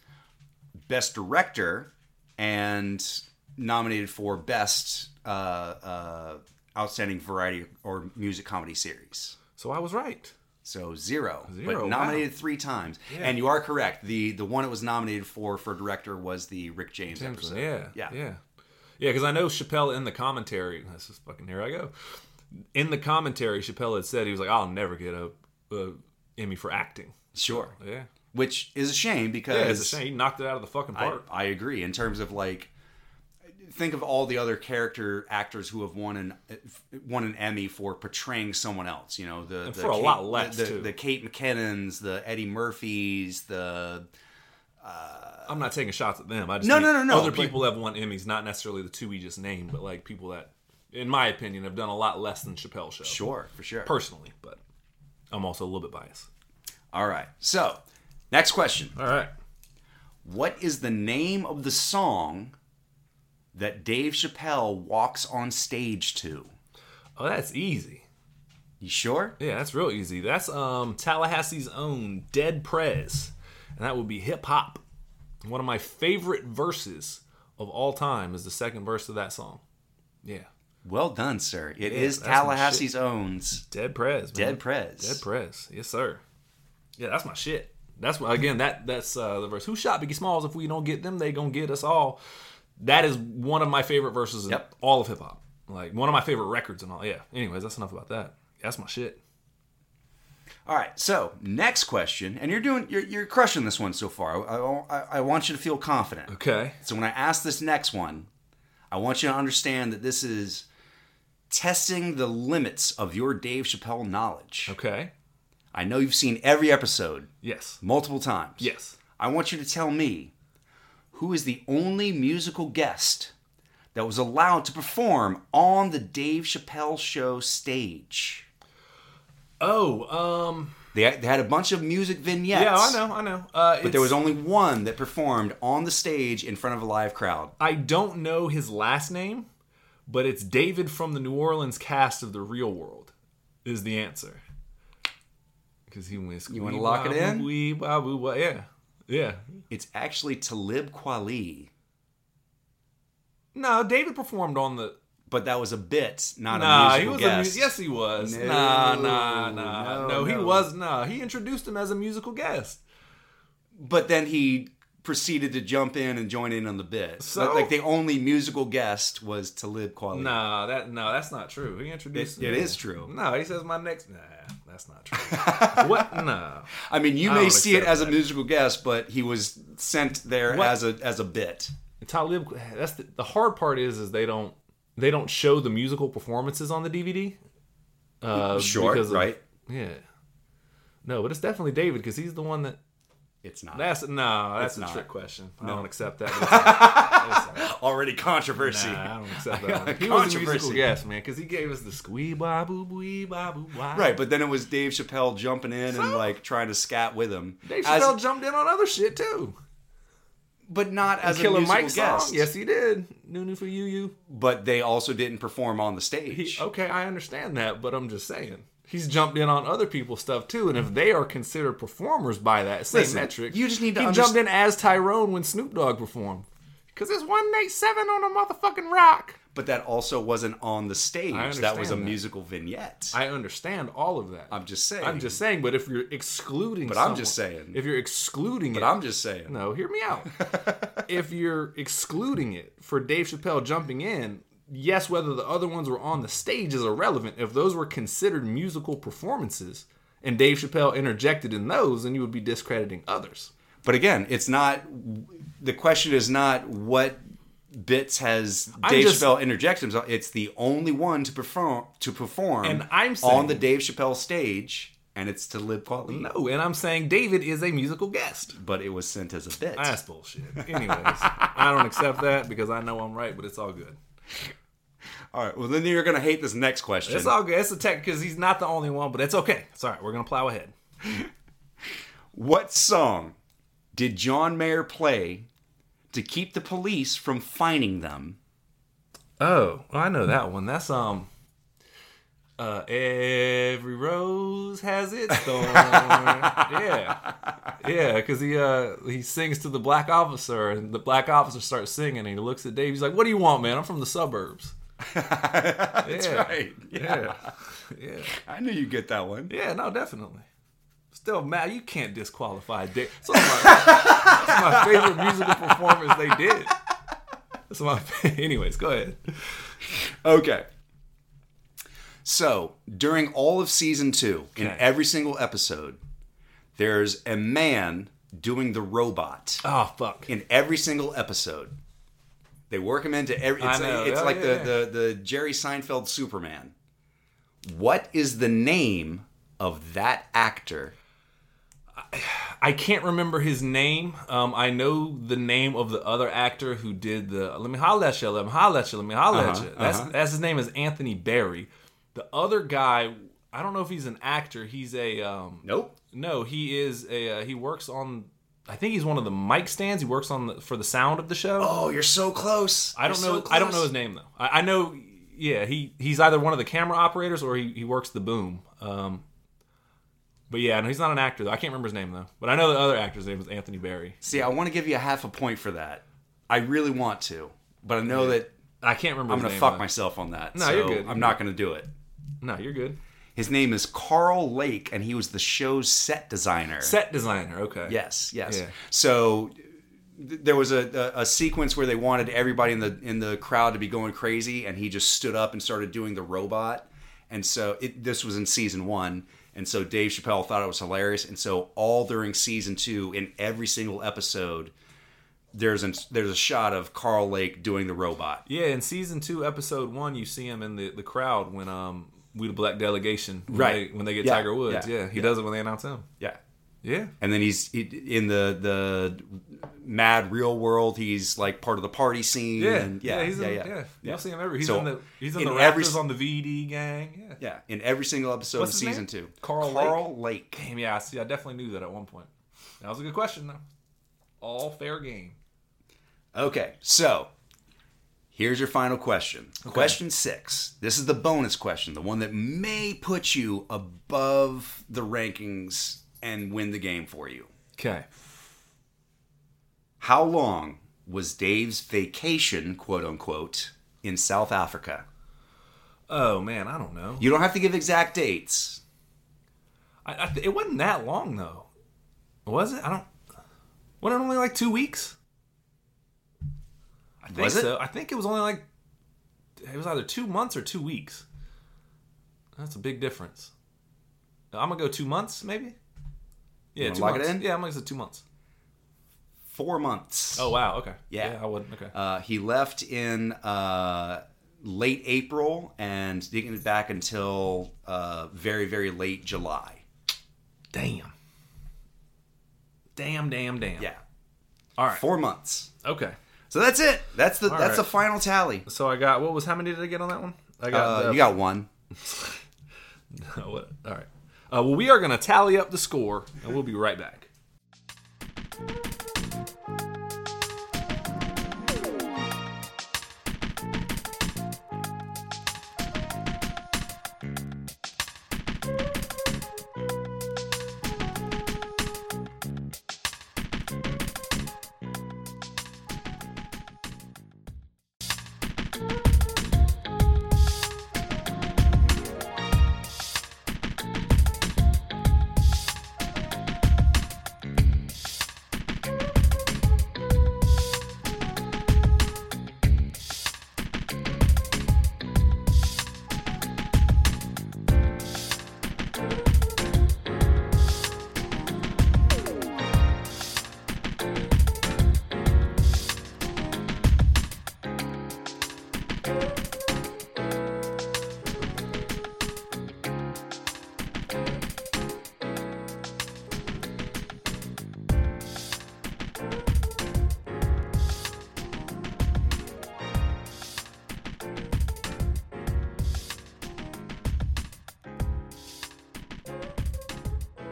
A: Best Director, and nominated for Best uh, uh, Outstanding Variety or Music Comedy Series.
B: So I was right.
A: So zero,
B: Zero,
A: but nominated three times.
B: Yeah.
A: And you are correct. the The one it was nominated for for director was the Rick James episode.
B: Yeah,
A: yeah,
B: yeah, yeah. Because I know Chappelle in the commentary. This is fucking here I go. In the commentary, Chappelle had said he was like, "I'll never get a, a Emmy for acting."
A: sure.
B: Yeah,
A: Which is a shame because
B: yeah. It's a shame he knocked it out of the fucking
A: I,
B: park.
A: I agree in terms of like think of all the other character actors who have won an won an Emmy for portraying someone else you know the, the
B: for a
A: Kate-
B: lot less,
A: the,
B: too.
A: the Kate McKinnons the Eddie Murphys the
B: I, am not taking shots at them. I just
A: No,
B: mean
A: no, no, no,
B: Other
A: but-
B: people have won Emmys, not necessarily the two we just named, but like people that, in my opinion, have done a lot less than Chappelle show
A: sure for sure
B: personally. But I'm also a little bit biased.
A: all right so next question
B: All right.
A: What is the name of the song that Dave Chappelle walks on stage to?
B: Oh, that's easy.
A: You sure?
B: Yeah, that's real easy. That's um Tallahassee's own Dead Prez, and that would be hip hop. One of my favorite verses of all time is the second verse of that song. Yeah,
A: Well done, sir. It is
B: that's some
A: Tallahassee's owns
B: Dead Prez. man.
A: Dead Prez.
B: Dead Prez. Yes, sir. Yeah, that's my shit. That's what again. That that's uh, the verse. Who shot Biggie Smalls? If we don't get them, they gonna get us all. That is one of my favorite verses in
A: Yep.
B: all of hip hop. Like one of my favorite records and all. Yeah. Anyways, that's enough about that. That's my shit.
A: All right. So next question, and you're doing you're, you're crushing this one so far. I, I, I want you to feel confident.
B: Okay.
A: So when I ask this next one, I want you to understand that this is testing the limits of your Dave Chappelle knowledge.
B: Okay.
A: I know you've seen every episode
B: Yes.
A: multiple times.
B: Yes.
A: I want you to tell me who is the only musical guest that was allowed to perform on the Dave Chappelle show stage.
B: Oh. Um.
A: They, they had a bunch of music vignettes.
B: Yeah. I know. I know. Uh,
A: But there was only one that performed on the stage in front of a live crowd.
B: I don't know his last name, but it's David from the New Orleans cast of The Real World is the answer. Because he went. You
A: wanna lock it in?
B: Yeah, yeah.
A: It's actually Talib Kweli,
B: No, David performed on the.
A: but that was a bit, not
B: Nah,
A: a
B: he
A: musical
B: was a
A: guest.
B: mu- yes, he was.
A: No,
B: nah, nah, nah.
A: no,
B: No, he
A: no.
B: was. Nah, he introduced him as a musical guest.
A: But then he proceeded to jump in and join in on the bit.
B: So?
A: like the only musical guest was Talib Kweli.
B: Nah, that no, that's not true. He introduced.
A: It- it
B: him.
A: is true.
B: No, he says my next. Nah, that's not true. what? Nah.
A: I mean, you
B: I
A: may
B: don't
A: see it
B: accept
A: as a musical guest, but he was sent there
B: What?
A: as a as a bit.
B: Talib. That's the, the hard part is is they don't they don't show the musical performances on the DVD. Uh,
A: Sure,
B: because of-
A: right.
B: Yeah. No, but it's definitely David because he's the one that.
A: It's not
B: That's no, that's
A: It's
B: a
A: not.
B: trick question. I don't accept that. It's all right.
A: already controversy.
B: Nah, I don't accept that. one. He was a
A: Controversy.
B: musical guest, man, because he gave us the squee ba boo boo ba boo ba.
A: Right, but then it was Dave Chappelle jumping in and
B: So?
A: like trying to scat with him,
B: Dave
A: As-
B: Chappelle jumped in on other shit too.
A: but not as a
B: Killer
A: musical
B: Mike
A: guest.
B: song, yes he did. New new for you, you.
A: But they also didn't perform on the
B: He- oh.
A: stage.
B: okay, I understand that, but I'm just saying he's jumped in on other people's stuff too, and if they are considered performers by that same
A: Listen,
B: metric,
A: you just need to
B: He
A: underst-
B: jumped in as Tyrone when Snoop Dogg performed because it's one eight seven on a motherfucking rock.
A: But that also wasn't on the stage. That was a
B: understand that.
A: musical vignette.
B: I understand all of that.
A: I'm just saying.
B: I'm just saying, but if you're excluding, but
A: I'm just saying.
B: if you're excluding
A: But
B: it,
A: I'm just saying.
B: no, hear me out. if you're excluding it for Dave Chappelle jumping in, yes, whether the other ones were on the stage is irrelevant. If those were considered musical performances and Dave Chappelle interjected in those, then you would be discrediting others.
A: But again, it's not. The question is not what bits has
B: I'm
A: Dave
B: just-
A: Chappelle interjected himself. It's the only one to perform to perform.
B: And I'm
A: on
B: saying-
A: the Dave Chappelle stage, and it's to Lib Kweli.
B: No, and I'm saying David is a musical guest.
A: But it was sent as a bit.
B: That's bullshit. Anyways, I don't accept that because I know I'm right, but it's all good.
A: all right. Well, then you're gonna hate this next question.
B: It's all good. It's a tech because he's not the only one, but it's okay. It's all right. We're gonna plow ahead.
A: What song did John Mayer play to keep the police from finding them?
B: Oh, I know that one. That's um. Uh, every rose has its thorn. yeah, yeah, because he uh he sings to the black officer, and the black officer starts singing, and he looks at Dave. He's like, "What do you want, man? I'm from the suburbs." That's
A: right.
B: Yeah. yeah,
A: I knew you'd get that one.
B: yeah, no, definitely. Still, Matt, you can't disqualify Dave. It's one of my, it's my favorite musical performance they did. It's my. Anyways, go ahead.
A: Okay. So during all of season two, in
B: Okay.
A: every single episode, there's a man doing the robot
B: Oh fuck.
A: in every single episode. They work him into every. It's,
B: I know.
A: it's
B: Oh,
A: like
B: yeah,
A: the, the the Jerry Seinfeld Superman. What is the name of that actor?
B: I can't remember his name. Um, I know the name of the other actor who did the. Let me holla at you. Let me holla at you. Let me holla at you. That's that's his name is Anthony Barry. The other guy, I don't know if he's an actor. He's a um,
A: Nope.
B: no. He is a uh, he works on I think he's one of the mic stands. He works on the, for the sound of the show.
A: Oh, you're so close.
B: I don't
A: You're
B: know.
A: so
B: I don't know
A: close.
B: his name though. I, I know. Yeah, he he's either one of the camera operators or he, he works the boom. Um, but yeah, no, he's not an actor though. I can't remember his name though. But I know the other actor's name is Anthony Barry.
A: See, I want to give you a half a point for that. I really want to, but I know that
B: I can't remember.
A: I'm
B: his
A: going to
B: name,
A: fuck
B: though.
A: myself on that.
B: No,
A: so
B: you're good.
A: I'm not going to do it.
B: No, you're good.
A: His name is Carl Lake, and he was the show's set designer.
B: Set designer. Okay.
A: Yes, yes.
B: Yeah.
A: So th- there was a, a, a sequence where they wanted everybody in the in the crowd to be going crazy, and he just stood up and started doing the robot. And so it, this was in season one, and so Dave Chappelle thought it was hilarious, and so all during season two, in every single episode, there's an, there's a shot of Carl Lake doing the robot.
B: Yeah, in season two, episode one, you see him in the, the crowd when um we the black delegation when
A: Right.
B: they, when they get
A: Yeah,
B: Tiger Woods.
A: yeah,
B: Yeah, he does it when they announce him.
A: Yeah.
B: Yeah.
A: And then he's he- in the the mad real world. He's like part of the party scene.
B: Yeah,
A: and yeah,
B: he's in,
A: yeah, yeah.
B: You'll see him everywhere. He's
A: So,
B: in the he's in,
A: in
B: the
A: every
B: Raptors
A: s-
B: on the VD gang. Yeah.
A: Yeah, in every single episode
B: What's
A: of
B: his
A: season
B: name?
A: two.
B: Carl
A: Lake.
B: Damn, yeah, I see. I definitely knew that at one point. That was a good question, though. All fair game.
A: Okay, so here's your final question. Question six. This is the bonus question, the one that may put you above the rankings and win the game for you.
B: Okay.
A: How long was Dave's vacation, quote unquote, in South Africa?
B: Oh man, I don't know.
A: You don't have to give exact dates.
B: I, I, it wasn't that long though, was it? I don't. Wasn't it only like two weeks? I think
A: Was it?
B: so. I think it was only like it was either two months or two weeks. That's a big difference. I'm gonna go two months, maybe. Yeah,
A: wanna
B: two
A: lock it
B: months.
A: in?
B: Yeah, I'm gonna say two months.
A: Four months.
B: Oh wow, okay.
A: Yeah.
B: I would. Okay.
A: Uh, he left in uh, late April and didn't get back until uh, very, very late July.
B: damn. Damn, damn, damn.
A: Yeah,
B: All right.
A: four months.
B: Okay.
A: So that's it. That's the
B: All
A: that's the
B: right.
A: final tally.
B: So I got what was how many did I get on that one? I
A: Uh,
B: the- oh,
A: you got one.
B: what? All right. Uh, well, we are going to tally up the score, and we'll be right back.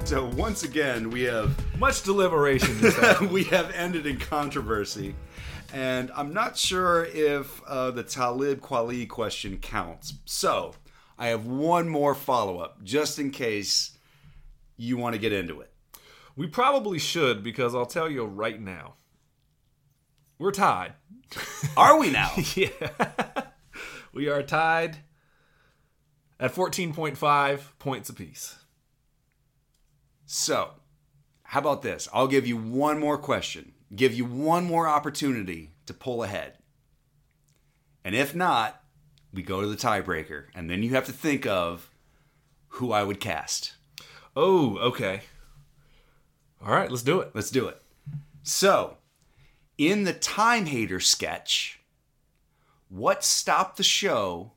A: So once again, we have
B: Much deliberation. This time.
A: we have ended in controversy, and I'm not sure if uh, the Talib Kweli question counts. So I have one more follow up, just in case you want to get into it.
B: we probably should because I'll tell you right now, we're tied.
A: Are we now?
B: Yeah, we are tied at fourteen point five points apiece.
A: So, how about this? I'll give you one more question, give you one more opportunity to pull ahead. And if not, we go to the tiebreaker. And then you have to think of who I would cast.
B: Oh, okay. All right, let's do it.
A: Let's do it. So, in the Time Hater sketch, what stopped the show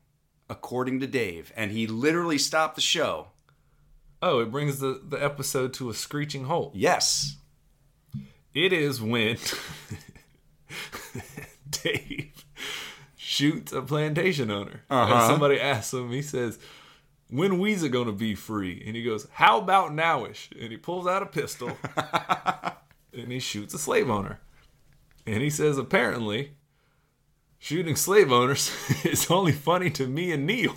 A: according to Dave? And he literally stopped the show.
B: Oh, it brings the, the episode to a screeching halt.
A: Yes.
B: It is when Dave shoots a plantation owner.
A: Uh-huh.
B: And somebody asks him, he says, When we's it gonna be free? And he goes, How about nowish? And he pulls out a pistol and he shoots a slave owner. And he says, apparently, shooting slave owners is only funny to me and Neil.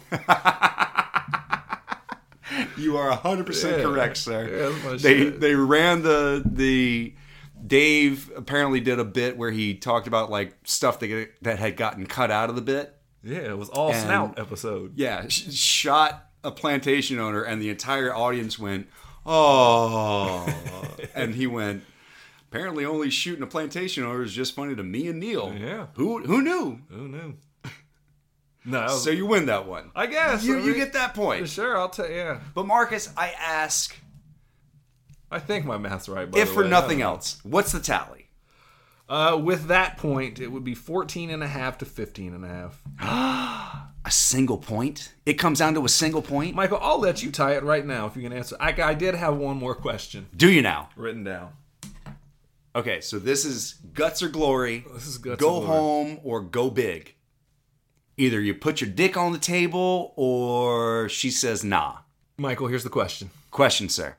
A: You are 100%
B: Yeah.
A: correct, sir.
B: Yeah, that's my
A: they
B: shit.
A: they ran the the Dave apparently did a bit where he talked about like stuff that that had gotten cut out of the bit.
B: Yeah, it was all snout episode.
A: Yeah, sh- shot a plantation owner and the entire audience went, "Oh." and he went Apparently, only shooting a plantation owner is just funny to me and Neil.
B: Yeah.
A: Who who knew?
B: Who knew? No, that was-
A: So you win that one.
B: I guess
A: You
B: I
A: you
B: mean,
A: get that point.
B: sure. I'll tell yeah.
A: But Marcus, I ask
B: I think my math's right. By
A: if
B: the
A: for
B: way.
A: nothing else, what's the tally?
B: Uh, with that point, it would be 14 and a half to 15 and a half.
A: A single point? It comes down to a single point?
B: Michael, I'll let you tie it right now if you can answer. I, I did have one more question
A: Do you now?
B: written down.
A: Okay, so this is guts or glory.
B: This is good.
A: go home or go big. Either you put your dick on the table or she says nah.
B: Michael, here's the question.
A: Question, sir.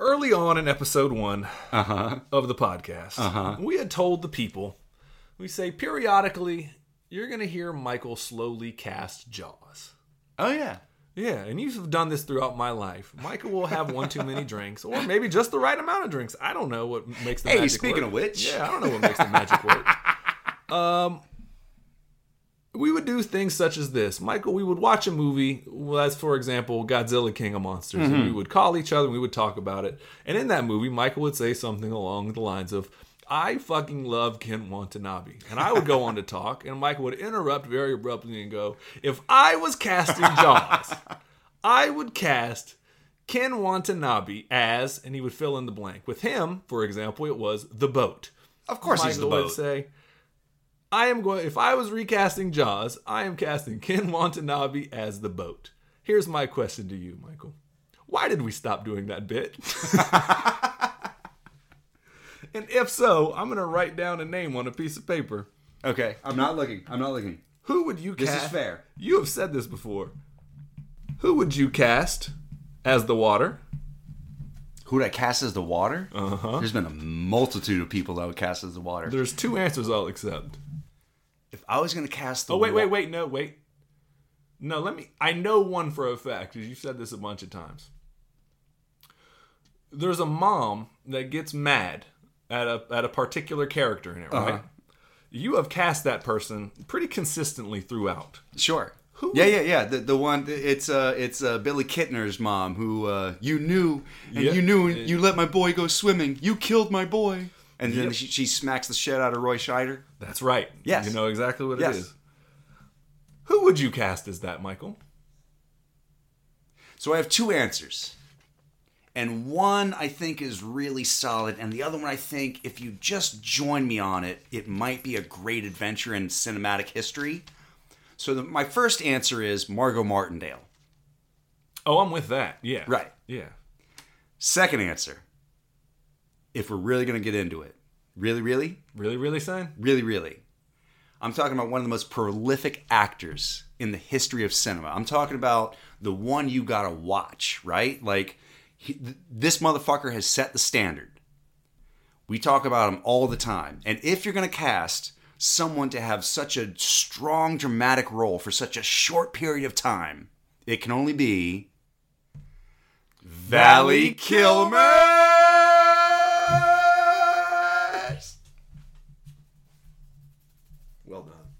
B: Early on in episode one
A: Uh huh.
B: of the podcast,
A: Uh-huh.
B: we had told the people, we say periodically, you're going to hear Michael slowly cast jaws.
A: Oh, yeah.
B: Yeah, and you've done this throughout my life. Michael will have one too many drinks, or maybe just the right amount of drinks. I don't know what makes the
A: Hey,
B: magic
A: speaking
B: work.
A: of which.
B: yeah, I don't know what makes the magic work. Um, we would do things such as this, Michael. We would watch a movie. Well, that's for example, Godzilla King of Monsters. And
A: Mm-hmm.
B: we would call each other. and We would talk about it. And in that movie, Michael would say something along the lines of. I fucking love Ken Watanabe. And I would go on to talk, and Michael would interrupt very abruptly and go, If I was casting Jaws, I would cast Ken Watanabe as, and he would fill in the blank. With him, for example, it was the boat.
A: Of course he's the
B: Michael
A: boat.
B: would say, I am going, if I was recasting Jaws, I am casting Ken Watanabe as the boat. Here's my question to you, Michael. Why did we stop doing that bit? and if so, I'm going to write down a name on a piece of paper.
A: Okay, I'm not looking. I'm not looking.
B: Who would you
A: This
B: cast?
A: is fair.
B: You have said this before. Who would you cast as the water?
A: Who'd I cast as the water? Uh
B: Uh-huh.
A: huh. There's been a multitude of people that would cast as the water.
B: There's two answers I'll accept.
A: If I was going to cast the
B: Oh wait,
A: wa-
B: wait, wait, no, wait. No, let me I know one for a fact, because you've said this a bunch of times. There's a mom that gets mad at a at a particular character in it,
A: Uh-huh.
B: right? You have cast that person pretty consistently throughout.
A: Sure. Yeah, yeah, yeah. The, the one it's uh it's uh, Billy Kittner's mom who uh, you knew and
B: Yeah.
A: you knew and you let my boy go swimming. You killed my boy. And then she, she smacks the shit out of Roy Scheider.
B: That's right.
A: Yes.
B: You know exactly what
A: Yes.
B: it is. Who would you cast as that, Michael?
A: So I have two answers. And one I think is really solid, and the other one I think, if you just join me on it, it might be a great adventure in cinematic history. So the, my first answer is Margot Martindale.
B: Oh, I'm with that. Yeah.
A: Right.
B: Yeah.
A: Second answer, if we're really going to get into it, really, really,
B: Really, really, son?
A: really, really. I'm talking about one of the most prolific actors in the history of cinema. I'm talking about the one you gotta watch, right? Like, he, th- this motherfucker has set the standard. We talk about him all the time. And if you're gonna cast someone to have such a strong dramatic role for such a short period of time, it can only be. Valley Kilmer!
B: Well done.